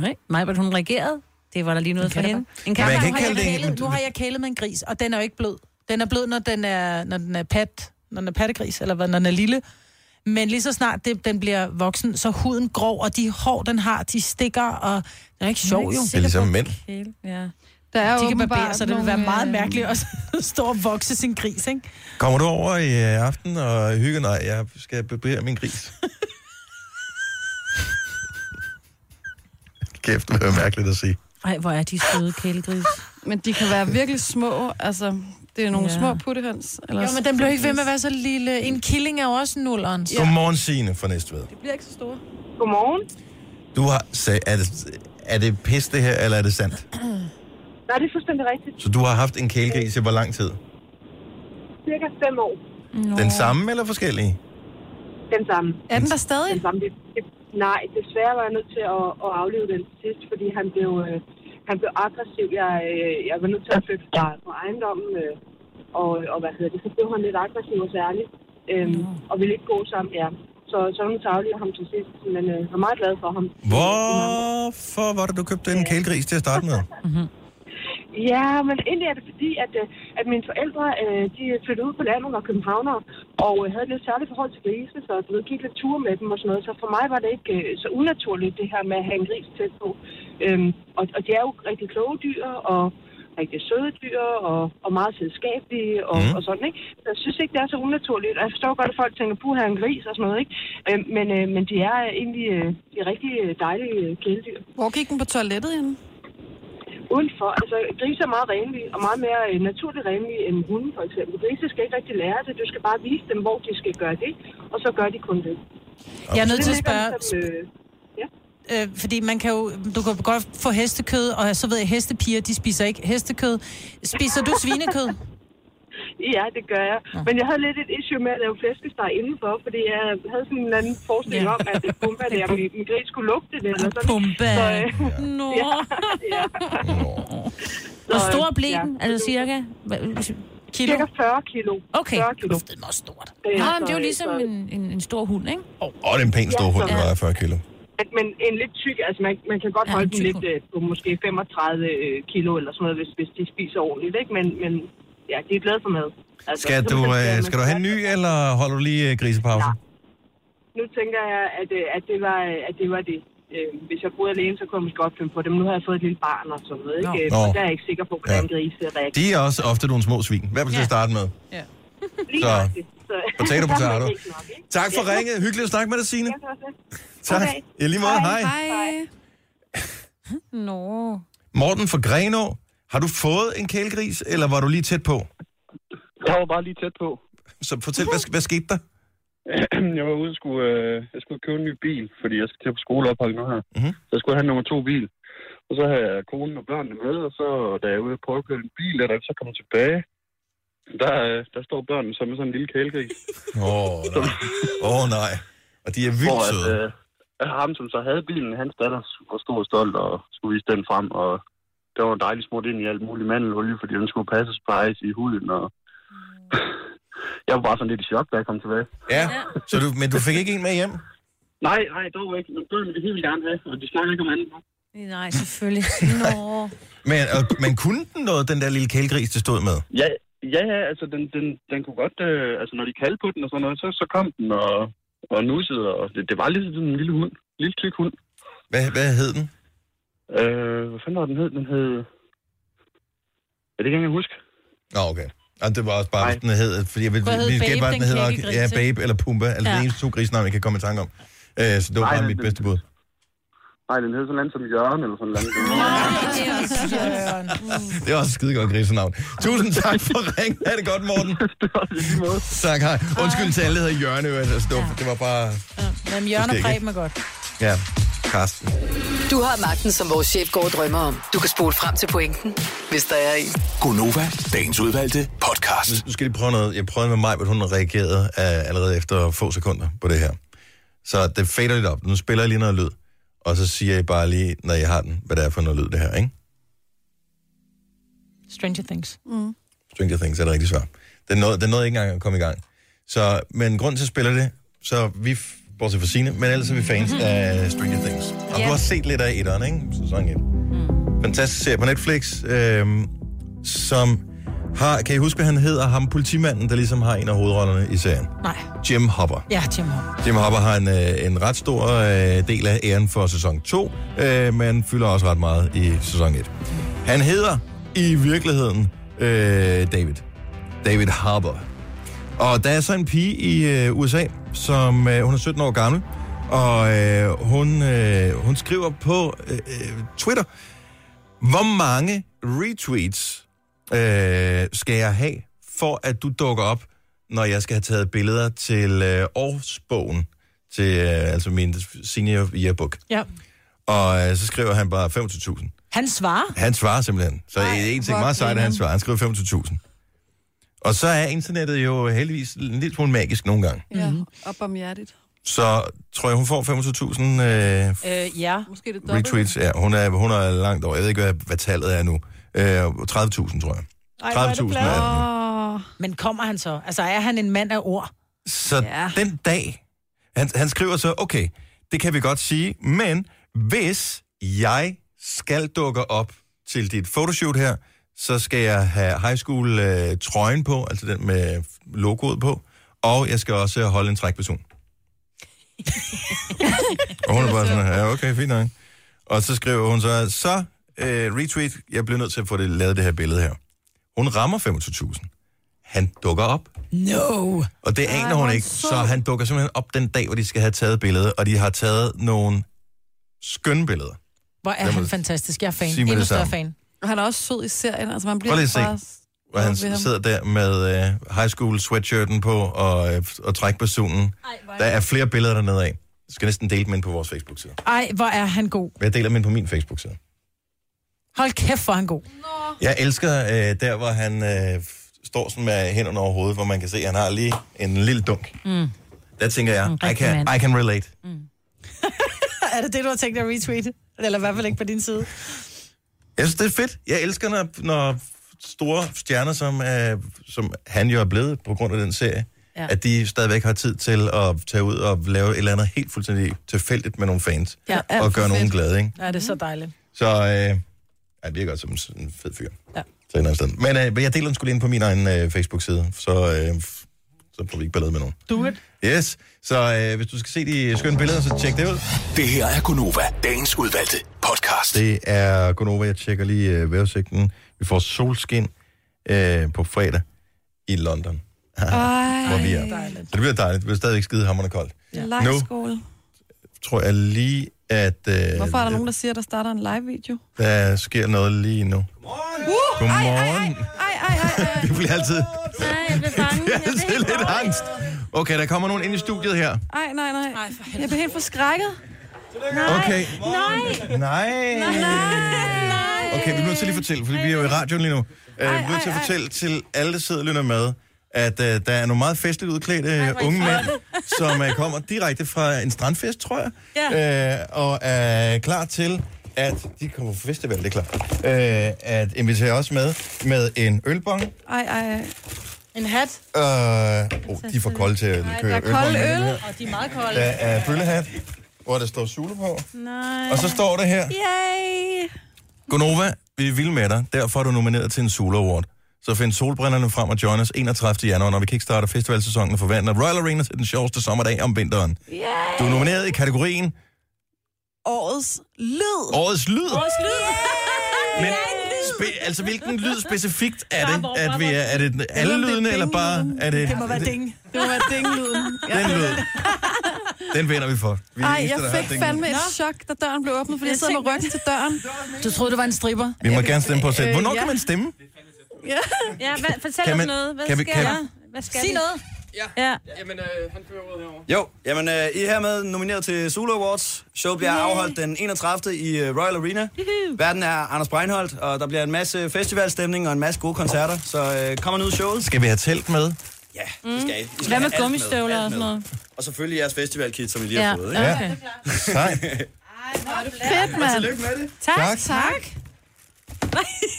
[SPEAKER 3] Nej, Majbert, hun reagerede. Det var der lige noget for hende. En
[SPEAKER 1] Men jeg kan ikke
[SPEAKER 3] kattebakke.
[SPEAKER 9] Nu har
[SPEAKER 1] kalde
[SPEAKER 9] jeg
[SPEAKER 1] det en...
[SPEAKER 9] kælet- Nu har jeg kælet med en gris, og den er jo ikke blød. Den er blød, når den er, når den er pat, når den er pattegris, eller hvad, når den er lille. Men lige så snart det, den bliver voksen, så er huden grov, og de hår, den har, de stikker, og den er ikke sjov, jo.
[SPEAKER 1] Det er ligesom mænd.
[SPEAKER 3] Kæle, Ja.
[SPEAKER 4] Der er
[SPEAKER 9] De kan
[SPEAKER 4] åbenbart
[SPEAKER 9] barbere, så det vil være
[SPEAKER 4] nogle,
[SPEAKER 9] meget
[SPEAKER 4] øh,
[SPEAKER 9] mærkeligt at stå og vokse sin gris, ikke?
[SPEAKER 1] Kommer du over i øh, aften og hygger? Nej, jeg skal bebære min gris. Kæft, det er mærkeligt at sige.
[SPEAKER 3] Ej, hvor er de søde kælegris.
[SPEAKER 4] Men de kan være virkelig små. Altså, det er nogle
[SPEAKER 3] Ja.
[SPEAKER 4] ja. små puttehøns. Eller
[SPEAKER 9] Jo, men den bliver ikke ved med at være så lille. En killing er jo også nullerens.
[SPEAKER 1] Ja. Godmorgen, Signe fra Næstved.
[SPEAKER 4] De bliver ikke så store.
[SPEAKER 10] Godmorgen.
[SPEAKER 1] Du har... Sag, er, det, er det pis det her, eller er det sandt?
[SPEAKER 10] Nej, det er fuldstændig rigtigt.
[SPEAKER 1] Så du har haft en kælegris i hvor lang tid?
[SPEAKER 10] Cirka fem år.
[SPEAKER 1] Nå. Den samme eller forskellige?
[SPEAKER 10] Den samme.
[SPEAKER 4] Er den der stadig?
[SPEAKER 10] Den samme. Det, det, nej, desværre var jeg nødt til at, at aflive den til sidst, fordi han blev, øh, han blev aggressiv. Jeg, øh, jeg var nødt til at flytte fra, fra ejendommen, øh, og, og hvad hedder det, så blev han lidt aggressiv og særlig, øh, og ville ikke gå sammen, ja. Så, så hun taglede ham til sidst, men øh, jeg er meget glad for ham.
[SPEAKER 1] Hvorfor var det, du købte en kælegris til at starte med?
[SPEAKER 10] Ja, men egentlig er det fordi, at, øh, at mine forældre øh, de flyttede ud på landet og københavnere, og øh, havde et lidt særligt forhold til grise, så du ved, gik lidt ture med dem og sådan noget. Så for mig var det ikke øh, så unaturligt, det her med at have en gris tæt på. Øhm, og, og de er jo rigtig kloge dyr, og rigtig søde dyr, og, og meget selskabelige, og,
[SPEAKER 1] Mhm.
[SPEAKER 10] mm. og sådan, ikke? Så jeg synes ikke, det er så unaturligt. Og jeg forstår godt, at folk tænker, puha, en gris og sådan noget, ikke? Øhm, men, øh, men de er egentlig øh, de er rigtig øh, dejlige øh, kæledyr
[SPEAKER 4] Hvor gik den på toilettet henne?
[SPEAKER 10] udenfor. Altså, grise er meget renlige, og meget mere øh, naturligt renlige end hunde, for eksempel. Grise skal ikke rigtig lære det. Du skal bare vise dem, hvor de skal gøre det, og så gør de kun det.
[SPEAKER 9] Jeg er nødt
[SPEAKER 10] Det
[SPEAKER 9] til at
[SPEAKER 10] ligger
[SPEAKER 9] spørge,
[SPEAKER 10] ligesom, øh,
[SPEAKER 9] øh, fordi man kan jo, du kan godt få hestekød, og så ved jeg, hestepiger, de spiser ikke hestekød. Spiser du svinekød?
[SPEAKER 10] Ja, det gør jeg. Men jeg havde lidt et issue med at lave flæskesteg indenfor, fordi jeg havde sådan en eller anden forestilling
[SPEAKER 3] Ja.
[SPEAKER 10] om, at pumpa der, min, min gris skulle lugte det. Eller sådan.
[SPEAKER 3] Pumba.
[SPEAKER 10] Så, øh,
[SPEAKER 3] Nå.
[SPEAKER 10] ja.
[SPEAKER 3] Hvor
[SPEAKER 10] Så, øh,
[SPEAKER 3] stor blev
[SPEAKER 10] ja.
[SPEAKER 3] den? Altså cirka? Hvad- Kilo?
[SPEAKER 10] Cirka 40 kilo.
[SPEAKER 3] Okay.
[SPEAKER 10] 40 kilo.
[SPEAKER 9] Det er meget stort.
[SPEAKER 10] Øh,
[SPEAKER 3] Nå,
[SPEAKER 10] så,
[SPEAKER 3] men det er jo
[SPEAKER 10] øh,
[SPEAKER 3] ligesom
[SPEAKER 10] så-
[SPEAKER 3] en, en, en stor hund, ikke?
[SPEAKER 1] Åh, oh, det er en pæn stor hund, der vejer 40 kilo.
[SPEAKER 10] Men, men en lidt tyk, altså man, man kan godt
[SPEAKER 3] Ja,
[SPEAKER 10] ja,
[SPEAKER 3] en
[SPEAKER 10] holde dem
[SPEAKER 3] tyk
[SPEAKER 10] lidt øh, på måske 35 kilo eller sådan noget, hvis, hvis de spiser ordentligt, ikke? Men, men ja, de er glade for mad. Altså,
[SPEAKER 1] Skal
[SPEAKER 10] så
[SPEAKER 1] du,
[SPEAKER 10] man
[SPEAKER 1] øh,
[SPEAKER 10] man
[SPEAKER 1] skal du have en ny, eller holder du lige øh, grisepausen?
[SPEAKER 10] Nu tænker jeg, at, øh, at, det, var, øh, at det var det. Øh, hvis jeg boede alene, så kunne jeg måske godt finde på det. Men nu har jeg fået et lille barn og sådan noget, ikke?
[SPEAKER 1] Nå.
[SPEAKER 10] Nå.
[SPEAKER 1] Nå.
[SPEAKER 10] Og der er jeg ikke sikker på, hvordan
[SPEAKER 1] Ja.
[SPEAKER 10] ja. grise reagerer.
[SPEAKER 1] De er også ofte nogle små svin. I hvert fald til at starte med.
[SPEAKER 10] Lige
[SPEAKER 1] så-
[SPEAKER 10] nøjagtigt. så.
[SPEAKER 1] Potato,
[SPEAKER 10] der er man
[SPEAKER 1] potato.
[SPEAKER 10] ikke nok, ikke?
[SPEAKER 1] Tak for ringet. Hyggeligt at snakke med dig, Signe.
[SPEAKER 10] Ja, så- så-
[SPEAKER 1] Tak.
[SPEAKER 10] Okay.
[SPEAKER 1] I lige måde. Hej.
[SPEAKER 4] Hej.
[SPEAKER 3] Nå.
[SPEAKER 1] Morten fra Grenå. Har du fået en kælegris, eller var du lige tæt på?
[SPEAKER 13] Jeg var bare lige tæt på.
[SPEAKER 1] Så fortæl, hvad, hvad skete der?
[SPEAKER 13] Jeg var ude og skulle, øh, jeg skulle købe en ny bil, fordi jeg skal til på skoleophold nu her.
[SPEAKER 1] Mhm.
[SPEAKER 13] Så jeg skulle have nummer to bil. Og så havde jeg konen og børnene med, og så da jeg var ude og prøve at køre en bil, og da jeg så kom tilbage, der, øh, der står børnene som med sådan en lille kælegris.
[SPEAKER 1] Åh, oh, nej. Åh, oh, nej. Og de er
[SPEAKER 13] Hvor
[SPEAKER 1] vildt
[SPEAKER 13] at,
[SPEAKER 1] søde.
[SPEAKER 13] øh, at ham, som så havde bilen, hans datter var stor og stolt og skulle vise den frem, og der var dejligt smurt ind i alt muligt mandelolie, fordi den skulle passes plejes i huden, og jeg var bare sådan lidt i chok, da jeg kom tilbage.
[SPEAKER 1] Ja, så du, men du fik ikke en med hjem?
[SPEAKER 13] Nej, nej, dog ikke. Men det vil vi helt gerne have, og de snakker ikke om andet.
[SPEAKER 3] Nej, selvfølgelig. Nå.
[SPEAKER 1] Men, og, men kunne den noget, den der lille kælegris, det stod med?
[SPEAKER 13] Ja, ja, ja altså den, den, den kunne godt... Øh, altså når de kaldte på den og sådan noget, så, så kom den og, og nussede. Og det, det var lidt sådan en lille hund. Lille tyk hund.
[SPEAKER 1] Hvad, hvad hed den?
[SPEAKER 13] Øh, hvad fanden var den hed? Den hed... Ja, det kan jeg ikke huske.
[SPEAKER 1] Nå, okay. Og det var også bare, den hed, fordi jeg vil, vi skal bare, den, den hedder, ja, Babe eller Pumba, altså ja. det eneste to grisnavn, jeg kan komme i tanke om. Øh, så det var
[SPEAKER 13] Nej,
[SPEAKER 1] bare
[SPEAKER 13] den-
[SPEAKER 1] mit
[SPEAKER 13] den-
[SPEAKER 1] bedste bud.
[SPEAKER 13] Nej, den hed sådan noget som Jørgen eller sådan noget.
[SPEAKER 3] Det er også Jørgen.
[SPEAKER 1] Det er også et skidegårdt grisenavn. Tusind tak for ringen. Ha' det godt, Morten. tak, hej. Undskyld til alle, der hedder Jørgen. øvrigt. Altså, det, var, det var bare...
[SPEAKER 2] Men Jørgen og
[SPEAKER 1] Måske ikke.
[SPEAKER 2] Preben er godt.
[SPEAKER 1] Ja, Karsten.
[SPEAKER 5] Du har magten, som vores chef går og drømmer om. Du kan spole frem til pointen, hvis der er en.
[SPEAKER 1] Gonova, dagens udvalgte podcast. Nu skal jeg prøve noget. Jeg prøvede med mig, at hun reagerede øh, allerede efter få sekunder på det her. Så det fader lidt op. Nu spiller jeg lige noget lyd, og så siger jeg bare lige, når jeg har den, hvad det er for noget lyd, det her, ikke?
[SPEAKER 2] Stranger Things. Mm.
[SPEAKER 1] Stranger Things er det rigtige svar. Den nåede, den nåede ikke engang at komme i gang. Så, men grund til at spille det, så vi, f- bortset fra Signe, men ellers er vi fans af Stranger Things. Og
[SPEAKER 14] Ja.
[SPEAKER 1] du har set lidt af etteren, ikke? Sæson 1. Mm. Fantastisk serie på Netflix, øh, som har, kan I huske, hvad han hedder? Ham politimanden, der ligesom har en af hovedrollerne i serien.
[SPEAKER 2] Nej.
[SPEAKER 1] Jim Hopper.
[SPEAKER 2] Ja, Jim Hopper.
[SPEAKER 1] Jim Hopper har en, øh, en ret stor øh, del af æren for sæson 2, øh, men fylder også ret meget i sæson 1. Han hedder i virkeligheden øh, David. David Harbour. Og der er så en pige i øh, USA, som øh, hun er 17 år gammel, og øh, hun, øh, hun skriver på øh, øh, Twitter, hvor mange retweets øh, skal jeg have, for at du dukker op, når jeg skal have taget billeder til øh, årsbogen, til øh, altså min senior yearbook.
[SPEAKER 2] Ja.
[SPEAKER 1] Og øh, så skriver han bare 25.000.
[SPEAKER 2] Han svarer.
[SPEAKER 1] Han svarer simpelthen. Så Ej, en ting
[SPEAKER 2] hvor
[SPEAKER 1] meget sejt, at han
[SPEAKER 2] grineren.
[SPEAKER 1] svarer. Han skriver 25.000. Og så er internettet jo heldigvis en lille smule magisk nogle gange.
[SPEAKER 4] Ja, op om hjertet.
[SPEAKER 1] Så tror jeg, hun får 25.000 øh,
[SPEAKER 2] Øh, ja.
[SPEAKER 4] Måske det dobbelt.
[SPEAKER 1] retweets. Ja, hun er, hun er langt over. Jeg ved ikke, hvad, hvad tallet er nu. Øh, 30.000, tror jeg.
[SPEAKER 2] Ej, hvor er det
[SPEAKER 1] 30.000
[SPEAKER 2] glad.
[SPEAKER 1] er den.
[SPEAKER 2] Men kommer han så? Altså, er han en mand af ord?
[SPEAKER 1] Så ja. den dag, han, han skriver så, okay, det kan vi godt sige, men hvis jeg skal dukke op til dit photoshoot her, så skal jeg have high school øh, trøjen på, altså den med logoet på, og jeg skal også holde en trækperson. og hun er
[SPEAKER 4] Altså.
[SPEAKER 1] bare sådan, ja okay, fint nok. Og så skriver hun så, så øh, retweet, jeg bliver nødt til at få det, lavet det her billede her. Hun rammer 25.000. Han dukker op.
[SPEAKER 2] No!
[SPEAKER 1] Og det aner hun ikke, så han dukker simpelthen op den dag, hvor de skal have taget billedet, og de har taget nogle skønne billeder.
[SPEAKER 2] Hvor er
[SPEAKER 1] Jeg må
[SPEAKER 2] han fantastisk. Jeg er fan.
[SPEAKER 1] sige med
[SPEAKER 2] Endnu
[SPEAKER 1] det
[SPEAKER 2] større
[SPEAKER 1] samme.
[SPEAKER 2] fan.
[SPEAKER 4] Og han er også sød i serien, altså man bliver
[SPEAKER 1] Prøv lige at se,
[SPEAKER 4] bare...
[SPEAKER 1] hvor han
[SPEAKER 4] ved ham.
[SPEAKER 1] sidder der med øh, high school sweatshirten på og, øh, og trækpersonen. Der er flere billeder dernede af. Jeg skal næsten dele dem ind på vores Facebook-side.
[SPEAKER 2] Ej, hvor er han god.
[SPEAKER 1] Men Jeg deler dem ind på min Facebook-side.
[SPEAKER 2] Hold kæft, hvor er han god.
[SPEAKER 1] Jeg elsker øh, der, hvor han øh, står sådan med hænderne over hovedet, hvor man kan se, at han har lige en lille dunk.
[SPEAKER 2] Mm.
[SPEAKER 1] Der tænker jeg, I
[SPEAKER 2] rigtig
[SPEAKER 1] can,
[SPEAKER 2] mand.
[SPEAKER 1] I can relate.
[SPEAKER 2] er det det, du har tænkt dig at retweete? Eller i hvert fald ikke på din side.
[SPEAKER 1] Jeg synes, det er fedt. Jeg elsker, når, når store stjerner, som, er, som han jo er blevet på grund af den serie,
[SPEAKER 2] Ja.
[SPEAKER 1] ja. at de stadigvæk har tid til at tage ud og lave et eller andet helt fuldstændig tilfældigt med nogle fans.
[SPEAKER 2] Ja, alt
[SPEAKER 1] og
[SPEAKER 2] for
[SPEAKER 1] gøre nogen
[SPEAKER 2] fedt.
[SPEAKER 1] glade, ikke?
[SPEAKER 2] Ja, det er
[SPEAKER 3] Mhm.
[SPEAKER 2] så dejligt.
[SPEAKER 1] Så øh, ja, det virker godt som en fed fyr. Så
[SPEAKER 2] Ja.
[SPEAKER 1] et eller andet sted. Men øh, men jeg deler den skulle ind på min egen øh, Facebook-side, så, øh, så får vi ikke ballade med nogen.
[SPEAKER 2] Do it.
[SPEAKER 1] Yes, så øh, hvis du skal se de skønne billeder, så tjek det ud.
[SPEAKER 6] Det her er Gunova, dagens udvalgte podcast.
[SPEAKER 1] Det er Gunova, jeg tjekker lige øh, vejrudsigten. Vi får solskin øh, på fredag i London. Ah, Hvor vi er. Så det bliver dejligt. Det bliver stadigvæk skide hammerne koldt.
[SPEAKER 4] Ja.
[SPEAKER 1] Nu
[SPEAKER 4] Live-skole.
[SPEAKER 1] tror jeg lige, at øh,
[SPEAKER 4] Hvorfor er der nogen, der siger, at der starter en live-video?
[SPEAKER 1] der sker noget lige nu.
[SPEAKER 4] Uh,
[SPEAKER 1] Godmorgen.
[SPEAKER 4] Ej, ej, ej, ej.
[SPEAKER 1] Det bliver altid,
[SPEAKER 4] Nej, jeg blev bange.
[SPEAKER 1] det er altid lidt angst. Okay, der kommer nogen ind i studiet her.
[SPEAKER 4] Ej, nej, nej. Jeg blev helt forskrækket. Nej.
[SPEAKER 1] Okay.
[SPEAKER 4] Nej.
[SPEAKER 1] Nej.
[SPEAKER 4] Nej.
[SPEAKER 1] Okay, vi er nødt til lige at fortælle, fordi vi er jo i radioen lige nu. Øh, vi er nødt til at fortælle til alle, der sidder og lytter med, at øh, der er nogle meget festligt udklædte øh, unge mænd, som øh, kommer direkte fra en strandfest, tror jeg, ja. øh, og er klar til at, de kommer fra festival, det er klart, øh, at invitere os med, med en ølbong. Øh,
[SPEAKER 4] Ej, ej, ej.
[SPEAKER 2] En hat.
[SPEAKER 1] oh, de er for kolde til at køre
[SPEAKER 4] der er kold
[SPEAKER 1] ølbong.
[SPEAKER 4] øl.
[SPEAKER 2] Og de er meget kolde.
[SPEAKER 1] Der er bøllehat. hvor der står Zulu på.
[SPEAKER 3] Nej.
[SPEAKER 1] Og så står det her.
[SPEAKER 3] Yay!
[SPEAKER 1] Gonova, vi er vilde med dig. Derfor er du nomineret til en Solo Award. Så find solbrillerne frem og join os 31. januar, når vi kickstarter festivalsæsonen og forvandler Royal Arena til den sjoveste sommerdag om vinteren.
[SPEAKER 3] Yay!
[SPEAKER 1] Du er nomineret i kategorien
[SPEAKER 14] Årets lyd.
[SPEAKER 1] Årets lyd.
[SPEAKER 3] Årets lyd.
[SPEAKER 1] Men spe- altså, hvilken lyd specifikt er det, at vi er? Er det
[SPEAKER 14] Eller
[SPEAKER 1] alle
[SPEAKER 14] om det er
[SPEAKER 1] lydene, eller bare er det...
[SPEAKER 14] Det må være ding.
[SPEAKER 4] Det var ding-lyden.
[SPEAKER 1] Den lyd. Den vinder vi for. Vi er de
[SPEAKER 4] Ej,
[SPEAKER 1] eneste,
[SPEAKER 4] jeg
[SPEAKER 1] der har
[SPEAKER 4] fik
[SPEAKER 1] den
[SPEAKER 4] fandme
[SPEAKER 1] lyd.
[SPEAKER 4] et chok, da døren blev åbnet, fordi jeg sad med ryggen til døren.
[SPEAKER 2] Du troede, det var en stripper?
[SPEAKER 1] Vi må gerne stemme på os selv.
[SPEAKER 4] Øh,
[SPEAKER 1] Hvornår
[SPEAKER 4] ja.
[SPEAKER 1] kan man stemme?
[SPEAKER 4] Ja.
[SPEAKER 3] Ja, hvad, fortæl
[SPEAKER 1] Kan
[SPEAKER 3] os
[SPEAKER 1] man-
[SPEAKER 3] noget. Hvad
[SPEAKER 1] kan vi-
[SPEAKER 3] skal
[SPEAKER 1] kan-
[SPEAKER 3] jeg? Hvad skal
[SPEAKER 2] Sig
[SPEAKER 3] vi?
[SPEAKER 2] noget.
[SPEAKER 3] Ja.
[SPEAKER 15] Jamen, øh, han fører ordet herovre.
[SPEAKER 16] Jo, jamen øh, I er hermed nomineret til Solo Awards. Showet bliver afholdt den 31. i øh, Royal Arena. Verden er Anders Breinholt, og der bliver en masse festivalstemning og en masse gode koncerter. Så øh, kom og nyd showet.
[SPEAKER 1] Skal vi have telt med?
[SPEAKER 16] Ja, det skal I. I skal
[SPEAKER 3] Hvad med
[SPEAKER 16] have alt
[SPEAKER 3] gummistøvler
[SPEAKER 16] alt
[SPEAKER 3] og sådan noget?
[SPEAKER 16] Og selvfølgelig jeres festivalkit, som I lige har
[SPEAKER 3] Ja,
[SPEAKER 16] fået.
[SPEAKER 3] okay. Ja,
[SPEAKER 1] Nej.
[SPEAKER 4] Fedt, mand.
[SPEAKER 16] Tillykke med det.
[SPEAKER 3] Tak,
[SPEAKER 1] tak.
[SPEAKER 2] tak.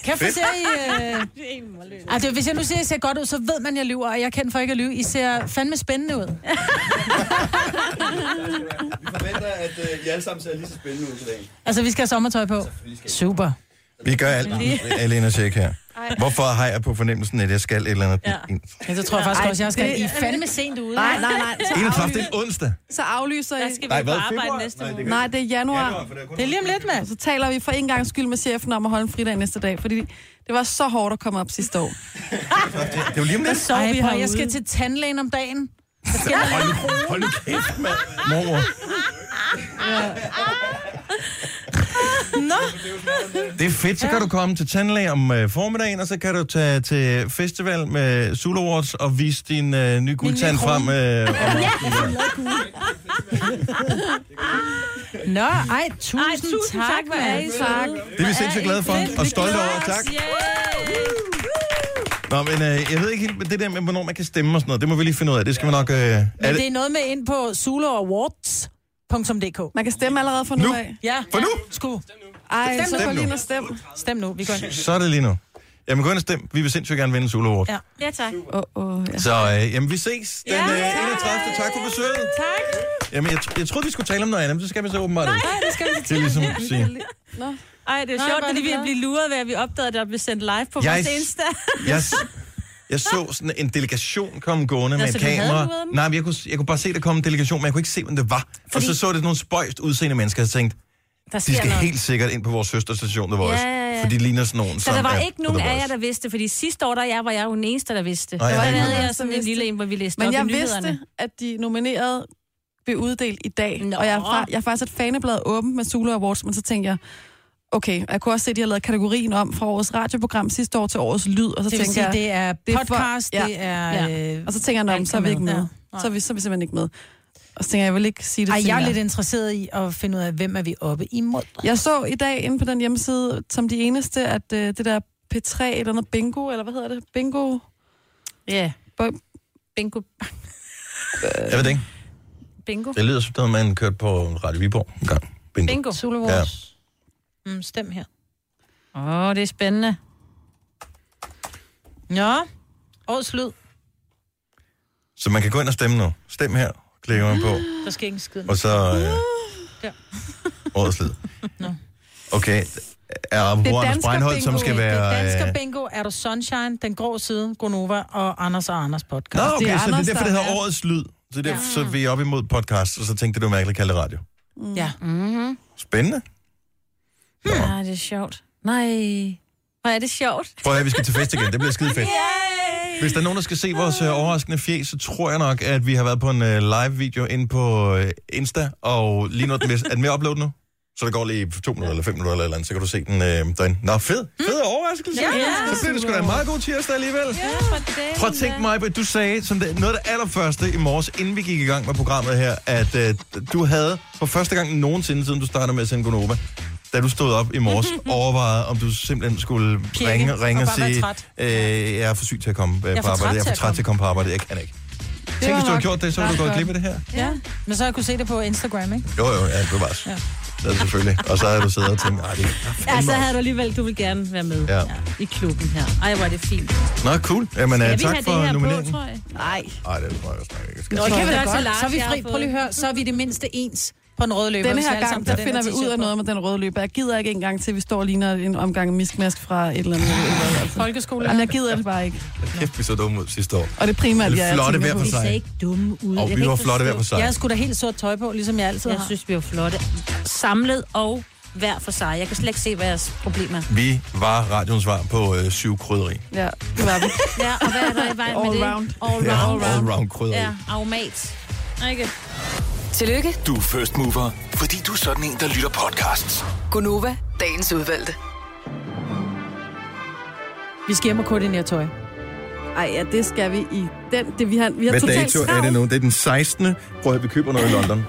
[SPEAKER 2] Kæft, hvor
[SPEAKER 16] Fedt.
[SPEAKER 2] ser I... Øh... Altså, hvis jeg nu siger, at I ser godt ud, så ved man, at jeg lyver, og jeg kender for ikke at lyve. I ser fandme spændende ud.
[SPEAKER 16] Vi forventer, at øh, I alle sammen ser lige så spændende ud til dagen.
[SPEAKER 2] Altså, vi skal have sommertøj på. Super.
[SPEAKER 1] Vi gør alt, alene og tjek her. Hvorfor har jeg på fornemmelsen, at jeg skal et eller andet? Ja.
[SPEAKER 2] Ja, så tror jeg faktisk
[SPEAKER 4] Ej,
[SPEAKER 2] også, jeg skal...
[SPEAKER 4] det-
[SPEAKER 2] I er fandme sent ude.
[SPEAKER 4] Nej, nej, nej. Så,
[SPEAKER 1] 31.
[SPEAKER 4] afly-
[SPEAKER 1] en onsdag.
[SPEAKER 4] så aflyser I.
[SPEAKER 1] vi Nej, hvad, på arbejde februar? næste Nej, det måned. kan-
[SPEAKER 4] Nej, det er januar.
[SPEAKER 1] Januar, for det er kun-
[SPEAKER 2] Det er lige om lidt, mand.
[SPEAKER 4] Så Altså, taler vi for en gang skyld med chefen om at holde en fridag næste dag, fordi det var så hårdt at komme op sidste år.
[SPEAKER 1] Det er jo lige om
[SPEAKER 4] Hvad
[SPEAKER 1] lidt.
[SPEAKER 4] så?
[SPEAKER 2] Ej,
[SPEAKER 4] vi
[SPEAKER 2] prøv,
[SPEAKER 4] herude.
[SPEAKER 2] jeg skal til tandlægen om dagen. Jeg skal
[SPEAKER 1] Hold, nu- hold nu kæft, mand. Mormor.
[SPEAKER 2] Nå.
[SPEAKER 1] Det er fedt, så kan du komme til tandlæge om øh, formiddagen, og så kan du tage til festival med Zulu Awards og vise din øh, nye guldtand
[SPEAKER 2] krone.
[SPEAKER 1] frem. Øh, om,
[SPEAKER 2] Nå, ej, tusind, ej, tusind tak,
[SPEAKER 3] tak, hvor er I
[SPEAKER 2] mand.
[SPEAKER 3] søde.
[SPEAKER 1] det er vi sindssygt glade for, og stolte over. Tak. Nå, men øh, jeg ved ikke helt, men det der med, hvornår man kan stemme og sådan noget, det må vi lige finde ud af. Det skal vi nok... Øh, er
[SPEAKER 2] Men
[SPEAKER 1] det-
[SPEAKER 2] det er noget med ind på soloawards.dk.
[SPEAKER 4] Man kan stemme allerede fra nu, af.
[SPEAKER 2] Ja.
[SPEAKER 1] For nu?
[SPEAKER 2] Sku.
[SPEAKER 4] Ej,
[SPEAKER 2] Stem
[SPEAKER 4] så
[SPEAKER 2] nu.
[SPEAKER 4] gå lige ind og stem.
[SPEAKER 2] Stem nu, vi går ind.
[SPEAKER 1] Så er det lige nu. Jamen, gå ind og stem. Vi vil sindssygt gerne vinde en Zulu Award.
[SPEAKER 2] Ja.
[SPEAKER 3] Ja, tak.
[SPEAKER 4] Åh, oh, oh, ja.
[SPEAKER 1] Så øh, jamen, vi ses den
[SPEAKER 3] Ja.
[SPEAKER 1] øh, 31. Tak for besøget.
[SPEAKER 2] Tak.
[SPEAKER 1] Jamen, jeg, tr- jeg troede, vi skulle tale om noget andet, men så skal vi så åbenbart Nej,
[SPEAKER 2] det skal vi
[SPEAKER 1] Det er ligesom at sige.
[SPEAKER 4] Nå.
[SPEAKER 3] Ej, det er
[SPEAKER 2] Nej, hvor er
[SPEAKER 3] sjovt, fordi
[SPEAKER 2] det
[SPEAKER 3] vi
[SPEAKER 2] glad.
[SPEAKER 3] blev luret ved, at vi opdagede, at der blev sendt live på
[SPEAKER 1] Jeg-
[SPEAKER 3] vores Insta.
[SPEAKER 1] Jeg, s- jeg så sådan en delegation komme gående
[SPEAKER 3] Nå,
[SPEAKER 1] med
[SPEAKER 3] så
[SPEAKER 1] et
[SPEAKER 3] du havde
[SPEAKER 1] kamera.
[SPEAKER 3] luret dem?
[SPEAKER 1] Nej, men jeg kunne, jeg kunne bare se, der kom en delegation, men jeg kunne ikke se, hvem det var. Fordi... Og så så det sådan nogle spøjst udseende mennesker, og jeg tænkte,
[SPEAKER 3] Der
[SPEAKER 1] de
[SPEAKER 3] sker
[SPEAKER 1] skal
[SPEAKER 3] noget.
[SPEAKER 1] helt sikkert ind på vores søsterstation, The Voice.
[SPEAKER 3] Ja, ja, ja.
[SPEAKER 1] For de ligner sådan nogen,
[SPEAKER 3] Så der
[SPEAKER 1] som
[SPEAKER 3] var
[SPEAKER 1] er
[SPEAKER 3] ikke
[SPEAKER 1] på
[SPEAKER 3] nogen
[SPEAKER 1] The
[SPEAKER 3] af jer,
[SPEAKER 1] Voice.
[SPEAKER 3] der vidste, fordi sidste år, der jeg var jeg jo den eneste, der vidste.
[SPEAKER 1] Nej,
[SPEAKER 3] Nej,
[SPEAKER 1] jeg
[SPEAKER 3] der
[SPEAKER 1] er ikke
[SPEAKER 3] havde
[SPEAKER 1] nogen af
[SPEAKER 4] jer,
[SPEAKER 3] jeg sådan
[SPEAKER 4] som
[SPEAKER 3] en lille
[SPEAKER 4] vidste.
[SPEAKER 3] en, hvor vi læste
[SPEAKER 4] Men
[SPEAKER 3] op i
[SPEAKER 4] jeg
[SPEAKER 3] nyhederne.
[SPEAKER 4] vidste, at de nominerede blev uddelt i dag. Nå. Og jeg, har- jeg har faktisk et faneblad åbent med Zulu Awards, men så tænkte jeg, okay, og jeg kunne også se, at de har lavet kategorien om fra årets radioprogram sidste år til årets lyd, og så
[SPEAKER 2] Det vil
[SPEAKER 4] tænker
[SPEAKER 2] sige,
[SPEAKER 4] jeg...
[SPEAKER 2] det er
[SPEAKER 4] for-
[SPEAKER 2] podcast, det er, øh,
[SPEAKER 4] Og så tænker jeg, nå, men så er vi ikke med.
[SPEAKER 2] Ja.
[SPEAKER 4] Så, er vi, så er vi simpelthen ikke med. Og så tænker jeg, jeg vil ikke sige det
[SPEAKER 2] Ej,
[SPEAKER 4] til
[SPEAKER 2] jeg er
[SPEAKER 4] jer.
[SPEAKER 2] lidt interesseret i at finde ud af, hvem er vi oppe imod.
[SPEAKER 4] Jeg så i dag inde på den hjemmeside, som de eneste, at øh, det der P3 eller noget bingo, eller hvad hedder det? Bingo?
[SPEAKER 3] Ja.
[SPEAKER 4] Bo-
[SPEAKER 3] Bingo.
[SPEAKER 1] Jeg ved det ikke.
[SPEAKER 3] Bingo.
[SPEAKER 1] Det lyder som noget, man kørte på Radio Viborg en gang. Bingo.
[SPEAKER 3] Bingo.
[SPEAKER 2] Solo
[SPEAKER 1] Ja.
[SPEAKER 2] Awards. Ja. Mm, stem her.
[SPEAKER 3] Åh, oh, det er spændende.
[SPEAKER 2] Ja. Årets lyd.
[SPEAKER 1] Så man kan gå ind og stemme nu. Stem her, klikker man på,
[SPEAKER 2] Der skal ikke en skid.
[SPEAKER 1] og så øh,
[SPEAKER 2] Der.
[SPEAKER 1] årets lyd. Okay, er
[SPEAKER 2] Det er
[SPEAKER 1] apropos Anders
[SPEAKER 2] dansker
[SPEAKER 1] Breinholt, som
[SPEAKER 2] bingo.
[SPEAKER 1] skal
[SPEAKER 2] Det
[SPEAKER 1] være...
[SPEAKER 2] er dansker
[SPEAKER 1] øh,
[SPEAKER 2] bingo, er du Sunshine, Den Grå Side, Gonova og Anders og Anders podcast.
[SPEAKER 1] Nå, okay, det så det er
[SPEAKER 2] Anders,
[SPEAKER 1] derfor, det hedder
[SPEAKER 2] er-
[SPEAKER 1] Årets Lyd. Så, det er, derfor, så vi er op imod podcast, og så tænkte jeg, det var mærkeligt at kalde det radio.
[SPEAKER 2] Ja.
[SPEAKER 3] Mm-hmm.
[SPEAKER 1] Spændende. Hmm.
[SPEAKER 3] Nej, det er sjovt. Nej, hvor er det sjovt.
[SPEAKER 1] Prøv at høre, vi skal til fest igen. Det bliver skide fedt.
[SPEAKER 3] Yay!
[SPEAKER 1] Hvis der er nogen, der skal se vores øh, overraskende fjes, så tror jeg nok, at vi har været på en øh, live-video inde på øh, Insta, og lige nu er den ved- er den med at uploade nu. Så der går lige to minutter eller fem minutter eller et eller andet, så kan du se den øh, derinde. Nå, fed. Fed overraskelse.
[SPEAKER 3] Hmm? Ja.
[SPEAKER 1] Så bliver det sgu da en meget god tirsdag alligevel.
[SPEAKER 3] Ja,
[SPEAKER 1] Prøv at tænke mig, du sagde som det, noget af det allerførste i morges, inden vi gik i gang med programmet her, at øh, du havde for første gang nogensinde, siden du startede med at sende Gonova, da du stod op i morges, overvejede, om du simpelthen skulle
[SPEAKER 2] Pjække
[SPEAKER 1] ringe, ringe
[SPEAKER 2] og
[SPEAKER 1] og,
[SPEAKER 2] bare være
[SPEAKER 1] sige,
[SPEAKER 2] træt.
[SPEAKER 1] øh, jeg er for syg til at komme øh,
[SPEAKER 2] er
[SPEAKER 1] på
[SPEAKER 2] for
[SPEAKER 1] arbejde,
[SPEAKER 2] træt
[SPEAKER 1] jeg er
[SPEAKER 2] til
[SPEAKER 1] for
[SPEAKER 2] at
[SPEAKER 1] træt til at komme på arbejde, jeg kan ikke. Tænk, hvis du havde
[SPEAKER 2] nok
[SPEAKER 1] gjort det, så ville du
[SPEAKER 2] ret
[SPEAKER 1] gået glip af
[SPEAKER 2] godt.
[SPEAKER 1] det her.
[SPEAKER 2] Ja, men så har jeg kunne se det på Instagram, ikke?
[SPEAKER 1] Jo, jo, ja, du var ja.
[SPEAKER 2] Ja.
[SPEAKER 1] Det er det selvfølgelig. Og så havde du siddet og tænkt, nej, det er
[SPEAKER 3] Ja, altså, så havde du alligevel, du vil gerne være med
[SPEAKER 1] Ja.
[SPEAKER 3] ja. i klubben her. Ej, hvor er det fint.
[SPEAKER 1] Nå, cool. Jamen, øh,
[SPEAKER 3] Skal vi
[SPEAKER 1] tak
[SPEAKER 3] have det
[SPEAKER 1] for
[SPEAKER 3] her
[SPEAKER 1] nomineringen.
[SPEAKER 3] på, tror jeg? Nej.
[SPEAKER 1] Nej, det tror jeg også nok ikke.
[SPEAKER 2] Nå, det kan vi da
[SPEAKER 3] Så
[SPEAKER 2] godt.
[SPEAKER 3] Lars,
[SPEAKER 2] Så er vi
[SPEAKER 3] jeg har
[SPEAKER 2] fri. Prøv lige at
[SPEAKER 3] fået-
[SPEAKER 2] høre. Så er vi det mindste ens. på den røde løber.
[SPEAKER 4] Denne her gang, der finder vi ud af noget med den røde løber. Jeg gider ikke engang til, at vi står og ligner en omgang miskmask fra et eller andet. Altså.
[SPEAKER 2] Folkeskole.
[SPEAKER 4] Jamen, jeg gider det bare ikke.
[SPEAKER 1] Kæft, vi så dumme ud sidste år.
[SPEAKER 4] Og det er primært,
[SPEAKER 1] Det
[SPEAKER 4] jeg altid
[SPEAKER 1] flotte
[SPEAKER 4] tænker
[SPEAKER 1] hver
[SPEAKER 4] på.
[SPEAKER 1] for sig.
[SPEAKER 3] ikke dumme ud.
[SPEAKER 1] Og
[SPEAKER 3] Jeg
[SPEAKER 1] vi
[SPEAKER 3] kan
[SPEAKER 1] var
[SPEAKER 3] ikke
[SPEAKER 1] flotte hver
[SPEAKER 3] forstå-
[SPEAKER 1] for sig.
[SPEAKER 2] Jeg skulle da helt sort tøj på, ligesom jeg altid
[SPEAKER 3] Jeg
[SPEAKER 2] har.
[SPEAKER 3] synes, vi var flotte. Samlet og hver for sig. Jeg kan slet ikke se, hvad jeres problem er.
[SPEAKER 1] Vi var radioens svar på øh, syv krydderi.
[SPEAKER 4] Ja, det var vi.
[SPEAKER 3] Ja, og hvad er der i vejen med
[SPEAKER 4] All
[SPEAKER 3] det?
[SPEAKER 4] round.
[SPEAKER 3] All
[SPEAKER 1] Ja,
[SPEAKER 3] round.
[SPEAKER 1] allround krydderi.
[SPEAKER 3] Ja, aromat. Ikke?
[SPEAKER 5] Tillykke,
[SPEAKER 6] Du er first mover, fordi du er sådan en, der lytter podcasts.
[SPEAKER 5] Gunova, dagens udvalgte.
[SPEAKER 2] Vi skal hjem og koordinere tøj.
[SPEAKER 4] Ej, ja, det skal vi i den. Det, vi har, vi har
[SPEAKER 1] Hvad
[SPEAKER 4] totalt
[SPEAKER 1] dato er det nu? Det er den 16. Prøv at høre, vi køber noget i London.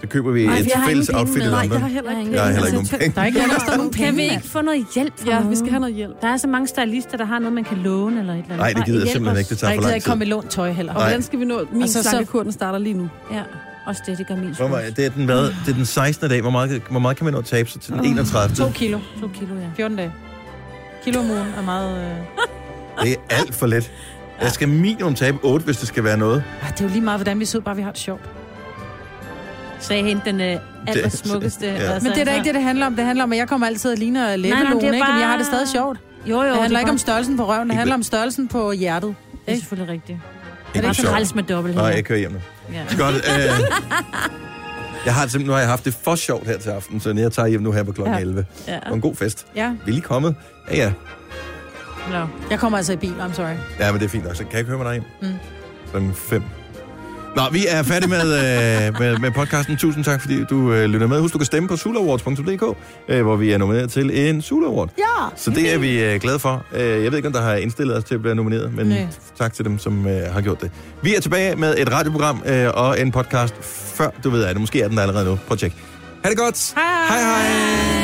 [SPEAKER 1] Så køber vi
[SPEAKER 3] Ej,
[SPEAKER 1] et
[SPEAKER 3] jeg har
[SPEAKER 1] fælles
[SPEAKER 3] ingen
[SPEAKER 1] outfit
[SPEAKER 3] penge
[SPEAKER 1] i
[SPEAKER 3] med. Nej,
[SPEAKER 1] London.
[SPEAKER 3] jeg har heller ikke
[SPEAKER 1] jeg har heller ikke nogen
[SPEAKER 3] penge.
[SPEAKER 1] penge.
[SPEAKER 2] Der er ikke nogen, der står nogen
[SPEAKER 3] Kan vi
[SPEAKER 2] penge.
[SPEAKER 3] ikke få noget hjælp fra
[SPEAKER 4] Ja,
[SPEAKER 3] nogen?
[SPEAKER 4] vi skal have noget hjælp.
[SPEAKER 3] Der er så mange stylister, der har noget, man kan låne eller et eller andet.
[SPEAKER 1] Nej, det gider jeg
[SPEAKER 3] hjælp
[SPEAKER 1] simpelthen
[SPEAKER 3] os.
[SPEAKER 1] ikke. Det
[SPEAKER 2] Der
[SPEAKER 1] tager
[SPEAKER 2] er
[SPEAKER 1] for
[SPEAKER 2] ikke,
[SPEAKER 1] lang
[SPEAKER 2] ikke
[SPEAKER 1] tid.
[SPEAKER 2] komme i lånt tøj heller.
[SPEAKER 4] Og hvordan skal vi nå? Min
[SPEAKER 2] Altså,
[SPEAKER 4] altså,
[SPEAKER 2] så-
[SPEAKER 4] slankekurden starter lige nu.
[SPEAKER 3] Ja, også det, det gør min
[SPEAKER 1] Hvor meget, det, er den, hvad, det er den 16. dag. Hvor meget, hvor meget kan man nå at tabe sig til den 31.
[SPEAKER 2] To kilo.
[SPEAKER 3] To kilo, ja.
[SPEAKER 2] 14 dage. Kilo om ugen er meget... Øh...
[SPEAKER 1] Det er alt for let. Jeg skal minimum tabe 8, hvis det skal være noget.
[SPEAKER 2] Ah, det er jo lige meget, hvordan vi så ud, bare vi har det sjovt.
[SPEAKER 3] Sagde hende den øh, allersmukkeste.
[SPEAKER 1] Ja.
[SPEAKER 3] altså,
[SPEAKER 2] Men det er da ikke det, det handler om. Det handler om, at jeg kommer altid og ligner læbelån,
[SPEAKER 3] det er
[SPEAKER 2] ikke? Men jeg har det
[SPEAKER 3] bare-
[SPEAKER 2] stadig sjovt.
[SPEAKER 3] Jo, jo.
[SPEAKER 2] Det handler
[SPEAKER 3] er
[SPEAKER 2] ikke om
[SPEAKER 3] bare-
[SPEAKER 2] størrelsen på røven, det
[SPEAKER 1] Ikke-
[SPEAKER 2] handler om størrelsen på hjertet.
[SPEAKER 3] Det er selvfølgelig rigtigt.
[SPEAKER 1] Ikke
[SPEAKER 3] Det er
[SPEAKER 1] sjovt.
[SPEAKER 3] træls med dobbelt.
[SPEAKER 1] Nej, jeg kører hjem nu.
[SPEAKER 3] Ja.
[SPEAKER 1] Godt. Øh, jeg har det simpelthen, nu har jeg haft det for sjovt her til aften, så jeg tager hjem nu her på klokken
[SPEAKER 2] Ja.
[SPEAKER 1] 11.
[SPEAKER 3] Ja.
[SPEAKER 1] Det var en god fest.
[SPEAKER 2] Ja,
[SPEAKER 1] Vil I komme? Ja, ja.
[SPEAKER 3] Nå.
[SPEAKER 2] jeg kommer altså i bil, I'm sorry.
[SPEAKER 1] Ja, men det er fint nok. Så kan jeg køre med dig hjem? Mm. Klokken 5. Nå, vi er færdige med, øh, med, med podcasten. Tusind tak, fordi du øh, lytter med. Husk, du kan stemme på sulawards.dk, øh, hvor vi er nomineret til en Sula Award.
[SPEAKER 2] Ja!
[SPEAKER 1] Så det er vi øh, glade for. Øh, jeg ved ikke, om der har indstillet os til at blive nomineret, men
[SPEAKER 2] Nej.
[SPEAKER 1] tak til dem, som øh, har gjort det. Vi er tilbage med et radioprogram øh, og en podcast, før du ved af det. Måske er den der allerede nu. Prøv at tjek. Ha' det godt.
[SPEAKER 2] Hej!
[SPEAKER 1] hej. hej.